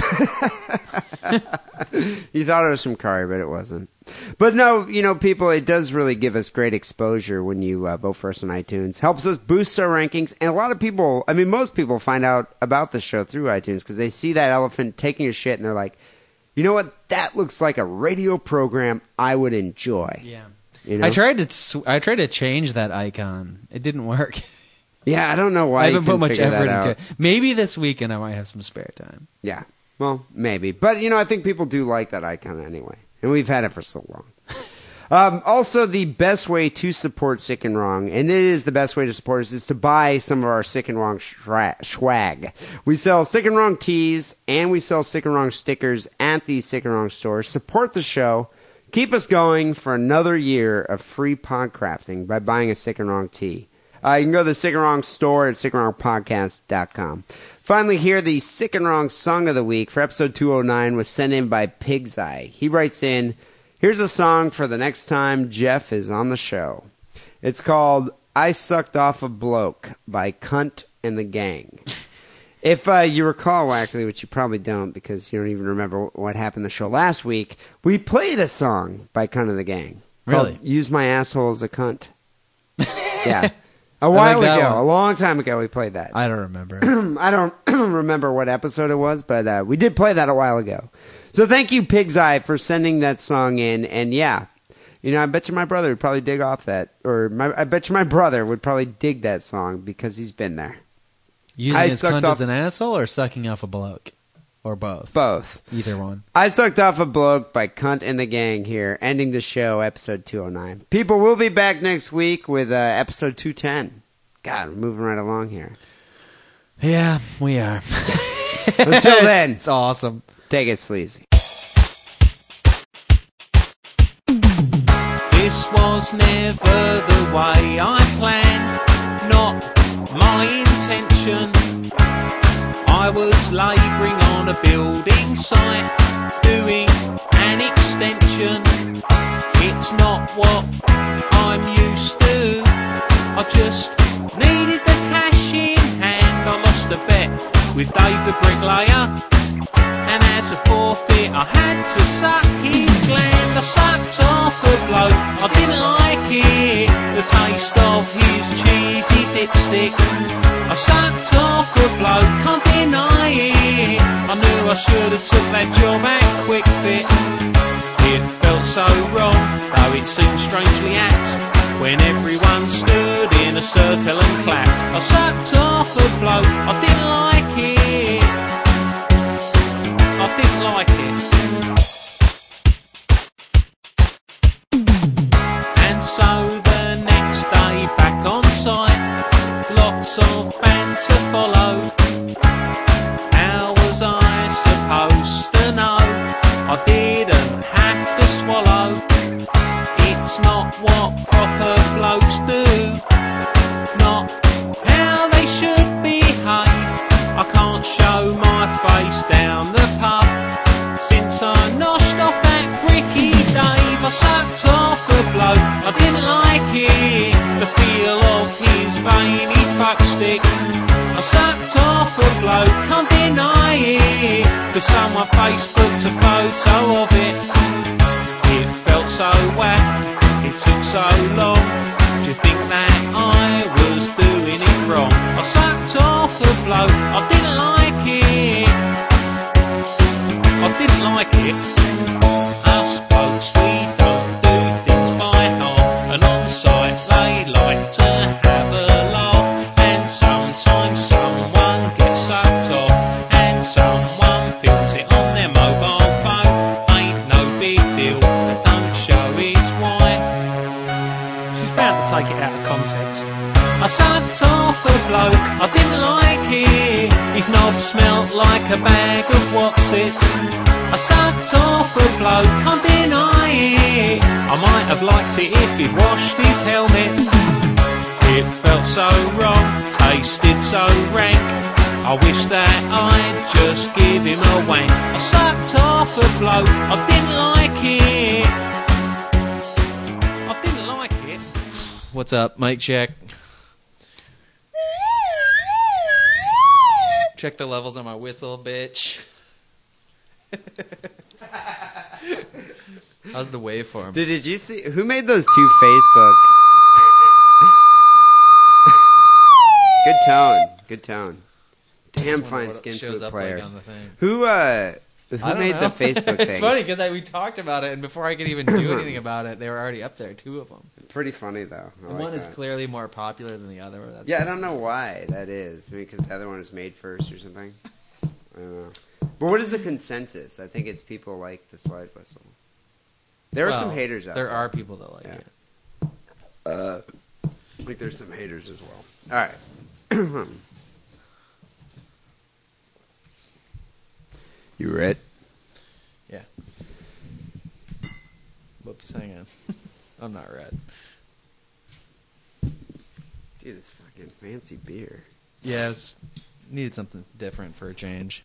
E: You thought it was from Kari, but it wasn't. But no, you know, people, it does really give us great exposure when you uh, vote for us on iTunes. Helps us boost our rankings. And a lot of people, I mean, most people find out about the show through iTunes because they see that elephant taking a shit and they're like, you know what? That looks like a radio program I would enjoy.
F: Yeah.
E: You know?
F: I tried to sw- I tried to change that icon. It didn't work.
E: Yeah, I don't know why
F: I
E: you
F: haven't put
E: couldn't
F: much
E: figure that
F: effort into
E: out.
F: it. Maybe this weekend I might have some spare time.
E: Yeah. Well, maybe. But, you know, I think people do like that icon anyway. And we've had it for so long. um, also, the best way to support Sick and Wrong, and it is the best way to support us, is to buy some of our Sick and Wrong shra- swag. We sell Sick and Wrong tees and we sell Sick and Wrong stickers at the Sick and Wrong store. Support the show. Keep us going for another year of free pod crafting by buying a Sick and Wrong tee. Uh, you can go to the Sick and Wrong store at sickandwrongpodcast.com. Finally, hear the Sick and Wrong song of the week for episode 209 was sent in by Pig's Eye. He writes in, here's a song for the next time Jeff is on the show. It's called I Sucked Off a Bloke by Cunt and the Gang. If uh, you recall, well, actually, which you probably don't because you don't even remember what happened the show last week, we played a song by Cunt of the Gang. called
F: Really?
E: Use My Asshole as a Cunt. yeah. A while
F: like that
E: ago,
F: one.
E: a long time ago, we played that.
F: I don't remember.
E: I don't remember what episode it was, but uh, we did play that a while ago. So thank you, Pig's Eye, for sending that song in. And yeah, you know, I bet you my brother would probably dig off that, or my, I bet you my brother would probably dig that song because he's been there.
F: Using
E: I
F: his
E: sucked
F: cunt
E: off-
F: as an asshole or sucking off a bloke? Or both.
E: Both.
F: Either one.
E: I sucked off a bloke by Cunt and the Gang here, ending the show, episode 209. People, we'll be back next week with uh, episode 210. God, we're moving right along here.
F: Yeah, we are.
E: Until then,
F: it's awesome.
E: take it sleazy.
L: This was never the way I planned, not my intention. I was labouring on a building site, doing an extension. It's not what I'm used to. I just needed the cash in hand. I lost a bet with Dave the bricklayer. And as a forfeit, I had to suck his gland. I sucked off a bloke, I didn't like it. The taste of his cheesy dipstick. I sucked off a bloke, can't deny it. I knew I should have took that job at Quick Fit. It felt so wrong, though it seemed strangely apt. When everyone stood in a circle and clapped, I sucked off a bloke, I didn't like it. I didn't like it. And so the next day back on site, lots of banter followed. How was I supposed to know? I didn't have to swallow. It's not what proper blokes do, not how they should behave. I can't show my face down the pub since I noshed off that bricky Dave. I sucked off a bloke, I didn't like it. The feel of his veiny fuck stick. I sucked off a bloke, can't deny it. Cause someone Facebooked a photo of it. It felt so waft, it took so long. Do you think that I was doing it wrong? I sucked off a bloke, I didn't like it. I didn't like it. Us blokes, we don't do things by half, and on site they like to have a laugh. And sometimes someone gets sucked off, and someone films it on their mobile phone. Ain't no big deal, but don't show his wife. She's bound to take it out of context. I sucked off a bloke, I didn't like it. His knob smelt like a bag of Watsits. I sucked off a bloke, can't deny it. I might have liked it if he'd washed his helmet. It felt so wrong, tasted so rank. I wish that I'd just give him a wank. I sucked off a bloke, I didn't like it. I didn't like it.
F: What's up, Mike? Check. Check the levels on my whistle, bitch. How's the waveform?
E: Did, did you see who made those two Facebook? Good tone. Good tone. Damn fine skin for
F: shows
E: the
F: up like
E: players.
F: on the thing.
E: Who uh who
F: I don't
E: made
F: know.
E: the Facebook thing?
F: it's funny because we talked about it, and before I could even do anything about it, they were already up there. Two of them.
E: Pretty funny though. I
F: And
E: like
F: one is
E: that.
F: clearly more popular than the other. That's
E: Oh Yeah, I don't know why that is. Maybe because the other one is made first or something. I don't know. But what is the consensus? I think it's people like the slide whistle. There are some
F: Well,
E: haters out
F: there
E: there.
F: are people that like it.
E: Uh, I think there's some haters as well. All right. you were it.
F: Yeah. Whoops, hang on. I'm not red.
E: Dude, this fucking fancy beer.
F: Yes, needed something different for a change.